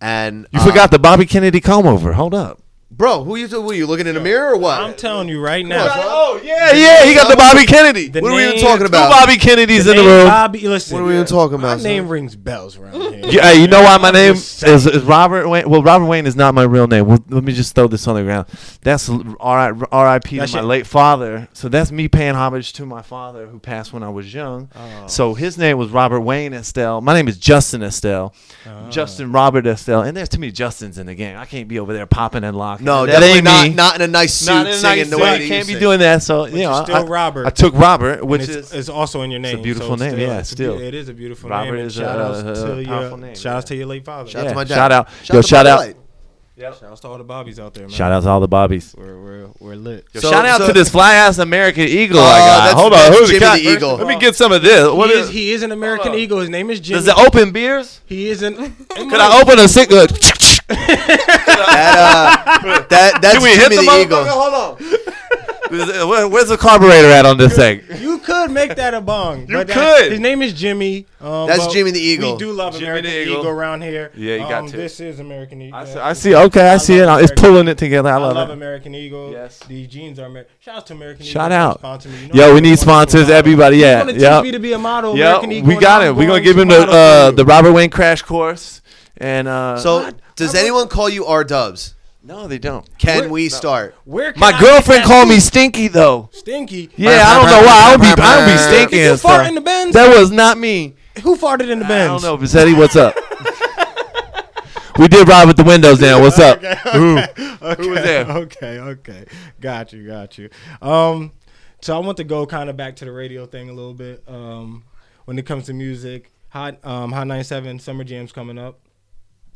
Speaker 3: And
Speaker 4: You
Speaker 3: uh,
Speaker 4: forgot the Bobby Kennedy comb over. Hold up.
Speaker 3: bro. Who you? Who you looking in the mirror or what?
Speaker 2: I'm telling you right now.
Speaker 4: Oh yeah, yeah, he got the Bobby Kennedy.
Speaker 2: The
Speaker 3: what are we even
Speaker 2: name-
Speaker 3: talking
Speaker 4: Two
Speaker 3: about?
Speaker 4: Bobby Kennedys in the
Speaker 2: name
Speaker 4: room.
Speaker 2: Bobby, listen.
Speaker 3: What are we even talking
Speaker 2: My
Speaker 3: about? son?
Speaker 2: name rings bells around here.
Speaker 4: Yeah, hey, you know why my name
Speaker 2: just
Speaker 4: is, is Robert Wayne? Well, Robert Wayne is not my real name. Well, let me just throw this on the ground. That's l- R.I. R.I.P. to
Speaker 2: That
Speaker 4: my
Speaker 2: shit-
Speaker 4: late father. So that's me paying homage to my father who passed when I was young. So his name was Robert Wayne Estelle. My name is Justin Estelle. Justin Robert Estelle. And there's too many Justins in the game. I can't be over there popping and locking.
Speaker 3: no,
Speaker 4: that
Speaker 3: definitely
Speaker 4: ain't
Speaker 3: not.
Speaker 4: me.
Speaker 3: Not in a nice suit,
Speaker 4: Not in a
Speaker 3: singing
Speaker 4: nice
Speaker 3: the
Speaker 4: way.
Speaker 3: way that
Speaker 4: I
Speaker 3: you
Speaker 4: can't be
Speaker 3: sing.
Speaker 4: doing that. So you know,
Speaker 2: you're
Speaker 4: I-
Speaker 2: still
Speaker 4: I,
Speaker 2: Robert.
Speaker 4: I took Robert, which
Speaker 2: And
Speaker 4: is
Speaker 2: it's, it's also in your name.
Speaker 4: beautiful
Speaker 2: so
Speaker 4: name, yeah,
Speaker 2: it's a
Speaker 4: still.
Speaker 2: beau- it is a beautiful
Speaker 4: Robert
Speaker 2: name. and
Speaker 4: is a-
Speaker 2: shout outs
Speaker 4: a
Speaker 2: to
Speaker 4: powerful
Speaker 2: your
Speaker 4: name,
Speaker 2: shout outs
Speaker 4: yeah.
Speaker 2: to your late father.
Speaker 3: Shout out
Speaker 4: Yeah,
Speaker 3: to my dad.
Speaker 4: shout out.
Speaker 3: out
Speaker 4: Yo,
Speaker 3: to
Speaker 4: shout
Speaker 3: my
Speaker 4: out.
Speaker 3: dad.
Speaker 7: Yep.
Speaker 2: Shout out to all the Bobbies out there, man.
Speaker 4: Shout out to all the Bobbies.
Speaker 2: We're we're we're lit.
Speaker 4: Yo,
Speaker 3: So-
Speaker 4: shout out
Speaker 3: so-
Speaker 4: to this fly ass American Eagle
Speaker 3: Oh,
Speaker 4: I got.
Speaker 3: that's-
Speaker 4: Hold on,
Speaker 3: that's
Speaker 4: who's
Speaker 3: Jimmy
Speaker 4: got-
Speaker 3: the Eagle.
Speaker 4: Let me get some of this. What
Speaker 2: he
Speaker 4: is?
Speaker 2: is, he is an American
Speaker 4: Hold on.
Speaker 2: Eagle. His name is Jimmy.
Speaker 4: Does it open beers?
Speaker 2: he is an.
Speaker 4: Could I open a cigarette?
Speaker 3: That, uh, that that's
Speaker 4: Can we hit
Speaker 3: Jimmy
Speaker 4: the,
Speaker 3: the,
Speaker 4: motherfucker?
Speaker 3: Eagle.
Speaker 4: Hold on. Is it- where- Where's the carburetor at on this thing?
Speaker 2: You could make that a bong.
Speaker 4: You
Speaker 2: but that-
Speaker 4: could.
Speaker 2: his name is Jimmy. Um,
Speaker 3: That's
Speaker 2: but
Speaker 3: Jimmy the Eagle.
Speaker 2: We do love
Speaker 4: Jimmy
Speaker 2: American
Speaker 4: the Eagle.
Speaker 2: Eagle. around here.
Speaker 4: Yeah, you got
Speaker 2: um,
Speaker 4: to.
Speaker 2: This is American Eagle.
Speaker 4: I see, I see- Okay, I,
Speaker 2: I
Speaker 4: see it.
Speaker 2: love
Speaker 4: It's
Speaker 2: American-
Speaker 4: pulling it together. I
Speaker 2: I
Speaker 4: love,
Speaker 2: love
Speaker 4: it.
Speaker 2: American Eagle.
Speaker 4: Yes.
Speaker 2: These jeans are American. Shout out to American Eagle.
Speaker 4: Shout
Speaker 2: for
Speaker 4: out.
Speaker 2: sponsoring me. You know
Speaker 4: Yo,
Speaker 2: I
Speaker 4: we
Speaker 2: really want to
Speaker 4: need
Speaker 2: be a
Speaker 4: sponsors.
Speaker 2: model.
Speaker 4: Everybody,
Speaker 2: You
Speaker 4: yeah,
Speaker 2: wanna teach
Speaker 4: yeah.
Speaker 2: me to be a model.
Speaker 4: Yeah,
Speaker 2: American Eagle,
Speaker 4: we
Speaker 2: and
Speaker 4: got
Speaker 2: I'm
Speaker 4: it. We're gonna
Speaker 2: going
Speaker 4: give
Speaker 2: to
Speaker 4: him the
Speaker 2: model for
Speaker 4: uh,
Speaker 2: you.
Speaker 4: the Robert Wayne crash course, and uh,
Speaker 3: So does anyone call you R Dubs?
Speaker 4: no, they don't.
Speaker 3: Can we start?
Speaker 2: Where can
Speaker 4: uh, My
Speaker 2: I
Speaker 4: girlfriend
Speaker 2: get that
Speaker 4: called me
Speaker 2: food?
Speaker 4: stinky though.
Speaker 2: stinky.
Speaker 4: Yeah, I don't know why. I don't be, I don't be stinky.
Speaker 2: Did you
Speaker 4: and
Speaker 2: fart
Speaker 4: stuff.
Speaker 2: in the bins?
Speaker 4: That was not me.
Speaker 2: Who farted in the
Speaker 4: I
Speaker 2: bins?
Speaker 4: don't know, Vizetti, what's up? we did ride with the windows down. What's up? Ooh.
Speaker 2: okay,
Speaker 4: was there?
Speaker 2: Okay, okay. Got you, got you. Um, so I want to go kind of back to the radio thing a little bit. Um, when it comes to music, hot um, hot ninety seven summer jams coming up.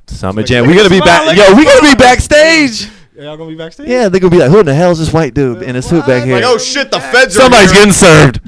Speaker 4: Summer Jam. We're gonna be back. Yo, we gonna be backstage.
Speaker 2: Y'all gonna be backstage?
Speaker 4: Yeah, they're gonna be like, who in the hell is this white dude in his suit back here?
Speaker 3: oh, shit, the feds
Speaker 4: Somebody's getting served.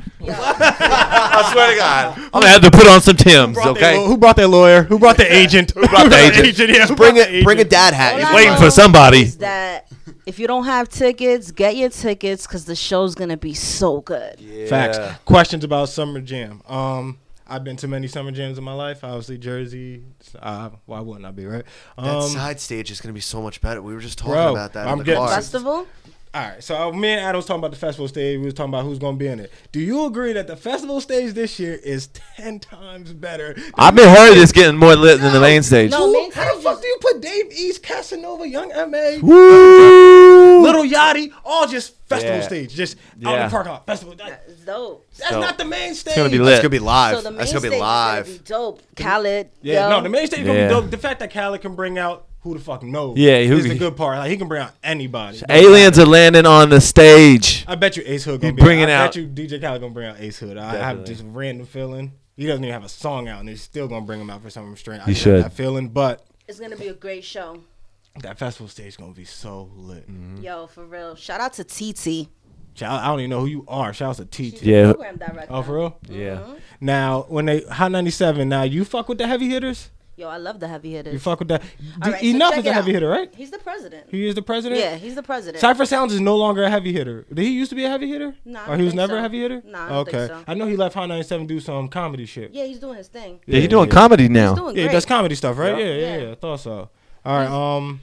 Speaker 3: I swear to God.
Speaker 4: I'm gonna have to put on some Tims,
Speaker 2: Brought their
Speaker 4: okay?
Speaker 2: law- who brought their lawyer? Who brought the agent? who brought
Speaker 4: the agent?
Speaker 2: Yeah, who
Speaker 3: Bring
Speaker 2: brought the
Speaker 3: a bring a
Speaker 2: agent?
Speaker 3: dad hat.
Speaker 5: All I
Speaker 4: waiting
Speaker 5: know
Speaker 4: for somebody.
Speaker 5: Is that if you don't have tickets, get your tickets because the show's gonna be so good.
Speaker 2: Facts. Questions about summer jam. Um, I've been to many summer jams in my life. Obviously, Jersey. Uh, why wouldn't I be right?
Speaker 3: That
Speaker 2: Um,
Speaker 3: side stage is gonna be so much better. We were just talking
Speaker 2: Bro,
Speaker 3: about that
Speaker 2: I'm
Speaker 3: in the
Speaker 2: getting-
Speaker 3: car.
Speaker 5: Festival.
Speaker 2: All right, so uh, me and Adam was talking about the festival stage. We was talking about who's gonna be in it. Do you agree that the festival stage this year is ten times better? than-
Speaker 4: I've been heard this getting more lit than the main stage.
Speaker 5: No.
Speaker 2: Who-
Speaker 5: main
Speaker 2: how the
Speaker 5: stage
Speaker 2: fuck
Speaker 5: is-
Speaker 2: do you put Dave East, Casanova, Young Ma,
Speaker 4: Woo!
Speaker 2: Little Yachty, all just festival
Speaker 4: Yeah.
Speaker 2: stage, just out in
Speaker 4: Yeah.
Speaker 2: the parking lot festival? That-
Speaker 5: It's dope.
Speaker 2: that's
Speaker 4: So,
Speaker 2: not the main stage.
Speaker 4: gonna be
Speaker 3: That's
Speaker 4: lit.
Speaker 3: gonna be live.
Speaker 5: So the main
Speaker 3: That's gonna
Speaker 5: stage
Speaker 3: be live.
Speaker 5: is gonna be dope. Khaled.
Speaker 2: Yeah,
Speaker 5: yo.
Speaker 2: no, the main stage gonna
Speaker 4: Yeah.
Speaker 2: be dope. The fact that Khaled can bring out who the fuck knows.
Speaker 4: Yeah, who-
Speaker 2: who's the good part? Like he can bring out anybody.
Speaker 4: Aliens are landing on the stage.
Speaker 2: I bet you Ace Hood
Speaker 4: He
Speaker 2: gonna be
Speaker 4: bringing
Speaker 2: I
Speaker 4: out-
Speaker 2: bet you DJ Khaled gonna bring out Ace Hood. I have
Speaker 4: Definitely.
Speaker 2: this random feeling. He doesn't even have a song out, and they're still gonna bring him out for some restraint. I
Speaker 4: He
Speaker 2: just have
Speaker 4: should.
Speaker 2: that feeling, but
Speaker 5: It's gonna be a great show.
Speaker 2: that festival stage gonna be so lit.
Speaker 4: Mm-hmm.
Speaker 5: Yo, for real. Shout out to TT.
Speaker 2: Shout, I don't even know who you are. Shout out to TT.
Speaker 4: Yeah.
Speaker 5: Program director.
Speaker 2: Oh, for real?
Speaker 4: Yeah.
Speaker 2: Now, when they Hot 97, now you fuck with the heavy hitters.
Speaker 5: Yo, I love the heavy
Speaker 2: You
Speaker 5: hitters.
Speaker 2: fuck with that.
Speaker 5: All right, so
Speaker 2: enough
Speaker 5: check
Speaker 2: is a
Speaker 5: it
Speaker 2: heavy
Speaker 5: out.
Speaker 2: hitter, right?
Speaker 5: He's the president.
Speaker 2: He is the president.
Speaker 5: Yeah, he's the president.
Speaker 2: Cypher Sounds is no longer a heavy hitter. Did he used to be a heavy hitter?
Speaker 5: No, I
Speaker 2: Or
Speaker 5: don't
Speaker 2: he was
Speaker 5: think
Speaker 2: never
Speaker 5: so.
Speaker 2: a heavy hitter?
Speaker 5: No, I don't
Speaker 2: okay.
Speaker 5: think so.
Speaker 2: I know he left Hot 97 to do some comedy shit.
Speaker 5: Yeah, he's doing his thing.
Speaker 4: Yeah, he doing comedy now.
Speaker 5: He's doing
Speaker 2: Yeah,
Speaker 5: great.
Speaker 2: he does comedy stuff, right? Yeah, yeah, yeah.
Speaker 5: Yeah.
Speaker 2: I thought so. All right. Um,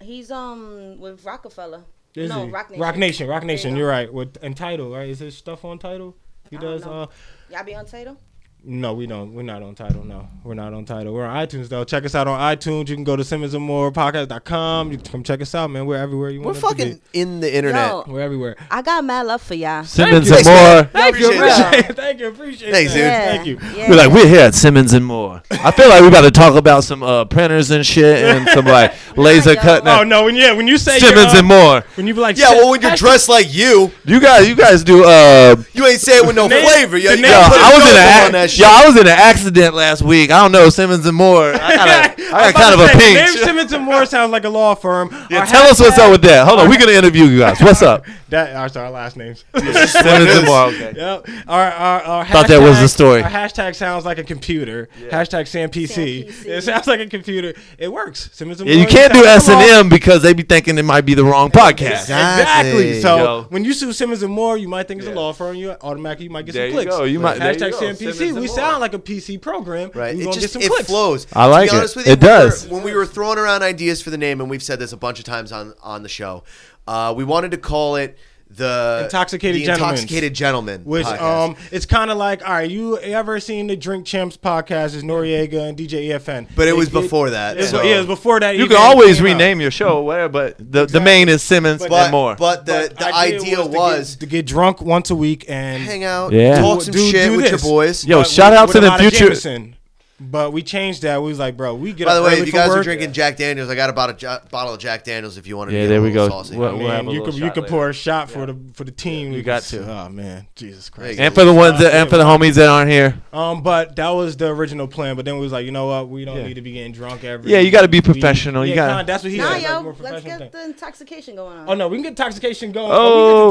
Speaker 5: He's um with Rockefeller.
Speaker 2: is
Speaker 5: no,
Speaker 2: he?
Speaker 5: Rock Nation.
Speaker 2: Rock Nation. Rock Nation.
Speaker 5: go.
Speaker 2: You're right. With and title, right? Is his stuff on title? He
Speaker 5: I don't
Speaker 2: does.
Speaker 5: know.
Speaker 2: Uh,
Speaker 5: Y'all be on title?
Speaker 2: no, we don't. We're not on title. No, we're not on title. We're on iTunes though. Check us out on iTunes. You can go to Simmons and More Podcast.com. You can come check us out, man. We're everywhere you
Speaker 3: We're
Speaker 2: want. us
Speaker 3: fucking in the internet.
Speaker 5: Yo,
Speaker 2: To be. We're everywhere.
Speaker 5: I got mad love for y'all.
Speaker 4: Simmons
Speaker 2: you.
Speaker 4: and more.
Speaker 2: Thank you.
Speaker 3: appreciate that.
Speaker 2: Appreciate, thank you. Appreciate.
Speaker 3: Thanks,
Speaker 2: that.
Speaker 3: dude.
Speaker 2: Thank you.
Speaker 5: Yeah.
Speaker 4: We're like, we're here at Simmons and more. I feel like we about to talk about some uh, printers and shit and some like laser
Speaker 5: yo.
Speaker 4: cutting.
Speaker 2: Oh no! When yeah, when you say you're,
Speaker 4: Simmons
Speaker 2: uh,
Speaker 4: and more.
Speaker 2: when you be like
Speaker 3: Yeah,
Speaker 2: Sim-
Speaker 3: well, when you're dressed like you,
Speaker 4: You guys, you guys do. Uh,
Speaker 3: you ain't saying with no
Speaker 2: Name-
Speaker 3: flavor. Yo,
Speaker 2: the
Speaker 3: you
Speaker 2: name-
Speaker 4: yo,
Speaker 3: gotta put a
Speaker 4: I was in
Speaker 3: filter
Speaker 4: a,
Speaker 3: on that
Speaker 4: yo,
Speaker 3: shit.
Speaker 4: I was in an accident last week. I don't know Simmons and more. I got, a, I
Speaker 2: I'm
Speaker 4: got kind of
Speaker 2: about
Speaker 4: a
Speaker 2: to say, Dave
Speaker 4: pinch.
Speaker 2: Simmons and More sounds like a law firm.
Speaker 4: Yeah,
Speaker 2: Our
Speaker 4: tell us what's
Speaker 2: hashtag-
Speaker 4: up with that. Hold on, we're gonna interview you guys. What's up?
Speaker 2: That are our last names.
Speaker 4: Simmons and more. Okay.
Speaker 2: Yep. Our, our, our
Speaker 4: Thought that was the story.
Speaker 2: Our hashtag sounds like a computer. Hashtag Sam PC.
Speaker 5: Sam PC.
Speaker 2: It sounds like a computer. It works. Simmons and
Speaker 4: Yeah, you
Speaker 2: Moore,
Speaker 4: can't do
Speaker 2: sounds
Speaker 4: S
Speaker 2: like a
Speaker 4: and
Speaker 2: law-
Speaker 4: M because they be thinking it might be the wrong podcast.
Speaker 2: Exactly.
Speaker 3: Exactly.
Speaker 2: So
Speaker 4: Yo.
Speaker 2: when you sue Simmons and Moore, you might think it's a law firm. You automatically you might get
Speaker 4: There
Speaker 2: some
Speaker 4: you
Speaker 2: clicks.
Speaker 4: go. You might- there you
Speaker 2: hashtag
Speaker 4: go.
Speaker 2: Sam
Speaker 4: Simmons
Speaker 2: PC.
Speaker 4: and
Speaker 2: We
Speaker 4: Moore.
Speaker 2: sound like a PC program.
Speaker 3: Right.
Speaker 2: We
Speaker 3: It
Speaker 2: gonna get
Speaker 3: just
Speaker 2: some
Speaker 3: it
Speaker 2: clicks.
Speaker 3: flows.
Speaker 4: I like
Speaker 3: to be
Speaker 4: it.
Speaker 3: honest With
Speaker 4: It
Speaker 3: you, we were-
Speaker 4: does.
Speaker 3: when we were throwing around ideas for the name, and we've said this a bunch of times on on the show, uh, we wanted to call it the
Speaker 2: Intoxicated
Speaker 3: the
Speaker 2: Gentlemen's.
Speaker 3: intoxicated gentleman,
Speaker 2: Which
Speaker 3: podcast.
Speaker 2: um, it's kind of like, all right, you ever seen the Drink Champs podcast? Is Noriega and DJ EFN?
Speaker 3: But it
Speaker 2: They
Speaker 3: was
Speaker 2: did-
Speaker 3: before that,
Speaker 2: It was,
Speaker 3: so-
Speaker 2: Yeah, it was before that.
Speaker 4: You
Speaker 2: even
Speaker 4: can always
Speaker 2: came out.
Speaker 4: rename your show or whatever, but the, the main is Simmons
Speaker 3: but,
Speaker 4: and more.
Speaker 3: But the, the idea,
Speaker 2: to
Speaker 3: was,
Speaker 2: get- to, get, drunk once a week and
Speaker 3: hang out,
Speaker 4: Yeah.
Speaker 3: talk
Speaker 2: Do-
Speaker 3: some
Speaker 2: do-
Speaker 3: shit
Speaker 2: do
Speaker 3: with
Speaker 2: this.
Speaker 3: your boys.
Speaker 4: Yo,
Speaker 2: But
Speaker 4: shout
Speaker 2: with-
Speaker 4: out
Speaker 2: with
Speaker 4: to
Speaker 2: a
Speaker 4: the
Speaker 2: lot of
Speaker 4: future-
Speaker 2: Jameson. But we changed that. We was like, bro, we get.
Speaker 3: By the
Speaker 2: up
Speaker 3: way,
Speaker 2: early
Speaker 3: if you
Speaker 2: for
Speaker 3: guys are
Speaker 2: work.
Speaker 3: drinking Jack Daniels, I got a bottle, ja- bottle of Jack Daniels if you want to.
Speaker 4: Yeah,
Speaker 3: be a
Speaker 4: there we
Speaker 3: little
Speaker 4: go.
Speaker 3: Saucy.
Speaker 4: What-
Speaker 2: Man,
Speaker 4: We'll have a
Speaker 2: you
Speaker 4: little
Speaker 2: could you
Speaker 4: shot
Speaker 2: could
Speaker 4: later.
Speaker 2: pour a shot for
Speaker 4: Yeah.
Speaker 2: the for the team.
Speaker 4: You
Speaker 2: We
Speaker 4: got
Speaker 2: could-
Speaker 4: to.
Speaker 2: Oh man, Jesus Christ.
Speaker 3: There you
Speaker 4: And for the ones that, and for the homies that aren't here,
Speaker 2: Um, but that was the original plan. But then we was like, you know what? We don't
Speaker 4: Yeah.
Speaker 2: need to be getting drunk every.
Speaker 4: Yeah, you gotta be
Speaker 2: week.
Speaker 4: professional. You
Speaker 2: Yeah,
Speaker 4: gotta-
Speaker 2: kinda, that's what he
Speaker 5: Nah,
Speaker 2: said. like,
Speaker 5: yo,
Speaker 2: we're
Speaker 5: let's
Speaker 2: professional
Speaker 5: get
Speaker 2: thing.
Speaker 5: the intoxication going on.
Speaker 2: Oh no, we can get intoxication going.
Speaker 4: Oh.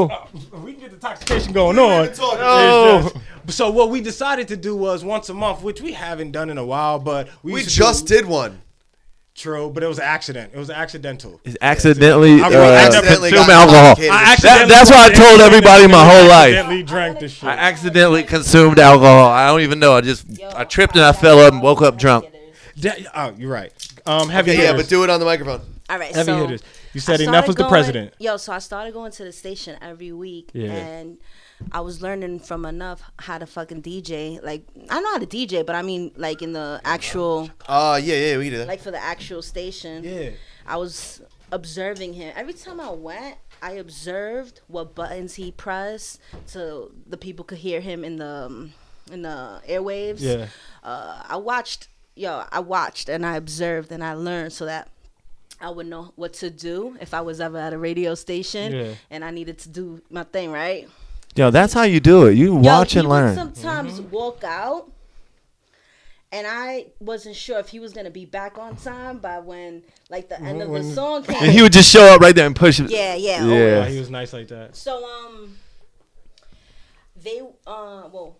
Speaker 2: we can get, the, uh, we can get the intoxication going on.
Speaker 4: Oh.
Speaker 2: It's just- so what we decided to do was once a month, which we haven't done in a while, but we,
Speaker 3: We
Speaker 2: used to
Speaker 3: just
Speaker 2: do,
Speaker 3: did one.
Speaker 2: true, but it was an accident. It was accidental.
Speaker 4: is accidentally
Speaker 2: I
Speaker 4: uh,
Speaker 2: really accidentally
Speaker 4: consume
Speaker 3: got
Speaker 4: alcohol.
Speaker 3: intoxicated.
Speaker 2: I
Speaker 4: That, that's what I told everybody my whole life.
Speaker 2: Accidentally drank this shit.
Speaker 4: I accidentally consumed alcohol. I don't even know. I just I tripped and I fell up and woke up drunk.
Speaker 2: Da- oh, you're right. Um, heavy
Speaker 3: Yeah, yeah,
Speaker 2: hitters.
Speaker 3: but do it on the microphone.
Speaker 5: All right,
Speaker 2: heavy
Speaker 5: so
Speaker 2: hitters. You
Speaker 5: I
Speaker 2: said enough
Speaker 5: started
Speaker 2: is the
Speaker 5: going-
Speaker 2: president.
Speaker 5: Yo, so I started going to the station every week, and I was learning from enough how to fucking DJ. Like I know how to DJ, but I mean like in the actual,
Speaker 3: Uh, yeah, yeah, we can do that.
Speaker 5: like for the actual station.
Speaker 2: Yeah.
Speaker 5: I was observing him. Every time I went, I observed what buttons he pressed so the people could hear him in the um, in the airwaves.
Speaker 2: Yeah.
Speaker 5: Uh, I watched, yo, I watched and I observed and I learned so that I would know what to do if I was ever at a radio station
Speaker 2: Yeah.
Speaker 5: and I needed to do my thing, right?
Speaker 4: Yo, that's how you do it. You
Speaker 5: Yo,
Speaker 4: watch
Speaker 5: he
Speaker 4: and
Speaker 5: would
Speaker 4: learn.
Speaker 5: Sometimes
Speaker 2: Mm-hmm.
Speaker 5: walk out, and I wasn't sure if he was gonna be back on time by when like the end of the song came.
Speaker 4: And he would just show up right there and push it.
Speaker 5: yeah, yeah.
Speaker 4: Yeah.
Speaker 5: Oh,
Speaker 2: Yeah, he was nice like that.
Speaker 5: so um, they uh well,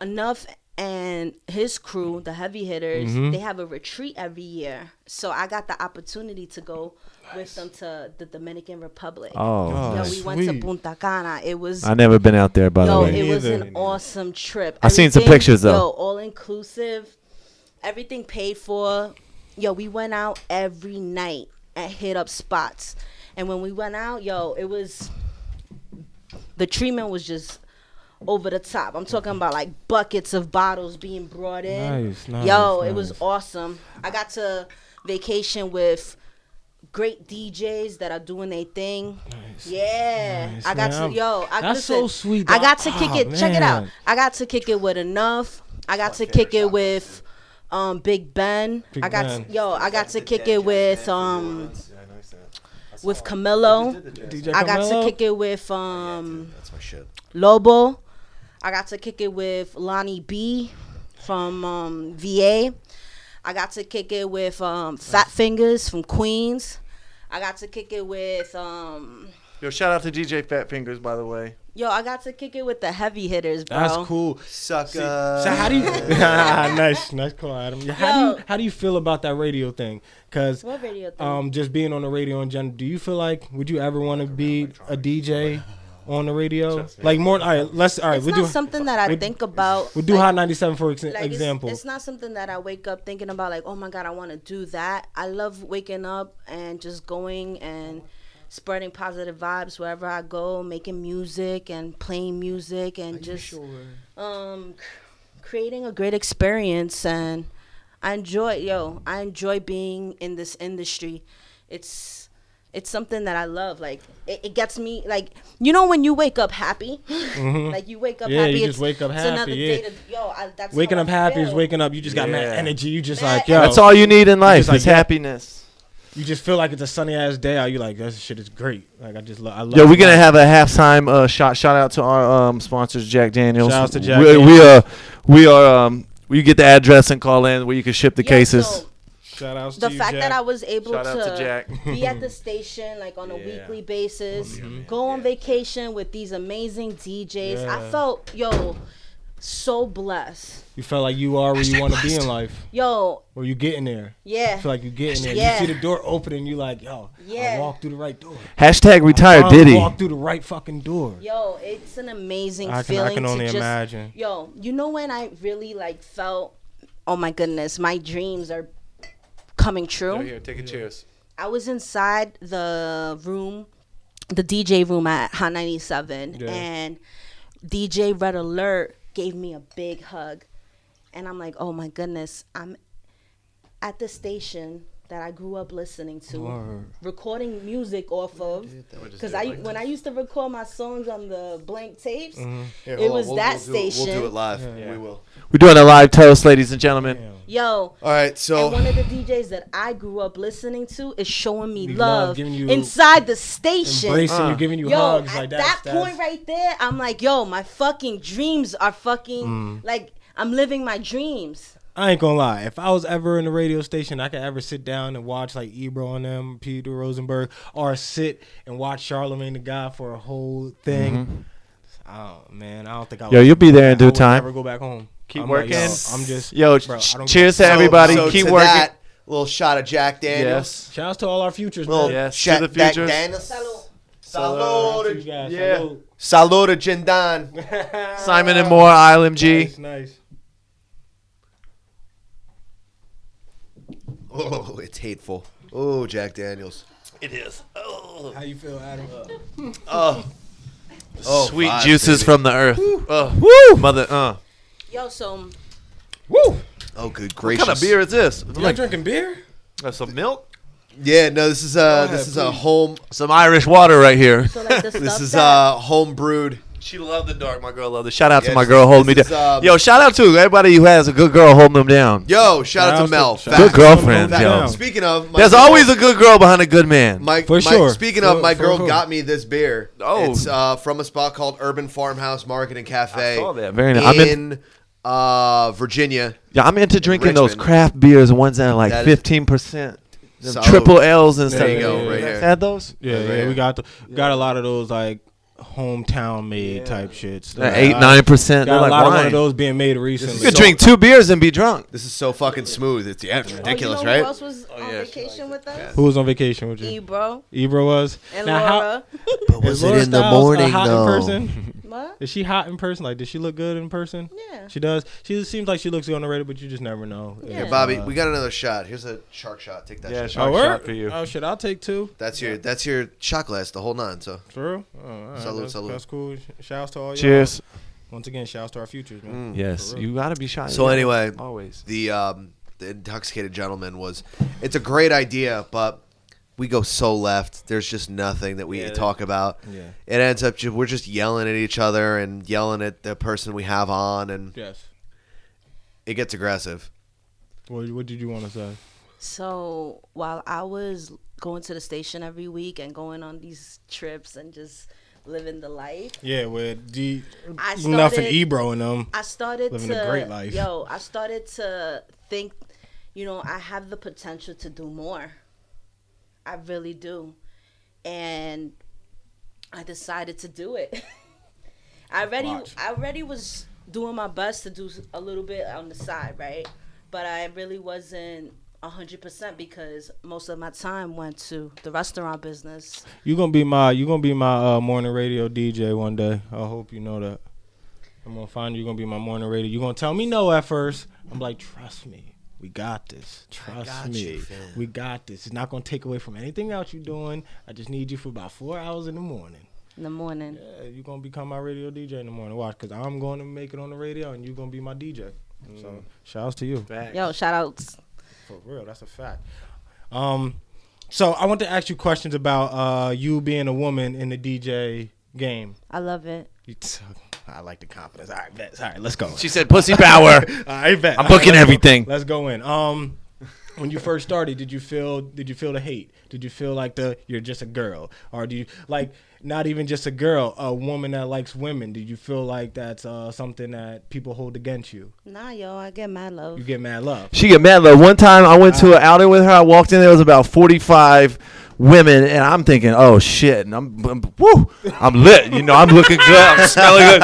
Speaker 5: enough and his crew, the heavy hitters,
Speaker 4: Mm-hmm.
Speaker 5: they have a retreat every year. So I got the opportunity to go with them to the Dominican Republic.
Speaker 4: Oh,
Speaker 5: Yo, we went to
Speaker 2: sweet.
Speaker 5: Punta Cana. It was
Speaker 4: I never been out there by
Speaker 5: yo,
Speaker 4: the way.
Speaker 5: it was
Speaker 2: Neither.
Speaker 5: an awesome trip.
Speaker 4: I seen some
Speaker 5: Everything-
Speaker 4: pictures, though.
Speaker 5: Yo, all inclusive, everything paid for. Yo, we went out every night at hit up spots, and when we went out, yo, it was the treatment was just over the top. I'm talking about like buckets of bottles being brought in.
Speaker 2: Nice, nice,
Speaker 5: yo, it was
Speaker 2: nice.
Speaker 5: awesome. I got to vacation with great DJs that are doing their thing. Yeah,
Speaker 2: Nice,
Speaker 5: I got
Speaker 2: man.
Speaker 5: to yo. I,
Speaker 2: That's so
Speaker 5: listen,
Speaker 2: sweet,
Speaker 5: I
Speaker 2: dog.
Speaker 5: got to kick
Speaker 2: Aw,
Speaker 5: it. Check it out.
Speaker 2: man.
Speaker 5: I got to kick it with enough. I got to kick it with um Big Ben.
Speaker 2: Big
Speaker 5: I got to-
Speaker 2: Ben.
Speaker 5: yo. I got to kick it with um with Camilo.
Speaker 2: DJ
Speaker 5: I got to
Speaker 2: Carmelo?
Speaker 5: kick it with um
Speaker 3: That's my shit.
Speaker 5: Lobo. I got to kick it with Lonnie B from um, VA. I got to kick it with um, Fat Fingers from Queens. I got to kick it with um,
Speaker 7: Yo, shout out to DJ Fat Fingers, by the way.
Speaker 5: yo. I got to kick it with the heavy hitters, bro.
Speaker 2: That's cool.
Speaker 3: Sucker.
Speaker 2: So how do you? nice, nice call, Adam. How do
Speaker 5: Yo.
Speaker 2: you how do you feel about that radio thing? Because
Speaker 5: What radio thing?
Speaker 2: um, just being on the radio in general, do you feel like would you ever want to be a DJ on the radio? Like more, all right, let's all right.
Speaker 5: it's
Speaker 2: we
Speaker 5: not
Speaker 2: do
Speaker 5: something that I
Speaker 2: we-
Speaker 5: think about.
Speaker 2: we do
Speaker 5: like-
Speaker 2: high ninety seven for ex-
Speaker 5: like, it's-
Speaker 2: example.
Speaker 5: It's, not something that I wake up thinking about. Like, oh my god, I want to do that. I love waking up and just going and spreading positive vibes wherever I go, making music and playing music and just um c- creating a great experience and I enjoy yo, I enjoy being in this industry. It's it's something that I love. Like it, it gets me like you know when you wake up happy, like you wake up
Speaker 2: Mm-hmm. Yeah,
Speaker 5: happy.
Speaker 2: you just
Speaker 5: it's-
Speaker 2: wake up
Speaker 5: it's
Speaker 2: happy,
Speaker 5: Another
Speaker 2: yeah.
Speaker 5: day to, yo, I, that's
Speaker 2: waking
Speaker 5: how
Speaker 2: up
Speaker 5: I
Speaker 2: happy is
Speaker 5: feel.
Speaker 2: waking up. You just got mad
Speaker 7: Yeah.
Speaker 2: energy. You just
Speaker 5: Mad
Speaker 2: like yo.
Speaker 4: That's all you need in life
Speaker 2: It's like,
Speaker 4: is
Speaker 2: yeah.
Speaker 4: happiness.
Speaker 2: You just feel like it's a sunny ass day out. You like this shit is great. Like I just love. I love
Speaker 4: Yo, we're gonna
Speaker 2: life.
Speaker 4: have a halftime uh, shot. Shout out to our um, sponsors, Jack Daniels.
Speaker 2: Shout out to Jack
Speaker 4: we, we uh, are, we are. Um, you get the address and call in where you can ship the
Speaker 5: Yo,
Speaker 4: cases.
Speaker 5: so
Speaker 2: shout outs
Speaker 5: the
Speaker 2: to
Speaker 5: fact
Speaker 2: you,
Speaker 5: that
Speaker 2: Jack.
Speaker 5: I was able
Speaker 7: Shout out to Jack.
Speaker 5: be at the station like on a
Speaker 7: Yeah.
Speaker 5: weekly basis, go on vacation with these amazing DJs. I
Speaker 2: Yeah.
Speaker 5: felt yo so blessed.
Speaker 2: you felt like you are where you want to be in life,
Speaker 5: Yo,
Speaker 2: or you getting there.
Speaker 5: yeah.
Speaker 2: feel like you getting there.
Speaker 5: Yeah.
Speaker 2: You see the door open and you like, yo,
Speaker 5: Yeah.
Speaker 2: I walked through the right door.
Speaker 4: Hashtag retired
Speaker 2: I
Speaker 4: Diddy.
Speaker 2: walked through the right fucking door.
Speaker 5: Yo, it's an amazing
Speaker 2: I can- I
Speaker 5: feeling
Speaker 2: can only
Speaker 5: to just,
Speaker 2: imagine.
Speaker 5: Yo, you know when I really like felt, oh my goodness, my dreams are coming true.
Speaker 7: Yo, here, take a cheers.
Speaker 5: I was inside the room, the DJ room at Hot 97,
Speaker 2: Yeah.
Speaker 5: and DJ Red Alert gave me a big hug. And I'm like, oh my goodness, I'm at the station that I grew up listening to, recording music off of. Because I, when I used to record my songs on the blank tapes,
Speaker 3: Here,
Speaker 2: Mm-hmm.
Speaker 5: it
Speaker 3: hold on,
Speaker 5: was
Speaker 3: Oh, we'll-
Speaker 5: that
Speaker 3: we'll do it-
Speaker 5: station.
Speaker 3: We'll do it live. We will.
Speaker 4: We're doing a live toast, ladies and gentlemen.
Speaker 2: Damn.
Speaker 5: Yo,
Speaker 3: All right, so
Speaker 5: and one of the DJs that I grew up listening to is showing me
Speaker 2: Love,
Speaker 5: love,
Speaker 2: giving you-
Speaker 5: inside the station.
Speaker 2: Embracing you, giving you
Speaker 5: Yo,
Speaker 2: hugs
Speaker 5: at
Speaker 2: like
Speaker 5: that
Speaker 2: that's, that's-
Speaker 5: point right there, I'm like, yo, my fucking dreams are fucking
Speaker 3: Mm.
Speaker 5: like I'm living my dreams.
Speaker 2: I ain't gonna lie. If I was ever in a radio station, I could ever sit down and watch like Ebro and them, Peter Rosenberg, or sit and watch Charlemagne the God for a whole thing. I don't, man. I don't think I.
Speaker 4: Mm-hmm. Yo,
Speaker 2: would-
Speaker 4: you'll be there in
Speaker 2: I
Speaker 4: due
Speaker 2: would
Speaker 4: time.
Speaker 2: Never go back home.
Speaker 4: Keep
Speaker 2: I'm
Speaker 4: working.
Speaker 2: Like, yo, I'm just
Speaker 4: Yo,
Speaker 2: bro, I
Speaker 4: ch-
Speaker 2: don't
Speaker 4: cheers
Speaker 2: give a
Speaker 4: to
Speaker 2: fuck.
Speaker 4: everybody.
Speaker 3: so
Speaker 4: Keep
Speaker 3: to
Speaker 4: working.
Speaker 3: That, little shot of Jack Daniels.
Speaker 4: Yes.
Speaker 2: Shouts to all our futures,
Speaker 3: Little
Speaker 2: man.
Speaker 4: Yes, to
Speaker 3: Jack
Speaker 4: the
Speaker 3: Jack
Speaker 4: futures.
Speaker 3: Daniels.
Speaker 2: Shout out to you
Speaker 3: Salud.
Speaker 2: guys.
Speaker 4: yeah.
Speaker 2: Salute.
Speaker 3: Salud, Jindan.
Speaker 4: Simon and Moore, ILMG.
Speaker 2: Nice, nice.
Speaker 3: Oh, it's hateful. Oh, Jack Daniels.
Speaker 4: It is. Oh,
Speaker 2: How you feel, Adam?
Speaker 3: Oh,
Speaker 4: Sweet
Speaker 3: vibes,
Speaker 4: juices
Speaker 3: baby.
Speaker 4: from the earth. Ugh. Mother, uh.
Speaker 5: Yo, so
Speaker 3: Oh, good
Speaker 4: What
Speaker 3: gracious.
Speaker 4: kind of beer is this?
Speaker 2: You
Speaker 4: Like,
Speaker 2: drinking beer?
Speaker 4: uh, some milk?
Speaker 3: Yeah, no, this is uh, this is a home.
Speaker 4: Some Irish water right here.
Speaker 5: so like the
Speaker 3: This
Speaker 5: stuff
Speaker 3: is
Speaker 5: that
Speaker 3: uh, home brewed.
Speaker 4: She loved the dark. My girl loved it. Shout out
Speaker 3: Yeah,
Speaker 4: to my
Speaker 3: this-
Speaker 4: girl holding me
Speaker 3: this
Speaker 4: down.
Speaker 3: is, um,
Speaker 4: Yo, shout out to everybody who has a good girl holding them down.
Speaker 3: Yo, shout out to Mel.
Speaker 2: Shout
Speaker 3: Facts.
Speaker 4: Good girlfriend,
Speaker 3: Facts.
Speaker 4: yo.
Speaker 3: Speaking of, my
Speaker 4: There's
Speaker 3: girl-
Speaker 4: always a good girl behind a good man.
Speaker 3: My,
Speaker 2: For
Speaker 3: my-
Speaker 2: sure.
Speaker 3: Speaking
Speaker 2: For-
Speaker 3: of, my
Speaker 2: for
Speaker 3: girl
Speaker 2: sure.
Speaker 3: got me this beer.
Speaker 4: Oh.
Speaker 3: it's uh, from a spot called Urban Farmhouse Market and Cafe.
Speaker 4: I saw that. Very nice. I'm in-
Speaker 3: in uh, Virginia.
Speaker 4: yeah, I'm into drinking those
Speaker 3: Richmond.
Speaker 4: craft beers, the ones that are like
Speaker 3: That is-
Speaker 4: 15%. them
Speaker 3: Solid.
Speaker 4: Triple L's and stuff.
Speaker 3: There you go,
Speaker 2: Yeah,
Speaker 3: right
Speaker 2: yeah,
Speaker 3: here.
Speaker 4: Had those?
Speaker 2: Yeah,
Speaker 3: Right
Speaker 2: yeah,
Speaker 3: here.
Speaker 2: we got the, got a lot of those like hometown made type shits.
Speaker 4: That
Speaker 2: Like,
Speaker 4: eight,
Speaker 2: I-
Speaker 4: nine percent. They're
Speaker 2: Got a
Speaker 4: like
Speaker 2: lot of one
Speaker 4: wine.
Speaker 2: of those being made
Speaker 4: you
Speaker 2: recently.
Speaker 4: could
Speaker 3: So-
Speaker 4: drink two beers and be drunk.
Speaker 3: This is so fucking smooth. It's yeah, it's
Speaker 5: Oh,
Speaker 3: ridiculous,
Speaker 5: you know who
Speaker 3: right?
Speaker 5: else was on vacation with us?
Speaker 2: Who was on vacation with you?
Speaker 5: Ebro
Speaker 2: Ebro was.
Speaker 5: E- and
Speaker 2: Now, how-
Speaker 5: Laura.
Speaker 3: But
Speaker 2: is Laura Stiles a hot in person?
Speaker 5: what?
Speaker 2: Is she hot in person? Like, does she look good in person?
Speaker 5: Yeah.
Speaker 2: She does. She just seems like she looks good on the radio, but you just never know. Uh,
Speaker 5: Yeah.
Speaker 3: Bobby, we got another shot. Here's a shark shot. Take that.
Speaker 7: Yeah,
Speaker 3: shot.
Speaker 7: shark
Speaker 2: oh,
Speaker 7: shot
Speaker 2: word?
Speaker 7: for you.
Speaker 2: Oh shit, I'll take two.
Speaker 3: That's your that's your shot glass. The whole nine. So
Speaker 2: For real? Oh, all right.
Speaker 3: Salud,
Speaker 2: that's,
Speaker 3: salud.
Speaker 2: That's cool. Sh- Shouts to all y'all.
Speaker 4: Cheers.
Speaker 2: Once again, shouts to our futures, man.
Speaker 4: Yes, you gotta be shy.
Speaker 3: So anyway,
Speaker 4: always.
Speaker 3: the um, the intoxicated gentleman was. It's a great idea, but we go so left. There's just nothing that we talk about.
Speaker 2: Yeah.
Speaker 3: It ends up ju- we're just yelling at each other and yelling at the person we have on, and
Speaker 2: Yes.
Speaker 3: it gets aggressive.
Speaker 2: What, what did you want to say?
Speaker 5: So while I was going to the station every week and going on these trips and just living the life,
Speaker 2: Yeah, with D.
Speaker 5: I started,
Speaker 2: Nothing
Speaker 3: E,
Speaker 2: Ebro in them.
Speaker 5: I started
Speaker 2: Living
Speaker 5: to
Speaker 2: a great life.
Speaker 5: Yo, I started to think, you know, I have the potential to do more. I really do. And I decided to do it. I already
Speaker 2: Watch.
Speaker 5: I already was doing my best to do s- a little bit on the side, right? But I really wasn't 100% because most of my time went to the restaurant business.
Speaker 2: You gonna be my you gonna be my uh, morning radio DJ one day. I hope you know that. I'm gonna find you. You're gonna be my morning radio. You're gonna tell me no at first. I'm like, trust me, we got this. Trust me, we got this. It's not gonna take away from anything else you're doing. I just need you for about four hours in the morning.
Speaker 5: In the morning,
Speaker 2: Yeah, you're gonna become my radio DJ in the morning. Watch, cause I'm gonna make it on the radio, and you're gonna be my DJ. So, shouts to you.
Speaker 5: yo, shout outs.
Speaker 2: For real, that's a fact. Um, so I want to ask you questions about uh, you being a woman in the DJ game.
Speaker 5: I love it.
Speaker 2: You t- I like the confidence. All right, bet. All right, let's go.
Speaker 4: She said pussy power.
Speaker 2: All right, bet.
Speaker 4: I'm booking
Speaker 2: Let's go.
Speaker 4: everything.
Speaker 2: Let's go in. Um, when you first started, did you feel did you feel the hate? Did you feel like the you're just a girl, or do you like not even just a girl, a woman that likes women? Did you feel like that's uh, something that people hold against you?
Speaker 5: Nah, yo, I get mad love.
Speaker 2: You get mad love.
Speaker 4: She get mad though. One time I went to an outing with her. I walked in. There was about forty five women, and I'm thinking, oh shit, and I'm, I'm woo, I'm lit. You know, I'm looking good. I'm smelling good.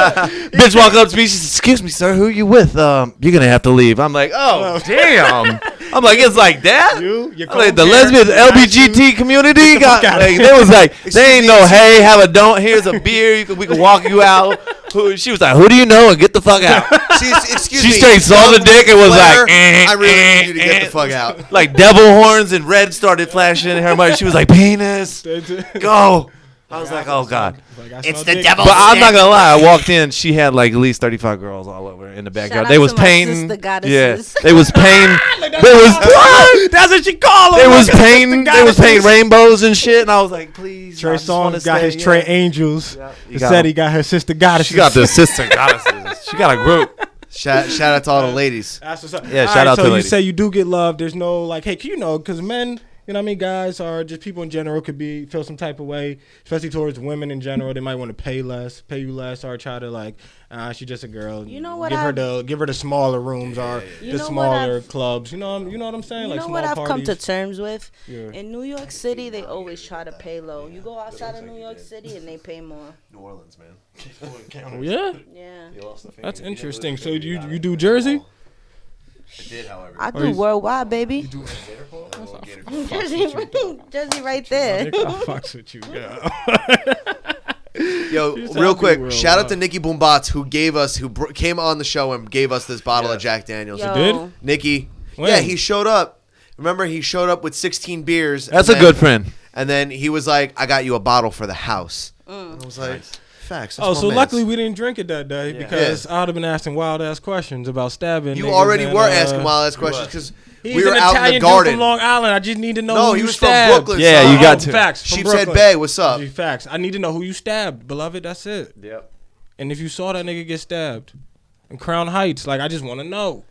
Speaker 4: Bitch walk up to me. She says, "Excuse me, sir, who you with? Um, you're gonna have to leave." I'm like, oh damn. I'm like, it's like that.
Speaker 2: You, your
Speaker 4: I'm like the
Speaker 2: cold
Speaker 4: lesbian
Speaker 2: hair,
Speaker 4: LGBT community got
Speaker 2: outta
Speaker 4: like,
Speaker 2: here.
Speaker 4: they was like
Speaker 3: Excuse
Speaker 4: they ain't
Speaker 3: me,
Speaker 4: no
Speaker 3: excuse
Speaker 4: hey have a don't here's a beer you can, we can walk you out. Who, she was like, who do you know and get the fuck out.
Speaker 3: She, excuse
Speaker 4: She
Speaker 3: me.
Speaker 4: straight saw the
Speaker 3: Young
Speaker 4: dick and was
Speaker 3: Blair,
Speaker 4: like, eh,
Speaker 3: I really
Speaker 4: eh,
Speaker 3: need you to get
Speaker 4: eh.
Speaker 3: the fuck out.
Speaker 4: like devil horns and red started flashing in her mind. She was like, penis, go. I was like, oh god.
Speaker 2: it's the devil.
Speaker 4: But I'm not gonna lie. I walked in. She had like at least 35 girls all over in the backyard.
Speaker 5: out
Speaker 4: they
Speaker 5: to
Speaker 4: was
Speaker 5: my
Speaker 4: painting.
Speaker 5: sister
Speaker 4: yeah,
Speaker 5: goddesses.
Speaker 4: they was painting. they was what?
Speaker 2: That's what you call him.
Speaker 4: They was
Speaker 2: Look at
Speaker 4: painting.
Speaker 2: the
Speaker 4: They was painting
Speaker 2: goddesses.
Speaker 4: rainbows and shit. And I was like, please. I
Speaker 2: Trey
Speaker 4: just wanna
Speaker 2: Songz got
Speaker 4: stay,
Speaker 2: his
Speaker 4: yeah.
Speaker 2: Trey Angels.
Speaker 4: Yeah,
Speaker 2: He
Speaker 4: you got
Speaker 2: said
Speaker 4: him.
Speaker 2: he got her sister goddess.
Speaker 4: She got the assistant goddesses. She got a group.
Speaker 3: Shout, shout out to all the ladies.
Speaker 2: That's what's up.
Speaker 4: Yeah,
Speaker 2: All
Speaker 4: shout out
Speaker 2: so
Speaker 4: to
Speaker 2: you
Speaker 4: ladies.
Speaker 2: say you do get love. There's no like, hey, can you know, because men, you know, what I mean, guys are just people in general could be feel some type of way, especially towards women in general. They might want to pay less, pay you less, or try to like, ah, she's just a girl.
Speaker 5: You know what
Speaker 2: Give her
Speaker 5: I've-
Speaker 2: the give her the smaller rooms or
Speaker 5: You
Speaker 2: the
Speaker 5: know what
Speaker 2: smaller
Speaker 5: I've-
Speaker 2: clubs. You know, I'm- you know what I'm saying?
Speaker 5: You
Speaker 2: like
Speaker 5: know
Speaker 2: small
Speaker 5: what I've come
Speaker 2: parties.
Speaker 5: to terms with?
Speaker 2: Yeah.
Speaker 5: In New York City, they always try to pay low. You go outside of New York City and they pay more.
Speaker 7: New Orleans, man.
Speaker 2: Oh, yeah,
Speaker 5: Yeah.
Speaker 2: that's interesting. So you you do Jersey?
Speaker 7: I did, however.
Speaker 5: I
Speaker 2: Or
Speaker 5: do
Speaker 2: Oh, you-
Speaker 5: worldwide, baby.
Speaker 7: Gator-
Speaker 5: Jersey, Jersey right there.
Speaker 2: I fucks with you. Yeah.
Speaker 3: Yo,
Speaker 2: She's
Speaker 3: real
Speaker 2: happy
Speaker 3: quick,
Speaker 2: world,
Speaker 3: shout out
Speaker 2: huh?
Speaker 3: to Nikki Boombats who gave us, who br- came on the show and gave us this bottle of Jack Daniels.
Speaker 5: Yo,
Speaker 2: did?
Speaker 3: Nikki,
Speaker 2: When?
Speaker 3: yeah, he showed up. Remember, he showed up with 16 beers.
Speaker 4: That's a
Speaker 3: and
Speaker 4: good
Speaker 3: then-
Speaker 4: friend.
Speaker 3: And then he was like, "I got you a bottle for the house." And I was like, "Facts." that's
Speaker 2: Oh,
Speaker 3: my
Speaker 2: so
Speaker 3: mans."
Speaker 2: luckily we didn't drink it that day because I'd have been asking wild ass questions about stabbing.
Speaker 3: you
Speaker 2: niggas
Speaker 3: already
Speaker 2: and,
Speaker 3: were
Speaker 2: uh,
Speaker 3: asking wild ass questions because
Speaker 2: He's
Speaker 3: we were
Speaker 2: an
Speaker 3: out
Speaker 2: Italian
Speaker 3: in the
Speaker 2: dude
Speaker 3: garden.
Speaker 2: from Long Island. I just need to know.
Speaker 3: No,
Speaker 2: who
Speaker 3: he
Speaker 2: you
Speaker 3: was from
Speaker 2: stabbed.
Speaker 3: Brooklyn,
Speaker 4: Yeah, son. you got to.
Speaker 2: Facts. from
Speaker 3: Sheepshead
Speaker 2: Brooklyn.
Speaker 3: Bay, what's up?
Speaker 2: Facts. I need to know who you stabbed, beloved. That's it.
Speaker 7: Yep.
Speaker 2: And if you saw that nigga get stabbed in Crown Heights, like I just want to know.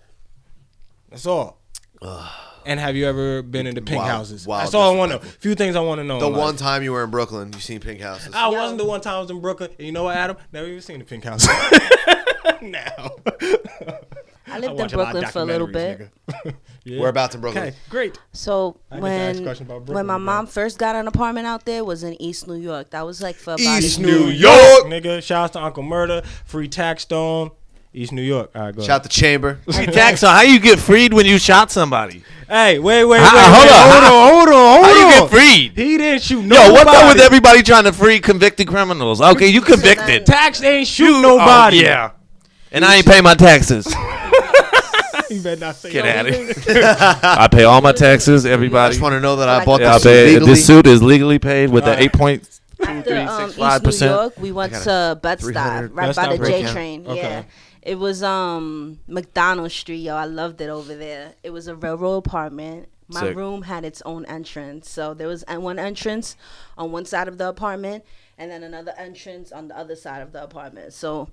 Speaker 2: That's all. and have you ever been in the pink
Speaker 3: Wild-
Speaker 2: houses?
Speaker 3: wild
Speaker 2: That's all I want to know. Few things I want to know.
Speaker 4: Oh,
Speaker 3: the
Speaker 2: in life.
Speaker 3: one time you were in Brooklyn, you seen pink houses.
Speaker 2: I wasn't the one time I was in Brooklyn. And you know what, Adam? Never even seen the pink house. now.
Speaker 5: I lived in Brooklyn for a little bit.
Speaker 3: Whereabouts in Brooklyn?
Speaker 2: Okay, great.
Speaker 5: So
Speaker 2: I get to ask
Speaker 5: when
Speaker 2: question about
Speaker 5: when
Speaker 2: Brooklyn,
Speaker 5: my
Speaker 2: bro.
Speaker 5: mom first got an apartment out there was in East New York. That was like for about
Speaker 3: East
Speaker 5: a
Speaker 3: New
Speaker 5: year.
Speaker 3: York.
Speaker 2: Nigga, shout out to Uncle Murder, Free Tax Stone, East New York. All right, go.
Speaker 3: Shout the chamber.
Speaker 4: Hey, Jackson, how you get freed when you shot somebody?
Speaker 2: Hey, wait, wait, wait.
Speaker 4: Ah, hold
Speaker 2: wait, Hold on, hold
Speaker 4: on.
Speaker 2: on,
Speaker 4: How you
Speaker 2: hold
Speaker 4: get
Speaker 2: on.
Speaker 4: freed?
Speaker 2: He didn't shoot nobody.
Speaker 4: Yo, what's up with everybody trying to free convicted criminals? Okay, you convicted.
Speaker 2: Tax ain't shoot nobody.
Speaker 4: Oh, yeah. And I ain't pay my taxes.
Speaker 2: You better not say
Speaker 4: Get
Speaker 2: that.
Speaker 4: at it. I pay all my taxes,
Speaker 3: I
Speaker 4: everybody.
Speaker 3: just want to know that I
Speaker 5: Like-
Speaker 3: bought
Speaker 4: Yeah, I
Speaker 3: this
Speaker 4: pay-
Speaker 3: legally.
Speaker 4: this suit is legally paid with the
Speaker 2: Alright.
Speaker 4: eight point.
Speaker 5: After um, East
Speaker 4: 365%.
Speaker 5: New York, we went
Speaker 3: I
Speaker 5: to Bed
Speaker 3: 300
Speaker 5: Stuy, right
Speaker 2: Bed-Stuy
Speaker 5: by the J
Speaker 2: breakdown.
Speaker 5: train.
Speaker 2: Okay.
Speaker 5: Yeah, it was um McDonald Street, yo. I loved it over there. It was a railroad apartment. My
Speaker 4: Sick.
Speaker 5: room had its own entrance, so there was en- one entrance on one side of the apartment, and then another entrance on the other side of the apartment. So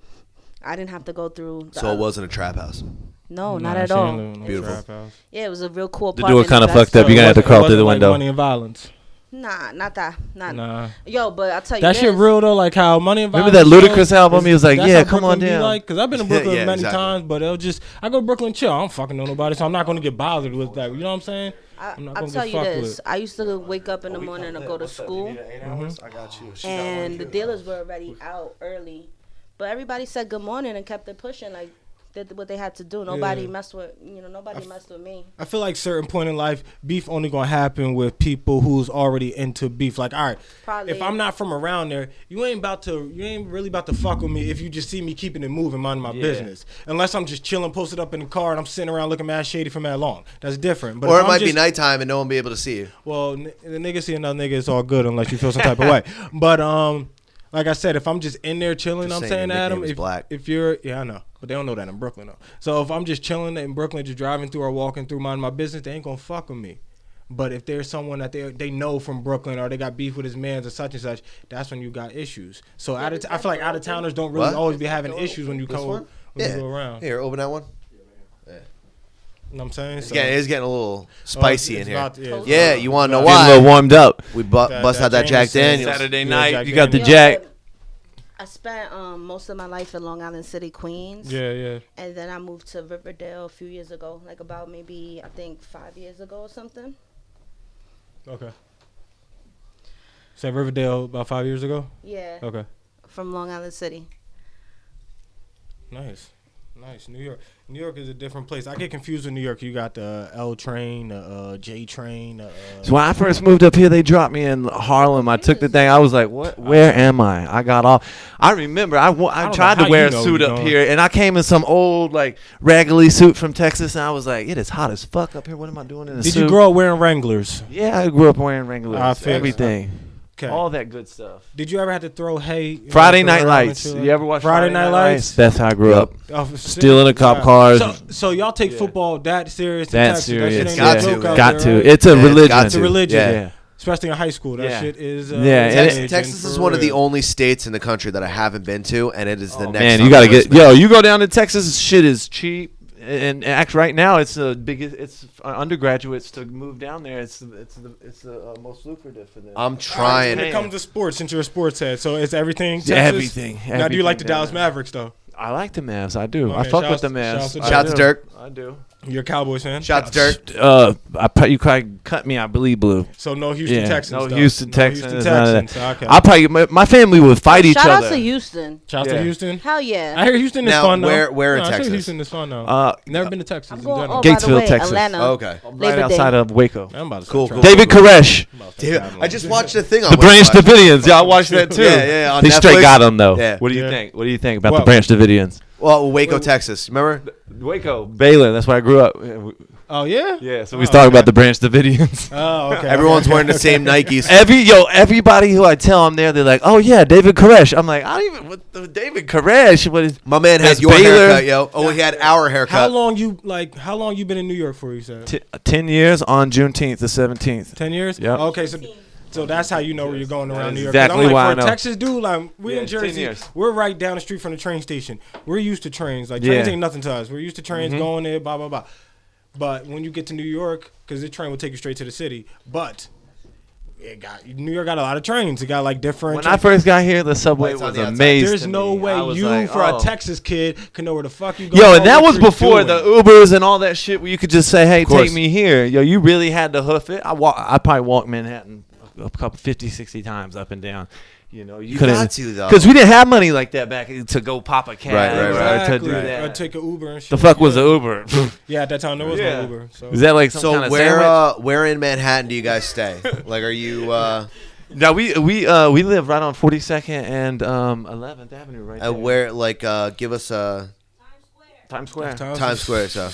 Speaker 5: I didn't have to go through. The
Speaker 3: So it
Speaker 5: oth-
Speaker 3: wasn't a trap house.
Speaker 5: No,
Speaker 2: Nah,
Speaker 5: Oh, not at
Speaker 2: she ain't
Speaker 5: all.
Speaker 2: living in no
Speaker 3: Beautiful.
Speaker 2: trap house.
Speaker 5: Yeah, it was a real cool
Speaker 4: door
Speaker 5: apartment.
Speaker 4: kinda
Speaker 5: in Bed
Speaker 4: fucked up.
Speaker 5: Stuy.
Speaker 4: You gotta have to
Speaker 2: It
Speaker 4: crawl
Speaker 2: wasn't
Speaker 4: through the
Speaker 2: like
Speaker 4: window.
Speaker 2: Money and violence.
Speaker 5: Nah, not that. Not
Speaker 2: Nah.
Speaker 5: Yo, but I will tell you,
Speaker 2: That shit
Speaker 5: this,
Speaker 2: real though, like how Money and
Speaker 4: Remember
Speaker 2: Violence
Speaker 4: that
Speaker 2: show
Speaker 4: Ludacris album?
Speaker 2: is-
Speaker 4: He was like,
Speaker 2: that's
Speaker 4: "Yeah,
Speaker 2: how
Speaker 4: come
Speaker 2: Brooklyn
Speaker 4: on
Speaker 2: be
Speaker 4: down."
Speaker 2: Like, Cause I've been in Brooklyn
Speaker 3: yeah,
Speaker 2: many
Speaker 3: exactly.
Speaker 2: times, but it'll just I go to Brooklyn chill. I don't fucking know nobody, so I'm not gonna get bothered with that. You know what I'm saying?
Speaker 5: I,
Speaker 2: I'm not
Speaker 5: I'll
Speaker 2: gonna
Speaker 5: tell
Speaker 2: get
Speaker 5: you
Speaker 2: fucked
Speaker 5: this.
Speaker 2: with.
Speaker 5: I used to wake up in
Speaker 7: Oh,
Speaker 5: the morning and go to school,
Speaker 2: Mm-hmm.
Speaker 7: I got you. She got one
Speaker 5: and the
Speaker 7: too.
Speaker 5: dealers were already out early. But everybody said good morning and kept it pushing, like did what they had to do. Nobody
Speaker 2: Yeah.
Speaker 5: messed with you know. Nobody messed with me.
Speaker 2: I feel like certain point in life, beef only gonna happen with people who's already into beef. Like, all right,
Speaker 5: Probably.
Speaker 2: if I'm not from around there, you ain't about to, you ain't really about to fuck with me if you just see me keeping it moving, minding my business. Unless I'm just chilling, posted up in the car, and I'm sitting around looking mad shady for mad long. That's different. But
Speaker 3: Or
Speaker 2: if
Speaker 3: it
Speaker 2: I'm
Speaker 3: might be
Speaker 2: just-
Speaker 3: nighttime and no one be able to see you.
Speaker 2: Well, n- the nigga see another nigga, it's all good unless you feel some type of way. But um, like I said, if I'm just in there chilling,
Speaker 3: Just
Speaker 2: I'm saying,
Speaker 3: saying your nickname
Speaker 2: Adam,
Speaker 3: is
Speaker 2: if,
Speaker 3: Black.
Speaker 2: if you're, yeah, I know, but they don't know that in Brooklyn though. So if I'm just chilling in Brooklyn, just driving through or walking through, minding my business, they ain't gonna fuck with me. But if there's someone that they they know from Brooklyn or they got beef with his mans or such and such, that's when you got issues. So out of t- I feel like out of towners don't really
Speaker 3: What?
Speaker 2: always be having issues when you
Speaker 7: This
Speaker 2: come
Speaker 7: one?
Speaker 2: when
Speaker 3: Yeah.
Speaker 2: you go around. You
Speaker 3: Here, open that one.
Speaker 2: know what I'm saying?
Speaker 3: It's
Speaker 2: So-
Speaker 3: getting, it's getting a little
Speaker 2: Oh,
Speaker 3: spicy
Speaker 2: it's
Speaker 3: in here.
Speaker 2: about- yeah, it's
Speaker 3: yeah,
Speaker 2: about-
Speaker 3: you want to know
Speaker 2: Getting
Speaker 4: Get a little
Speaker 3: why?
Speaker 4: warmed up.
Speaker 3: We bu- bust out that Jack
Speaker 2: Jameson.
Speaker 3: Daniels.
Speaker 4: Saturday
Speaker 2: Yeah,
Speaker 4: night,
Speaker 2: Jack
Speaker 4: you got the
Speaker 2: Daniels.
Speaker 4: Jack.
Speaker 5: but I spent um, most of my life in Long Island City, Queens.
Speaker 2: Yeah, yeah.
Speaker 5: And then I moved to Riverdale a few years ago, like about maybe I think five years ago or something.
Speaker 2: Okay. So Riverdale about five years ago.
Speaker 5: Yeah,
Speaker 2: Okay.
Speaker 5: from Long Island City.
Speaker 2: Nice, nice. New York. New York is a different place. I get confused with New York. You got the L train, the uh, J train. the, Uh,
Speaker 4: So when I first moved up here, they dropped me in Harlem. I took the thing. I was like, "What? Where am I?" I got off. I remember I wa- I
Speaker 2: don't know
Speaker 4: tried to
Speaker 2: how
Speaker 4: wear
Speaker 2: you
Speaker 4: a
Speaker 2: know,
Speaker 4: suit
Speaker 2: you
Speaker 4: up
Speaker 2: know.
Speaker 4: here, and I came in some old like raggedy suit from Texas, and I was like, "It is hot as fuck up here. What am I doing in a
Speaker 2: Did
Speaker 4: suit?"
Speaker 2: you grow up wearing Wranglers?
Speaker 4: Yeah, I grew up wearing Wranglers.
Speaker 2: I fixed it.
Speaker 4: everything,
Speaker 2: Okay.
Speaker 4: all that good stuff.
Speaker 2: Did you ever have to throw hay? you know,
Speaker 4: Friday
Speaker 2: like,
Speaker 4: Night
Speaker 2: around
Speaker 4: Lights.
Speaker 2: and shit?
Speaker 4: You ever watch
Speaker 2: Friday, Night, Lights?
Speaker 4: That's how I grew up.
Speaker 2: Oh,
Speaker 4: Stealing a cop
Speaker 2: shit.
Speaker 4: cars.
Speaker 2: So, so y'all take football that serious? in
Speaker 4: That
Speaker 2: Texas.
Speaker 4: serious.
Speaker 2: That shit ain't
Speaker 3: Got
Speaker 2: no
Speaker 3: to,
Speaker 2: joke
Speaker 3: man.
Speaker 2: out
Speaker 4: Got
Speaker 2: there,
Speaker 4: to.
Speaker 2: right?
Speaker 4: It's a
Speaker 3: Yeah, it's
Speaker 4: religion.
Speaker 3: got
Speaker 2: It's a religion.
Speaker 4: Yeah.
Speaker 8: especially in high school. That
Speaker 4: Yeah.
Speaker 8: shit is uh,
Speaker 4: Yeah, and
Speaker 3: Tex-
Speaker 4: it-
Speaker 3: Texas is one of the only states in the country that I haven't been to, and it
Speaker 2: Oh,
Speaker 3: is the next.
Speaker 4: Man,
Speaker 3: on
Speaker 4: you gotta
Speaker 3: the
Speaker 4: get
Speaker 3: list, man.
Speaker 4: yo. You go down to Texas, shit is cheap. And act right now, it's the biggest. It's uh, undergraduates to move down there. It's the, it's the it's the uh, most lucrative for them.
Speaker 3: I'm
Speaker 8: When
Speaker 3: trying.
Speaker 8: it comes to sports, since you're a sports head, so it's everything. Texas?
Speaker 4: everything,
Speaker 8: Now, do you
Speaker 4: everything
Speaker 8: like the
Speaker 4: down
Speaker 8: Dallas
Speaker 4: there.
Speaker 8: Mavericks though?
Speaker 4: I like the Mavs. I do.
Speaker 8: Oh,
Speaker 4: I
Speaker 8: man,
Speaker 4: fuck
Speaker 8: shouts-
Speaker 4: with the Mavs.
Speaker 8: shouts to
Speaker 4: I
Speaker 3: Shout out
Speaker 4: do.
Speaker 3: to Dirk.
Speaker 4: I do.
Speaker 8: You're a Cowboys fan,
Speaker 3: Shout out to Dirk.
Speaker 4: Uh, I pu- you probably cut me. I believe blue.
Speaker 8: so no Houston
Speaker 4: yeah,
Speaker 8: Texans.
Speaker 4: no
Speaker 8: though.
Speaker 4: Houston Texans.
Speaker 8: Houston
Speaker 4: none of that.
Speaker 8: Texans. Okay.
Speaker 4: I probably my, my family would fight each
Speaker 5: Shout out
Speaker 4: other.
Speaker 5: to Houston.
Speaker 8: Shout out
Speaker 4: Yeah.
Speaker 8: to Houston.
Speaker 5: Hell yeah.
Speaker 8: I hear Houston is
Speaker 3: Now,
Speaker 2: fun,
Speaker 8: fun though.
Speaker 3: where- where in
Speaker 8: No, I hear
Speaker 3: Texas?
Speaker 2: Houston is fun though.
Speaker 4: Uh,
Speaker 2: Never been to Texas
Speaker 5: I'm
Speaker 2: in
Speaker 5: going,
Speaker 2: general.
Speaker 5: oh, by the
Speaker 4: Gatesville,
Speaker 5: way,
Speaker 4: Texas.
Speaker 5: Atlanta.
Speaker 3: Okay.
Speaker 4: right
Speaker 5: Labor Day.
Speaker 4: outside of Waco.
Speaker 2: I'm about to
Speaker 3: Cool,
Speaker 2: start
Speaker 3: cool.
Speaker 2: trying-
Speaker 4: David Koresh,
Speaker 2: I'm about to
Speaker 3: Dude,
Speaker 2: start trying
Speaker 3: I
Speaker 2: to-
Speaker 3: just watched a thing on
Speaker 4: the Branch
Speaker 3: Wi-Fi.
Speaker 4: Davidians. Y'all watched that too.
Speaker 3: Yeah, yeah, on
Speaker 4: They straight
Speaker 3: Netflix.
Speaker 4: got him though.
Speaker 3: Yeah.
Speaker 4: What do you
Speaker 8: Yeah.
Speaker 4: think? What do you think about the
Speaker 2: Well-
Speaker 4: Branch Davidians?
Speaker 3: Well, Waco, Texas. Remember?
Speaker 4: Waco, Baylor. That's where I grew up. Yeah, we-
Speaker 2: Oh yeah.
Speaker 4: Yeah, so
Speaker 2: Oh,
Speaker 4: we talk
Speaker 2: okay.
Speaker 4: about the Branch Davidians.
Speaker 2: Oh okay.
Speaker 3: Everyone's wearing the same Nikes.
Speaker 4: Every yo, everybody who I tell I'm there, they're like, "Oh yeah, David Koresh." I'm like, "I don't even what the, David Koresh." What is
Speaker 3: My man had
Speaker 4: It's
Speaker 3: your
Speaker 4: Baylor.
Speaker 3: haircut, yo. Oh, he had our haircut.
Speaker 2: How long you like? How long you been in New York for? You said
Speaker 4: t- ten years on Juneteenth the seventeenth?
Speaker 2: ten years.
Speaker 4: Yep.
Speaker 2: Okay, so so that's how you know where you're going around New York. 'Cause I'm
Speaker 4: exactly
Speaker 2: like,
Speaker 4: why I
Speaker 2: for a
Speaker 4: know.
Speaker 2: Texas dude, like we
Speaker 4: Yeah,
Speaker 2: in
Speaker 4: 10
Speaker 2: Jersey,
Speaker 4: years.
Speaker 2: we're right down the street from the train station. We're used to trains. Like trains
Speaker 4: Yeah. Mm-hmm.
Speaker 2: ain't nothing to us. We're used to trains going there, blah blah blah. But when you get to New York, because the train will take you straight to the city, but it got New York got a lot of trains. It got like different.
Speaker 4: When I first got here, the subway
Speaker 3: Lights on
Speaker 4: was
Speaker 3: the outside.
Speaker 4: amazing.
Speaker 2: there's no way you for
Speaker 3: oh.
Speaker 2: a Texas kid can know where the fuck you go.
Speaker 4: oh. Yo, and that was before the Ubers and all that shit where you could just say, "Hey,
Speaker 3: course.
Speaker 4: take me here." Yo, you really had to hoof it. I walk. I probably walked Manhattan a couple 50, 60 times up and down. You know, you,
Speaker 3: You
Speaker 4: couldn't
Speaker 3: got to, though.
Speaker 4: because we didn't have money like that back to go pop a cab
Speaker 3: Right, right, right.
Speaker 4: or to do that.
Speaker 2: Or take an Uber and shit.
Speaker 4: the fuck was the Uber?
Speaker 2: Yeah, at that time there was
Speaker 4: Yeah.
Speaker 2: no Uber. So
Speaker 4: Is that like some
Speaker 3: So
Speaker 4: kind of
Speaker 3: where
Speaker 4: sandwich?
Speaker 3: uh, where in Manhattan do you guys stay? like, are you uh,
Speaker 4: Now we we uh we live right on 42nd and um 11th Avenue right
Speaker 3: uh,
Speaker 4: there.
Speaker 3: where like uh, give us a
Speaker 4: Times Square.
Speaker 2: Oh.
Speaker 3: Times Square so.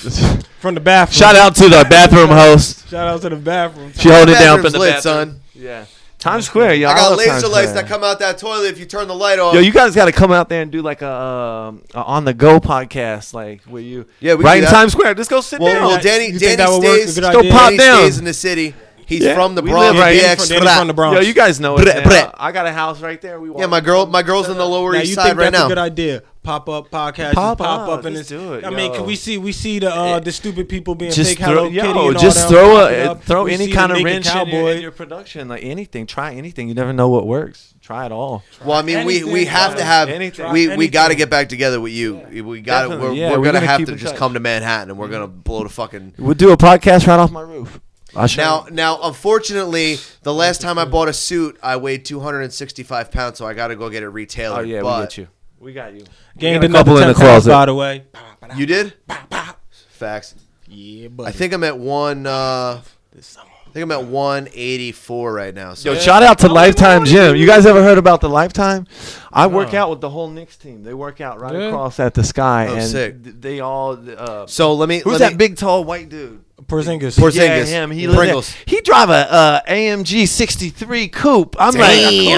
Speaker 2: from the bathroom.
Speaker 4: Shout out to the bathroom host.
Speaker 2: Shout out to the bathroom.
Speaker 4: She held it down
Speaker 3: Bathroom's
Speaker 4: from the
Speaker 3: lit,
Speaker 4: bathroom.
Speaker 3: son.
Speaker 4: Yeah. Times Square, y'all.
Speaker 3: I got
Speaker 4: love
Speaker 3: laser
Speaker 4: Times
Speaker 3: lights
Speaker 4: Square.
Speaker 3: that come out that toilet if you turn the light off.
Speaker 4: Yo, you guys got to come out there and do like a, um, a on the go podcast, like where you
Speaker 3: Yeah, we can
Speaker 4: right
Speaker 3: do
Speaker 4: in
Speaker 3: that.
Speaker 4: Times Square. Just go sit
Speaker 3: well,
Speaker 4: down.
Speaker 3: well, Danny,
Speaker 2: You think
Speaker 3: Danny
Speaker 2: that would work?
Speaker 3: stays.
Speaker 2: A good idea?
Speaker 4: Go pop
Speaker 3: Danny
Speaker 4: down.
Speaker 3: stays in the city. He's
Speaker 4: Yeah,
Speaker 3: from the
Speaker 4: we
Speaker 3: Bronx.
Speaker 4: live right
Speaker 3: BX,
Speaker 4: here.
Speaker 2: Danny from the Bronx.
Speaker 4: Yo, you guys know it.
Speaker 3: Brett,
Speaker 4: man.
Speaker 3: Brett.
Speaker 4: I got a house right there. We
Speaker 3: Yeah,
Speaker 4: walk-
Speaker 3: my girl, my girl's in the Lower
Speaker 2: Now
Speaker 3: East
Speaker 2: you
Speaker 3: Side
Speaker 2: think
Speaker 3: right
Speaker 2: that's a
Speaker 3: now.
Speaker 2: good idea? Pop up podcast, pop,
Speaker 4: Pop
Speaker 2: pop
Speaker 4: up,
Speaker 2: up, and
Speaker 4: let's
Speaker 2: it's.
Speaker 4: do it,
Speaker 2: I mean,
Speaker 4: yo.
Speaker 2: can we see we see the uh, the stupid people being
Speaker 4: just
Speaker 2: fake
Speaker 4: throw,
Speaker 2: Hello
Speaker 4: yo,
Speaker 2: Kitty and all
Speaker 4: just
Speaker 2: that,
Speaker 4: throw
Speaker 2: pop it
Speaker 4: a
Speaker 2: up.
Speaker 4: throw
Speaker 2: We
Speaker 4: any
Speaker 2: see
Speaker 4: kind
Speaker 2: the
Speaker 4: of
Speaker 2: naked
Speaker 4: wrench in your, in your production, like anything. Try anything. You never know what works. Try it all.
Speaker 3: Well, I mean, we, we
Speaker 2: Anything,
Speaker 3: have to
Speaker 4: bro.
Speaker 3: have
Speaker 4: Anything.
Speaker 3: we we
Speaker 2: Anything.
Speaker 3: got to get back together with you. We got to
Speaker 4: Definitely,
Speaker 3: we're,
Speaker 4: yeah,
Speaker 3: we're,
Speaker 4: we're
Speaker 3: gonna,
Speaker 4: gonna
Speaker 3: have
Speaker 4: keep
Speaker 3: to
Speaker 4: in
Speaker 3: just
Speaker 4: touch.
Speaker 3: come to Manhattan and we're gonna blow the fucking.
Speaker 4: We'll do a podcast right off my roof. I
Speaker 3: Now, now, unfortunately, the last time I bought a suit, I weighed 265 pounds, so I got to go get it retailed.
Speaker 4: oh yeah,
Speaker 3: but
Speaker 4: we get you. We got you.
Speaker 2: Gained
Speaker 4: We got a couple
Speaker 2: another
Speaker 4: in the
Speaker 2: ten pounds,
Speaker 4: closet.
Speaker 2: by the way.
Speaker 3: You did? Facts.
Speaker 2: Yeah,
Speaker 3: I
Speaker 2: but
Speaker 3: think I'm at one. Uh, I think I'm at 184 right now. So
Speaker 4: Yo, shout out to Lifetime Gym. You guys ever heard about the Lifetime? I work out with the whole Knicks team. They work out right
Speaker 2: Yeah.
Speaker 4: across at the sky,
Speaker 3: Oh,
Speaker 4: and
Speaker 3: sick.
Speaker 4: th- they all. Uh,
Speaker 3: So let me.
Speaker 4: who's
Speaker 3: let
Speaker 4: that
Speaker 3: me-
Speaker 4: big tall white dude?
Speaker 2: Porzingis.
Speaker 3: Porz-
Speaker 4: Yeah,
Speaker 3: Porzingis.
Speaker 4: him. He
Speaker 3: Pringles.
Speaker 4: Pringles. He drive a uh, AMG '63 coupe. I'm
Speaker 3: Damn,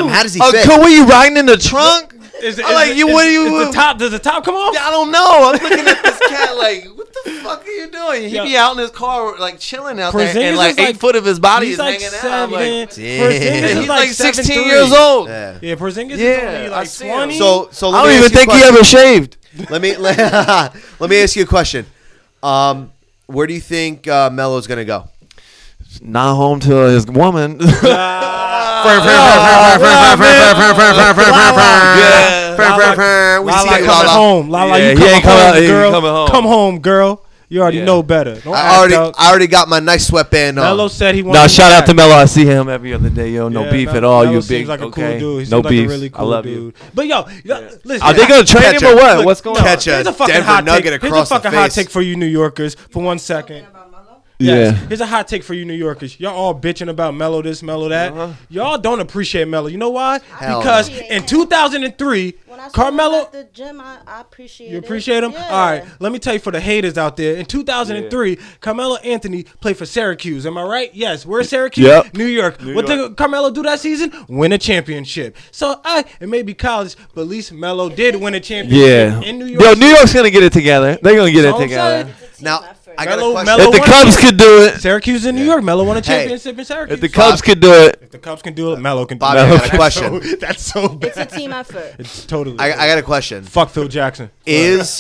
Speaker 4: like,
Speaker 3: how does he
Speaker 4: a
Speaker 3: fit?
Speaker 4: coupe? Were you riding in the trunk?
Speaker 2: Is,
Speaker 4: I like you. What are you?
Speaker 2: Is the top? Does the top come off?
Speaker 4: I don't know. I'm looking at this cat like, what the fuck are you doing? He
Speaker 2: Yo.
Speaker 4: be out in his car like chilling out
Speaker 2: Porzingis
Speaker 4: there, and like
Speaker 2: is
Speaker 4: eight
Speaker 2: like-
Speaker 4: foot of his body
Speaker 2: He's
Speaker 4: is
Speaker 2: like
Speaker 4: hanging out. I'm
Speaker 2: seven.
Speaker 4: like,
Speaker 3: Damn.
Speaker 2: Porzingis
Speaker 4: he's
Speaker 2: is
Speaker 3: He's
Speaker 4: like, 16
Speaker 2: seven, three.
Speaker 4: years old.
Speaker 3: Yeah.
Speaker 2: Yeah, Porzingis
Speaker 4: Yeah,
Speaker 2: is only
Speaker 4: I
Speaker 2: like
Speaker 4: see him.
Speaker 2: twenty.
Speaker 3: So so let
Speaker 4: I don't
Speaker 3: me
Speaker 4: even
Speaker 3: ask you a
Speaker 4: think he
Speaker 3: question.
Speaker 4: ever shaved.
Speaker 3: Let me let, let me ask you a question. Um, where do you think uh, Melo's gonna go?
Speaker 4: Not home to his woman.
Speaker 3: We
Speaker 4: Lala
Speaker 3: see
Speaker 4: coming
Speaker 2: coming
Speaker 3: Lala.
Speaker 2: home, Lala.
Speaker 4: Yeah,
Speaker 2: you
Speaker 4: he
Speaker 2: come
Speaker 4: ain't
Speaker 2: home,
Speaker 4: coming out- he ain't
Speaker 2: girl.
Speaker 4: coming home.
Speaker 2: Come home, girl. You already
Speaker 4: Yeah.
Speaker 2: know better. Don't
Speaker 3: I
Speaker 2: act
Speaker 3: already
Speaker 2: out.
Speaker 3: I already got my nice sweatband on.
Speaker 2: Mello said he wanted.
Speaker 4: No,
Speaker 2: to
Speaker 4: shout out
Speaker 2: back.
Speaker 4: to Mello. I see him every other day. Yo, no
Speaker 2: Yeah,
Speaker 4: beef
Speaker 2: Mel-
Speaker 4: at all.
Speaker 2: Mello
Speaker 4: you
Speaker 2: seems
Speaker 4: big,
Speaker 2: like a
Speaker 4: okay?
Speaker 2: cool dude. He
Speaker 4: no
Speaker 2: seems
Speaker 4: beef.
Speaker 2: Like a really cool
Speaker 4: I love
Speaker 2: dude.
Speaker 4: you.
Speaker 2: But yo, yo, listen.
Speaker 4: Are they gonna train
Speaker 3: Catch
Speaker 4: him
Speaker 3: a-
Speaker 4: or what?
Speaker 3: look,
Speaker 4: What's going
Speaker 3: catch
Speaker 4: on?
Speaker 3: a-
Speaker 2: Here's a fucking
Speaker 3: Denver
Speaker 2: hot take.
Speaker 3: nugget
Speaker 2: Here's
Speaker 3: across
Speaker 2: a
Speaker 3: the
Speaker 2: fucking hot
Speaker 3: face.
Speaker 2: take for you New Yorkers for one second.
Speaker 4: Yeah.
Speaker 2: Yes. Here's a hot take for you New Yorkers. Y'all all bitching about Mello this, Mello that.
Speaker 4: Uh-huh.
Speaker 2: Y'all don't appreciate Mello. You know why?
Speaker 3: Hell
Speaker 2: because
Speaker 5: no.
Speaker 2: in 2003,
Speaker 5: When I saw him
Speaker 2: Carmelo
Speaker 5: at the gym, I, I appreciate
Speaker 2: You appreciate him?
Speaker 5: It. Yeah.
Speaker 2: All right. Let me tell you for the haters out there. In 2003, Carmelo Anthony played for Syracuse. Am I right? Yes. Where's Syracuse?
Speaker 4: Yep.
Speaker 2: New York. what did Carmelo do that season? Win a championship. So, I it may be college, but at least Melo did win a championship
Speaker 4: Yeah.
Speaker 2: in New York.
Speaker 4: Yo, New York's gonna get it together. They're gonna get
Speaker 2: You know
Speaker 4: it
Speaker 2: what I'm
Speaker 4: together.
Speaker 2: saying?
Speaker 3: now
Speaker 5: effort.
Speaker 3: I got
Speaker 2: Melo-
Speaker 3: a question.
Speaker 2: Melo-
Speaker 4: If the Cubs could do it,
Speaker 2: Syracuse in New York. Melo won a
Speaker 3: Hey,
Speaker 2: championship in Syracuse.
Speaker 4: if the Cubs could do it,
Speaker 2: If the Cubs can do it, Melo can
Speaker 3: Bobby,
Speaker 2: do it.
Speaker 3: I got a
Speaker 2: That's
Speaker 3: question.
Speaker 2: so- that's so
Speaker 5: It's a
Speaker 2: bad.
Speaker 5: team effort.
Speaker 2: It's totally.
Speaker 3: I, I got a question.
Speaker 2: fuck Phil Jackson.
Speaker 3: Is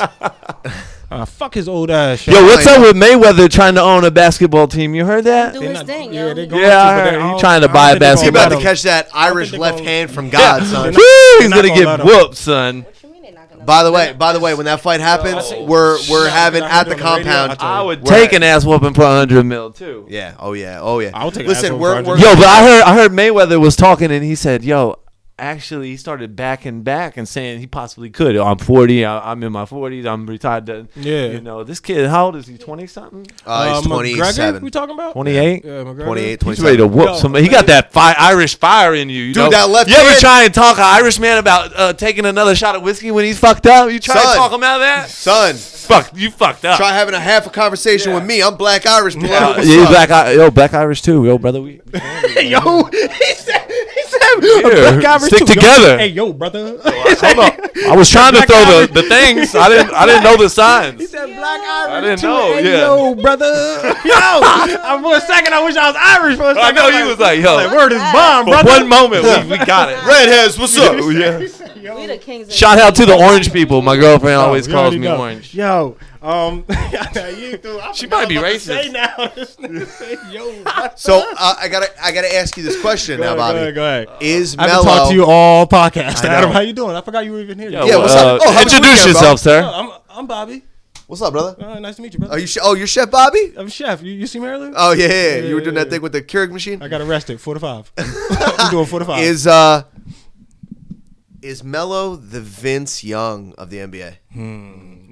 Speaker 2: Uh, fuck his old ass.
Speaker 4: yo, what's
Speaker 3: I
Speaker 4: up
Speaker 3: know.
Speaker 4: with Mayweather trying to own a basketball team? You heard that?
Speaker 5: Do
Speaker 2: They
Speaker 5: his
Speaker 2: not-
Speaker 5: thing,
Speaker 2: yeah,
Speaker 5: yo.
Speaker 2: they go-
Speaker 4: Yeah,
Speaker 2: to, but
Speaker 4: I
Speaker 2: they
Speaker 4: heard
Speaker 2: all-
Speaker 4: you trying to
Speaker 2: I don't
Speaker 4: buy
Speaker 2: think they're gonna
Speaker 3: you
Speaker 4: basketball.
Speaker 3: about to
Speaker 2: Hold on.
Speaker 3: catch that Irish
Speaker 2: they're
Speaker 3: left
Speaker 2: going-
Speaker 3: hand from God, son?
Speaker 2: They're not-
Speaker 4: Woo, he's
Speaker 2: not
Speaker 4: gonna
Speaker 2: gonna
Speaker 4: get
Speaker 2: let 'em.
Speaker 4: whooped, son.
Speaker 5: What you mean they're not gonna?
Speaker 3: By the way, by the way, when that fight happens, we're we're having
Speaker 2: I
Speaker 3: at
Speaker 2: heard it on the
Speaker 3: the
Speaker 2: radio.
Speaker 3: compound.
Speaker 2: I told you. I
Speaker 4: would take an ass whooping for hundred mil too.
Speaker 3: Yeah. Oh yeah. Oh yeah.
Speaker 2: I'll take an
Speaker 3: Listen,
Speaker 2: asshole
Speaker 3: we're,
Speaker 2: for
Speaker 3: we're
Speaker 4: Yo, but I heard I heard Mayweather was talking and he said, "Yo, actually, he started backing back and saying he possibly could. I'm 40. I, I'm in my 40s. I'm retired. to-
Speaker 2: Yeah.
Speaker 4: you know, this kid. How old is he? 20 something?
Speaker 3: uh, he's
Speaker 2: Uh, McGregor, We
Speaker 3: 27,
Speaker 2: talking about?
Speaker 4: 28?
Speaker 2: Yeah, McGregor.
Speaker 3: 28,
Speaker 4: He's
Speaker 3: 27.
Speaker 4: ready to whoop
Speaker 2: Yo,
Speaker 4: somebody. He got that fi- Irish fire in you, you
Speaker 3: Dude,
Speaker 4: know?
Speaker 3: that left
Speaker 4: You ever
Speaker 3: hand-
Speaker 4: try and talk an Irish man about uh, taking another shot of whiskey when he's fucked up? You try
Speaker 3: Son.
Speaker 4: and talk him out of that?
Speaker 3: Son,
Speaker 4: Fuck, you fucked up.
Speaker 3: try having a half a conversation with me. I'm black Irish, bro.
Speaker 4: Uh,
Speaker 3: What's
Speaker 4: yeah,
Speaker 3: up?
Speaker 4: black, I- yo, black Irish too, yo, brother. We
Speaker 3: Yo, he said, he
Speaker 4: Yeah,
Speaker 3: said,
Speaker 2: Irish too.
Speaker 4: stick
Speaker 2: Yo,
Speaker 4: together.
Speaker 2: Hey, yo, brother.
Speaker 4: Hold on. I was trying to throw the, the things. I didn't. I didn't know the signs.
Speaker 2: said black Irish.
Speaker 4: I didn't know. Yeah.
Speaker 2: brother. yo, I, for a second, I wish I was Irish for a
Speaker 4: I
Speaker 2: second.
Speaker 4: know
Speaker 2: I'm
Speaker 4: he was like, yo.
Speaker 2: like, word is bomb,
Speaker 4: for
Speaker 2: brother.
Speaker 4: one moment, we, we got it.
Speaker 3: redheads, what's up?
Speaker 4: yeah.
Speaker 5: we the kings. of
Speaker 4: Shout
Speaker 5: the
Speaker 4: out to the
Speaker 5: game.
Speaker 4: orange people. My girlfriend always
Speaker 2: You
Speaker 4: calls
Speaker 2: already
Speaker 4: me
Speaker 2: know.
Speaker 4: orange.
Speaker 2: Yo, um, you do- I
Speaker 4: She
Speaker 2: forgot
Speaker 4: might be
Speaker 2: what I was about to
Speaker 4: racist.
Speaker 2: Say now, this nigga say, yo, brother.
Speaker 3: So uh, I gotta, I gotta ask you this question now,
Speaker 2: Go
Speaker 3: Bobby.
Speaker 2: ahead, go ahead.
Speaker 3: Is
Speaker 2: I've
Speaker 3: Mello?
Speaker 2: been talking to you all podcast.
Speaker 3: I know.
Speaker 2: Adam, how you doing? I forgot you were even here.
Speaker 4: Yo,
Speaker 3: Yeah, what's
Speaker 4: uh,
Speaker 3: up? Oh, how was your
Speaker 4: introduce
Speaker 3: weekend, bro?
Speaker 4: yourself,
Speaker 2: Yo,
Speaker 4: sir.
Speaker 2: I'm, I'm Bobby.
Speaker 3: What's up, brother?
Speaker 2: Uh, nice to meet you, brother.
Speaker 3: Are you? Sh- oh, you're Chef Bobby.
Speaker 2: I'm Chef. You, you see me earlier?
Speaker 3: Oh yeah, yeah, yeah. you were doing
Speaker 2: Yeah.
Speaker 3: that thing with the Keurig machine.
Speaker 2: I got arrested. Four to five. I'm doing four to five.
Speaker 3: Is uh, is Mello the Vince Young of the NBA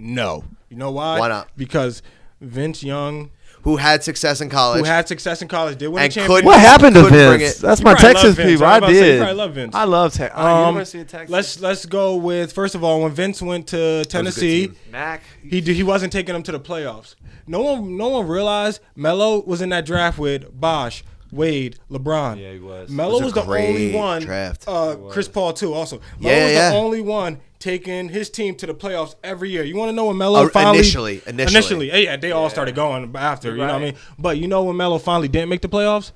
Speaker 2: no. You know why?
Speaker 3: Why not?
Speaker 2: Because Vince Young,
Speaker 3: who had success in college?
Speaker 2: who had success in college, did win a
Speaker 3: And
Speaker 2: championship.
Speaker 3: couldn't-
Speaker 4: What happened to
Speaker 3: Couldn't bring
Speaker 4: Vince?
Speaker 3: it.
Speaker 4: That's
Speaker 2: You
Speaker 4: my
Speaker 2: probably love
Speaker 4: Texas
Speaker 2: Vince.
Speaker 4: people.
Speaker 2: I was
Speaker 4: I
Speaker 2: about to say, you
Speaker 4: did.
Speaker 2: probably love Vince.
Speaker 4: I love Texas.
Speaker 2: Um,
Speaker 4: University of Texas.
Speaker 2: Let's let's go with first of all when Vince went to Tennessee,
Speaker 3: team.
Speaker 4: Mac.
Speaker 2: he did, he wasn't taking them to the playoffs. No one no one realized Melo was in that draft with Bosh, Wade, LeBron. Yeah, he was. Melo
Speaker 3: It
Speaker 2: was,
Speaker 3: was a
Speaker 2: the only
Speaker 3: great
Speaker 2: one.
Speaker 3: draft.
Speaker 2: Uh, Chris Paul too. Also, Melo
Speaker 3: Yeah,
Speaker 2: was
Speaker 3: yeah.
Speaker 2: the only one taking his team to the playoffs every year. You want to know when Melo
Speaker 3: Uh,
Speaker 2: finally
Speaker 3: initially, initially.
Speaker 2: initially, yeah, they all started going after. You know what I mean? But you know when Melo finally didn't make the playoffs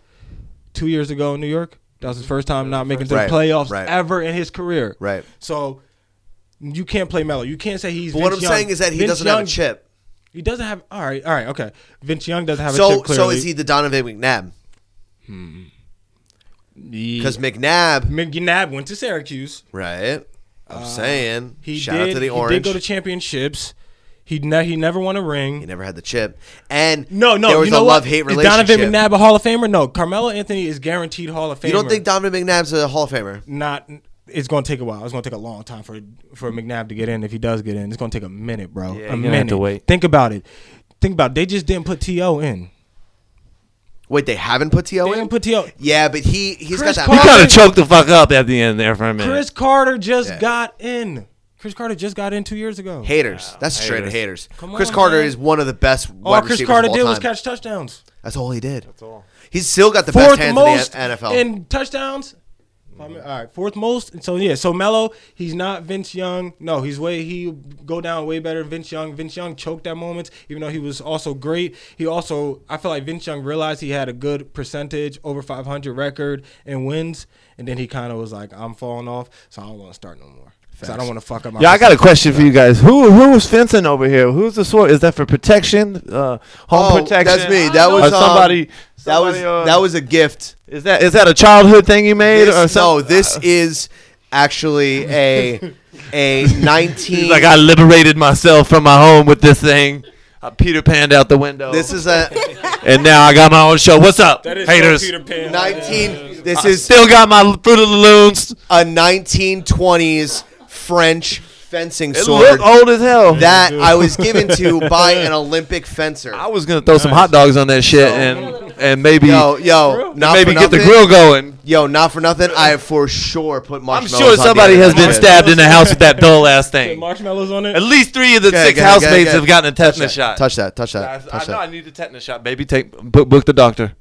Speaker 2: two years ago in New York. That was his first time not making to
Speaker 3: Right,
Speaker 2: the playoffs
Speaker 3: right.
Speaker 2: ever in his career.
Speaker 3: Right.
Speaker 2: So you can't play Melo. You can't say he's.
Speaker 3: But what I'm
Speaker 2: Vince Young.
Speaker 3: saying is that he
Speaker 2: Vince
Speaker 3: doesn't
Speaker 2: Young,
Speaker 3: have a chip.
Speaker 2: He doesn't have. All right. All right. Okay. Vince Young doesn't have a
Speaker 3: So,
Speaker 2: chip.
Speaker 3: so
Speaker 2: Clearly. Hmm.
Speaker 3: is he the Donovan McNabb?
Speaker 2: he?
Speaker 3: Because McNabb,
Speaker 2: McNabb went to Syracuse.
Speaker 3: right? I'm saying,
Speaker 2: Uh, He
Speaker 3: shout
Speaker 2: did.
Speaker 3: out to the
Speaker 2: he
Speaker 3: Orange.
Speaker 2: did go to championships. He ne- he never won a ring.
Speaker 3: He never had the chip. And
Speaker 2: no, no.
Speaker 3: there was
Speaker 2: you know
Speaker 3: a
Speaker 2: what?
Speaker 3: love hate
Speaker 2: Is
Speaker 3: relationship.
Speaker 2: Donovan McNabb a Hall of Famer? No. Carmelo Anthony is guaranteed Hall of Famer.
Speaker 3: you don't think Donovan McNabb's a Hall of Famer?
Speaker 2: not it's going to take a while. It's going to take a long time for for McNabb to get in. If he does get in, it's going to take a minute, bro.
Speaker 4: you're
Speaker 2: a
Speaker 4: gonna have
Speaker 2: minute.
Speaker 4: to wait.
Speaker 2: Think about it. Think about it. They just didn't put To in.
Speaker 3: Wait, they haven't put T.O.
Speaker 2: They
Speaker 3: in?
Speaker 2: didn't put To.
Speaker 3: yeah, but he, he's
Speaker 2: Chris
Speaker 3: got
Speaker 2: Paul-
Speaker 4: You
Speaker 3: that.
Speaker 2: He
Speaker 4: kind of choked the fuck up at the end there for a minute.
Speaker 2: Chris Carter just
Speaker 3: Yeah.
Speaker 2: got in. Chris Carter just got in two years ago.
Speaker 3: Haters. That's straight haters.
Speaker 2: Come
Speaker 3: Chris
Speaker 2: on,
Speaker 3: Carter
Speaker 2: man.
Speaker 3: is one of the best
Speaker 2: all
Speaker 3: wide
Speaker 2: Chris
Speaker 3: receivers
Speaker 2: Carter
Speaker 3: of all
Speaker 2: did was
Speaker 3: time.
Speaker 2: catch touchdowns.
Speaker 3: That's all he did. That's all. He's still got the
Speaker 2: Fourth
Speaker 3: best hands
Speaker 2: most
Speaker 3: in the NFL.
Speaker 2: in touchdowns. If I'm- All right, fourth most. And so yeah, so Melo, he's not Vince Young. No, he's way he go down way better than Vince Young. Vince Young choked at moments, even though he was also great. He also I feel like Vince Young realized he had a good percentage over 500 record and wins, and then he kind of was like, I'm falling off, so I don't want to start no more. 'Cause I don't want to fuck up my.
Speaker 4: Yeah, I got a question for you guys. Who who was fencing over here? Who's the sword? Is that for protection? Uh, home
Speaker 3: Oh,
Speaker 4: protection?
Speaker 3: that's me. That
Speaker 4: Or
Speaker 3: was, um,
Speaker 4: somebody.
Speaker 3: that was
Speaker 4: somebody, uh,
Speaker 3: that was a gift.
Speaker 4: Is that is that a childhood thing you made
Speaker 2: uh,
Speaker 4: or
Speaker 3: This, no,
Speaker 4: something?
Speaker 3: this is actually a a 19
Speaker 4: He's like I liberated myself from my home with this thing. I Peter Panned out the window.
Speaker 3: This is a
Speaker 4: and now I got my own show. What's up,
Speaker 2: That is
Speaker 4: haters?
Speaker 2: so Peter Pan.
Speaker 3: 19 this
Speaker 2: Uh,
Speaker 4: I
Speaker 3: is
Speaker 4: still got my Fruit of the Loons.
Speaker 3: a 1920s French fencing
Speaker 4: It
Speaker 3: sword
Speaker 4: looked old as hell.
Speaker 3: that I was given to by an Olympic fencer.
Speaker 4: I was gonna throw some hot dogs on that shit and and maybe
Speaker 3: Yo, yo, not
Speaker 4: maybe
Speaker 3: for
Speaker 4: get the
Speaker 3: nothing.
Speaker 4: grill going.
Speaker 3: Yo, not for nothing. I have for sure put
Speaker 4: I'm
Speaker 3: marshmallows.
Speaker 4: sure
Speaker 3: on the
Speaker 4: somebody
Speaker 3: end
Speaker 4: has
Speaker 3: of that
Speaker 4: been
Speaker 3: shit.
Speaker 4: stabbed in the house with that dull ass thing.
Speaker 2: marshmallows on it.
Speaker 4: At least three of the
Speaker 3: Okay,
Speaker 4: six
Speaker 3: okay, okay,
Speaker 4: housemates
Speaker 3: okay.
Speaker 4: have gotten a tetanus
Speaker 3: Touch that,
Speaker 4: shot.
Speaker 3: Touch that. Touch that.
Speaker 4: I,
Speaker 3: Touch
Speaker 4: I know I
Speaker 3: that.
Speaker 4: need a tetanus shot, baby. Take book, book the doctor.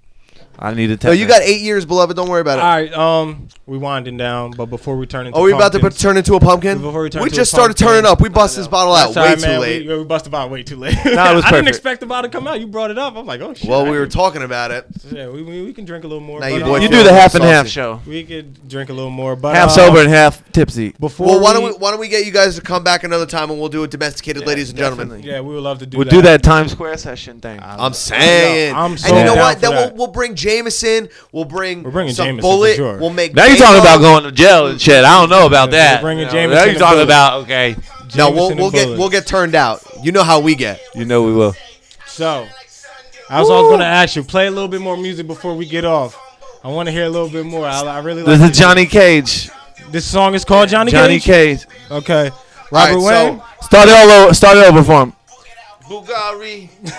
Speaker 4: I need to
Speaker 3: No,
Speaker 4: tell
Speaker 3: you got eight years, beloved. Don't worry about it.
Speaker 2: All right, um, we winding down, but before we turn into
Speaker 3: Are Oh, we about to put,
Speaker 2: pumpkins-
Speaker 3: turn into a pumpkin?
Speaker 2: Before we turn into a
Speaker 3: just started
Speaker 2: pumpkin.
Speaker 3: turning up. We bust this bottle out
Speaker 2: That's all
Speaker 3: way
Speaker 2: right,
Speaker 3: too
Speaker 2: man.
Speaker 3: late.
Speaker 2: We, we busted about way too late.
Speaker 4: Nah, it was
Speaker 2: I didn't
Speaker 4: perfect.
Speaker 2: expect the bottle to come out. You brought it up. I'm like, oh shit.
Speaker 3: well,
Speaker 2: I
Speaker 3: we were
Speaker 2: can-
Speaker 3: talking about it.
Speaker 2: Yeah, we, we, we can drink a little more.
Speaker 3: Now
Speaker 2: but,
Speaker 3: you
Speaker 2: um,
Speaker 3: boys
Speaker 4: You
Speaker 3: feel
Speaker 4: do the half and
Speaker 3: saucy.
Speaker 4: half show.
Speaker 2: We could drink a little more, but
Speaker 4: Half
Speaker 2: uh,
Speaker 4: sober and half tipsy.
Speaker 2: Before
Speaker 3: Well, why don't we why don't we get you guys to come back another time and we'll do a domesticated, ladies and gentlemen.
Speaker 4: definitely.
Speaker 2: Yeah, we would love to do
Speaker 4: We'll
Speaker 2: that.
Speaker 4: do that Times Square session thing.
Speaker 3: I'm saying.
Speaker 2: I'm so
Speaker 3: and you know
Speaker 2: down
Speaker 3: what?
Speaker 2: for
Speaker 3: Then
Speaker 2: that.
Speaker 3: we'll, we'll bring Jameson. We'll bring
Speaker 2: We're bringing
Speaker 3: some
Speaker 2: Jameson for
Speaker 3: bullet.
Speaker 2: sure.
Speaker 3: We'll make.
Speaker 4: now you're talking
Speaker 3: Damo.
Speaker 4: about going to jail and shit. I don't know about
Speaker 2: Yeah,
Speaker 4: that.
Speaker 2: we're bringing
Speaker 4: You know,
Speaker 2: Jameson
Speaker 4: now
Speaker 2: and
Speaker 4: you're talking
Speaker 2: Bullet.
Speaker 4: about okay.
Speaker 3: No,
Speaker 2: Jameson
Speaker 3: we'll,
Speaker 2: and
Speaker 3: we'll get
Speaker 2: Bullet.
Speaker 3: we'll get turned out. You know how we get.
Speaker 4: You know we will.
Speaker 2: So, I was, I was going to ask you play a little bit more music before we get off. I want to hear a little bit more. I, I really like
Speaker 4: This is Johnny Cage.
Speaker 2: This song is called Johnny.
Speaker 4: Johnny
Speaker 2: Cage.
Speaker 4: Cage.
Speaker 2: Okay,
Speaker 3: All
Speaker 2: Robert
Speaker 3: right,
Speaker 2: Wayne.
Speaker 4: Start it all over. Start it over for him.
Speaker 3: So,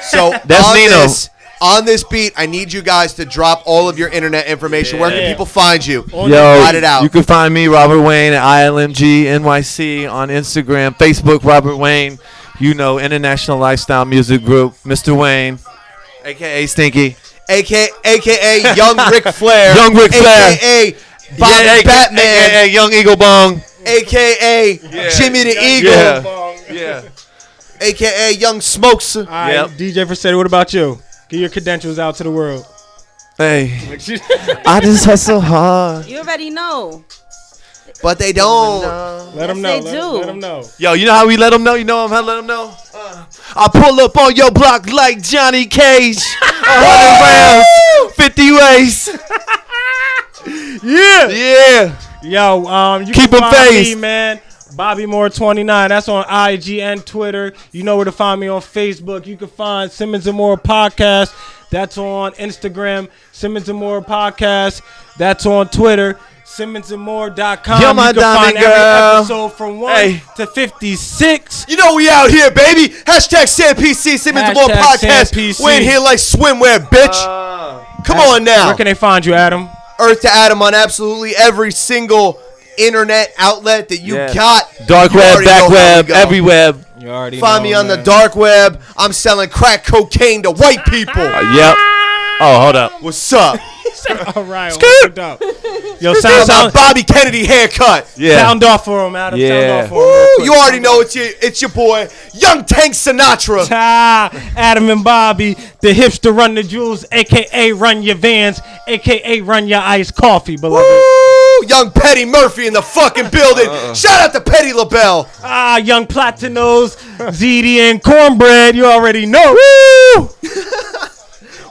Speaker 3: so
Speaker 4: That's
Speaker 3: on
Speaker 4: Nino.
Speaker 3: This, on this beat, I need you guys to drop all of your internet information. Where can
Speaker 2: Yeah.
Speaker 3: people find you?
Speaker 2: On
Speaker 4: Yo,
Speaker 3: Write it out.
Speaker 4: you can find me Robert Wayne at ILMG NYC on Instagram, Facebook Robert Wayne. You know International Lifestyle Music Group, Mr. Wayne, aka Stinky.
Speaker 3: AKA, AKA Young Ric Flair.
Speaker 4: Young Ric Flair.
Speaker 3: AKA
Speaker 4: Yeah,
Speaker 3: Bobby
Speaker 4: aka
Speaker 3: Batman.
Speaker 4: aka Young Eagle Bong.
Speaker 3: AKA Jimmy the Eagle.
Speaker 4: Yeah.
Speaker 2: Yeah.
Speaker 3: AKA Young Smokes.
Speaker 2: All right,
Speaker 4: Yep.
Speaker 2: DJ Forsett, what about you? Get your credentials out to the world.
Speaker 4: Hey, I just hustle hard.
Speaker 5: You already know.
Speaker 3: But they don't.
Speaker 2: Let them know.
Speaker 5: Yes, they
Speaker 2: let,
Speaker 5: do.
Speaker 2: let 'em know.
Speaker 4: Yo, you know how we let them know? You know how I let them know? Uh, I pull up on your block like Johnny Cage. 100 rounds, 50 ways. yeah. Yeah.
Speaker 2: Yo, um, you
Speaker 4: Keep
Speaker 2: can
Speaker 4: 'em
Speaker 2: find me,
Speaker 4: phased.
Speaker 2: man. Bobby Moore 29. That's on IG and Twitter. You know where to find me on Facebook. You can find Simmons and Moore Podcast. That's on Instagram. Simmons and Moore Podcast. That's on Twitter. SimmonsandMoore.com.
Speaker 4: You're my
Speaker 2: you can find
Speaker 4: diamond
Speaker 2: every
Speaker 4: girl.
Speaker 2: episode from 1
Speaker 4: Hey.
Speaker 2: to 56.
Speaker 3: You know we out here, baby. Hashtag Sam PC Simmons the Ball
Speaker 2: Hashtag
Speaker 3: Podcast.
Speaker 2: SamPC.
Speaker 3: We in here like swimwear, bitch.
Speaker 4: Uh,
Speaker 3: Come on now.
Speaker 2: Where can they find you, Adam?
Speaker 3: Earth to Adam on absolutely every single internet outlet that you
Speaker 4: Yes.
Speaker 3: got.
Speaker 4: Dark
Speaker 3: You
Speaker 4: web,
Speaker 3: already know
Speaker 4: back
Speaker 3: how
Speaker 4: web,
Speaker 3: we go.
Speaker 4: every web.
Speaker 2: You already
Speaker 3: Find me on the dark web. I'm selling crack cocaine to white people.
Speaker 4: Yep. Oh, hold up.
Speaker 3: What's up?
Speaker 2: dark. All right, well, good job. Yo, sound,
Speaker 3: It's a
Speaker 2: sound,
Speaker 3: Bobby Kennedy haircut.
Speaker 4: Yeah.
Speaker 2: sound off for him, Adam.
Speaker 4: Yeah.
Speaker 2: Sound off for him. real
Speaker 3: Woo,
Speaker 2: quick.
Speaker 3: you already know it's your it's your boy, Young Tank Sinatra.
Speaker 2: Ta, Adam and Bobby, the hipster run the jewels, aka run your vans, aka run your iced coffee, beloved.
Speaker 3: Woo, Young Petty Murphy in the fucking building.
Speaker 4: Uh-uh.
Speaker 3: Shout out to Petty LaBelle.
Speaker 2: Ah, young platinos, ZD and cornbread, you already know.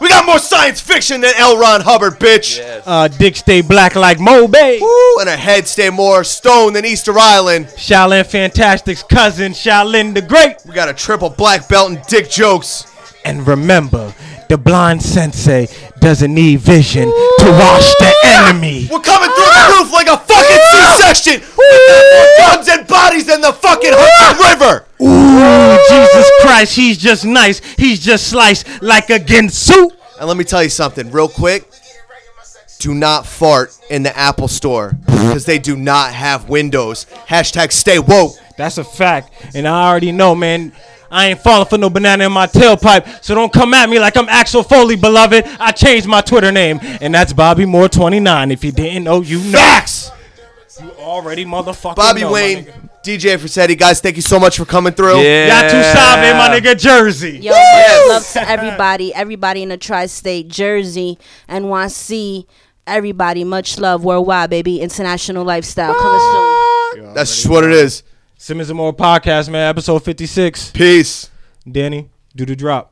Speaker 3: We got more science fiction than L. Ron Hubbard, bitch.
Speaker 2: Uh, dick stay black like Mo Bay.
Speaker 3: Woo, and her head stay more stoned than Easter Island.
Speaker 2: Shaolin Fantastic's cousin, Shaolin the Great.
Speaker 3: We got a triple black belt and dick jokes.
Speaker 2: And remember, the blind sensei doesn't need vision to watch the enemy. Ah!
Speaker 3: Ah! We're coming through the roof like a fucking C-section. We got more guns and bodies than the fucking
Speaker 2: Ah!
Speaker 3: Hudson River.
Speaker 2: Ooh, Oh, Jesus Christ, he's just nice. He's just sliced like a Ginsu.
Speaker 3: And let me tell you something real quick. Do not fart in the Apple store because they do not have windows. Hashtag stay woke.
Speaker 2: That's a fact. And I already know, man. I ain't falling for no banana in my tailpipe. So don't come at me like I'm Axel Foley, beloved. I changed my Twitter name. And that's Bobby Moore29. If you didn't know, you know.
Speaker 3: Facts.
Speaker 2: You already motherfucking
Speaker 3: Bobby
Speaker 2: know, my
Speaker 3: Wayne,
Speaker 2: nigga.
Speaker 3: DJ Frasetti, guys, thank you so much for coming through.
Speaker 2: Y'all too sabe, my nigga, Jersey.
Speaker 5: Yo, much love to everybody, everybody in the tri-state, Jersey, NYC, everybody. Much love worldwide, baby. International lifestyle coming soon.
Speaker 3: That's just what it is.
Speaker 2: Simmons and More Podcast, man. Episode 56.
Speaker 3: Peace.
Speaker 2: Danny, do the drop.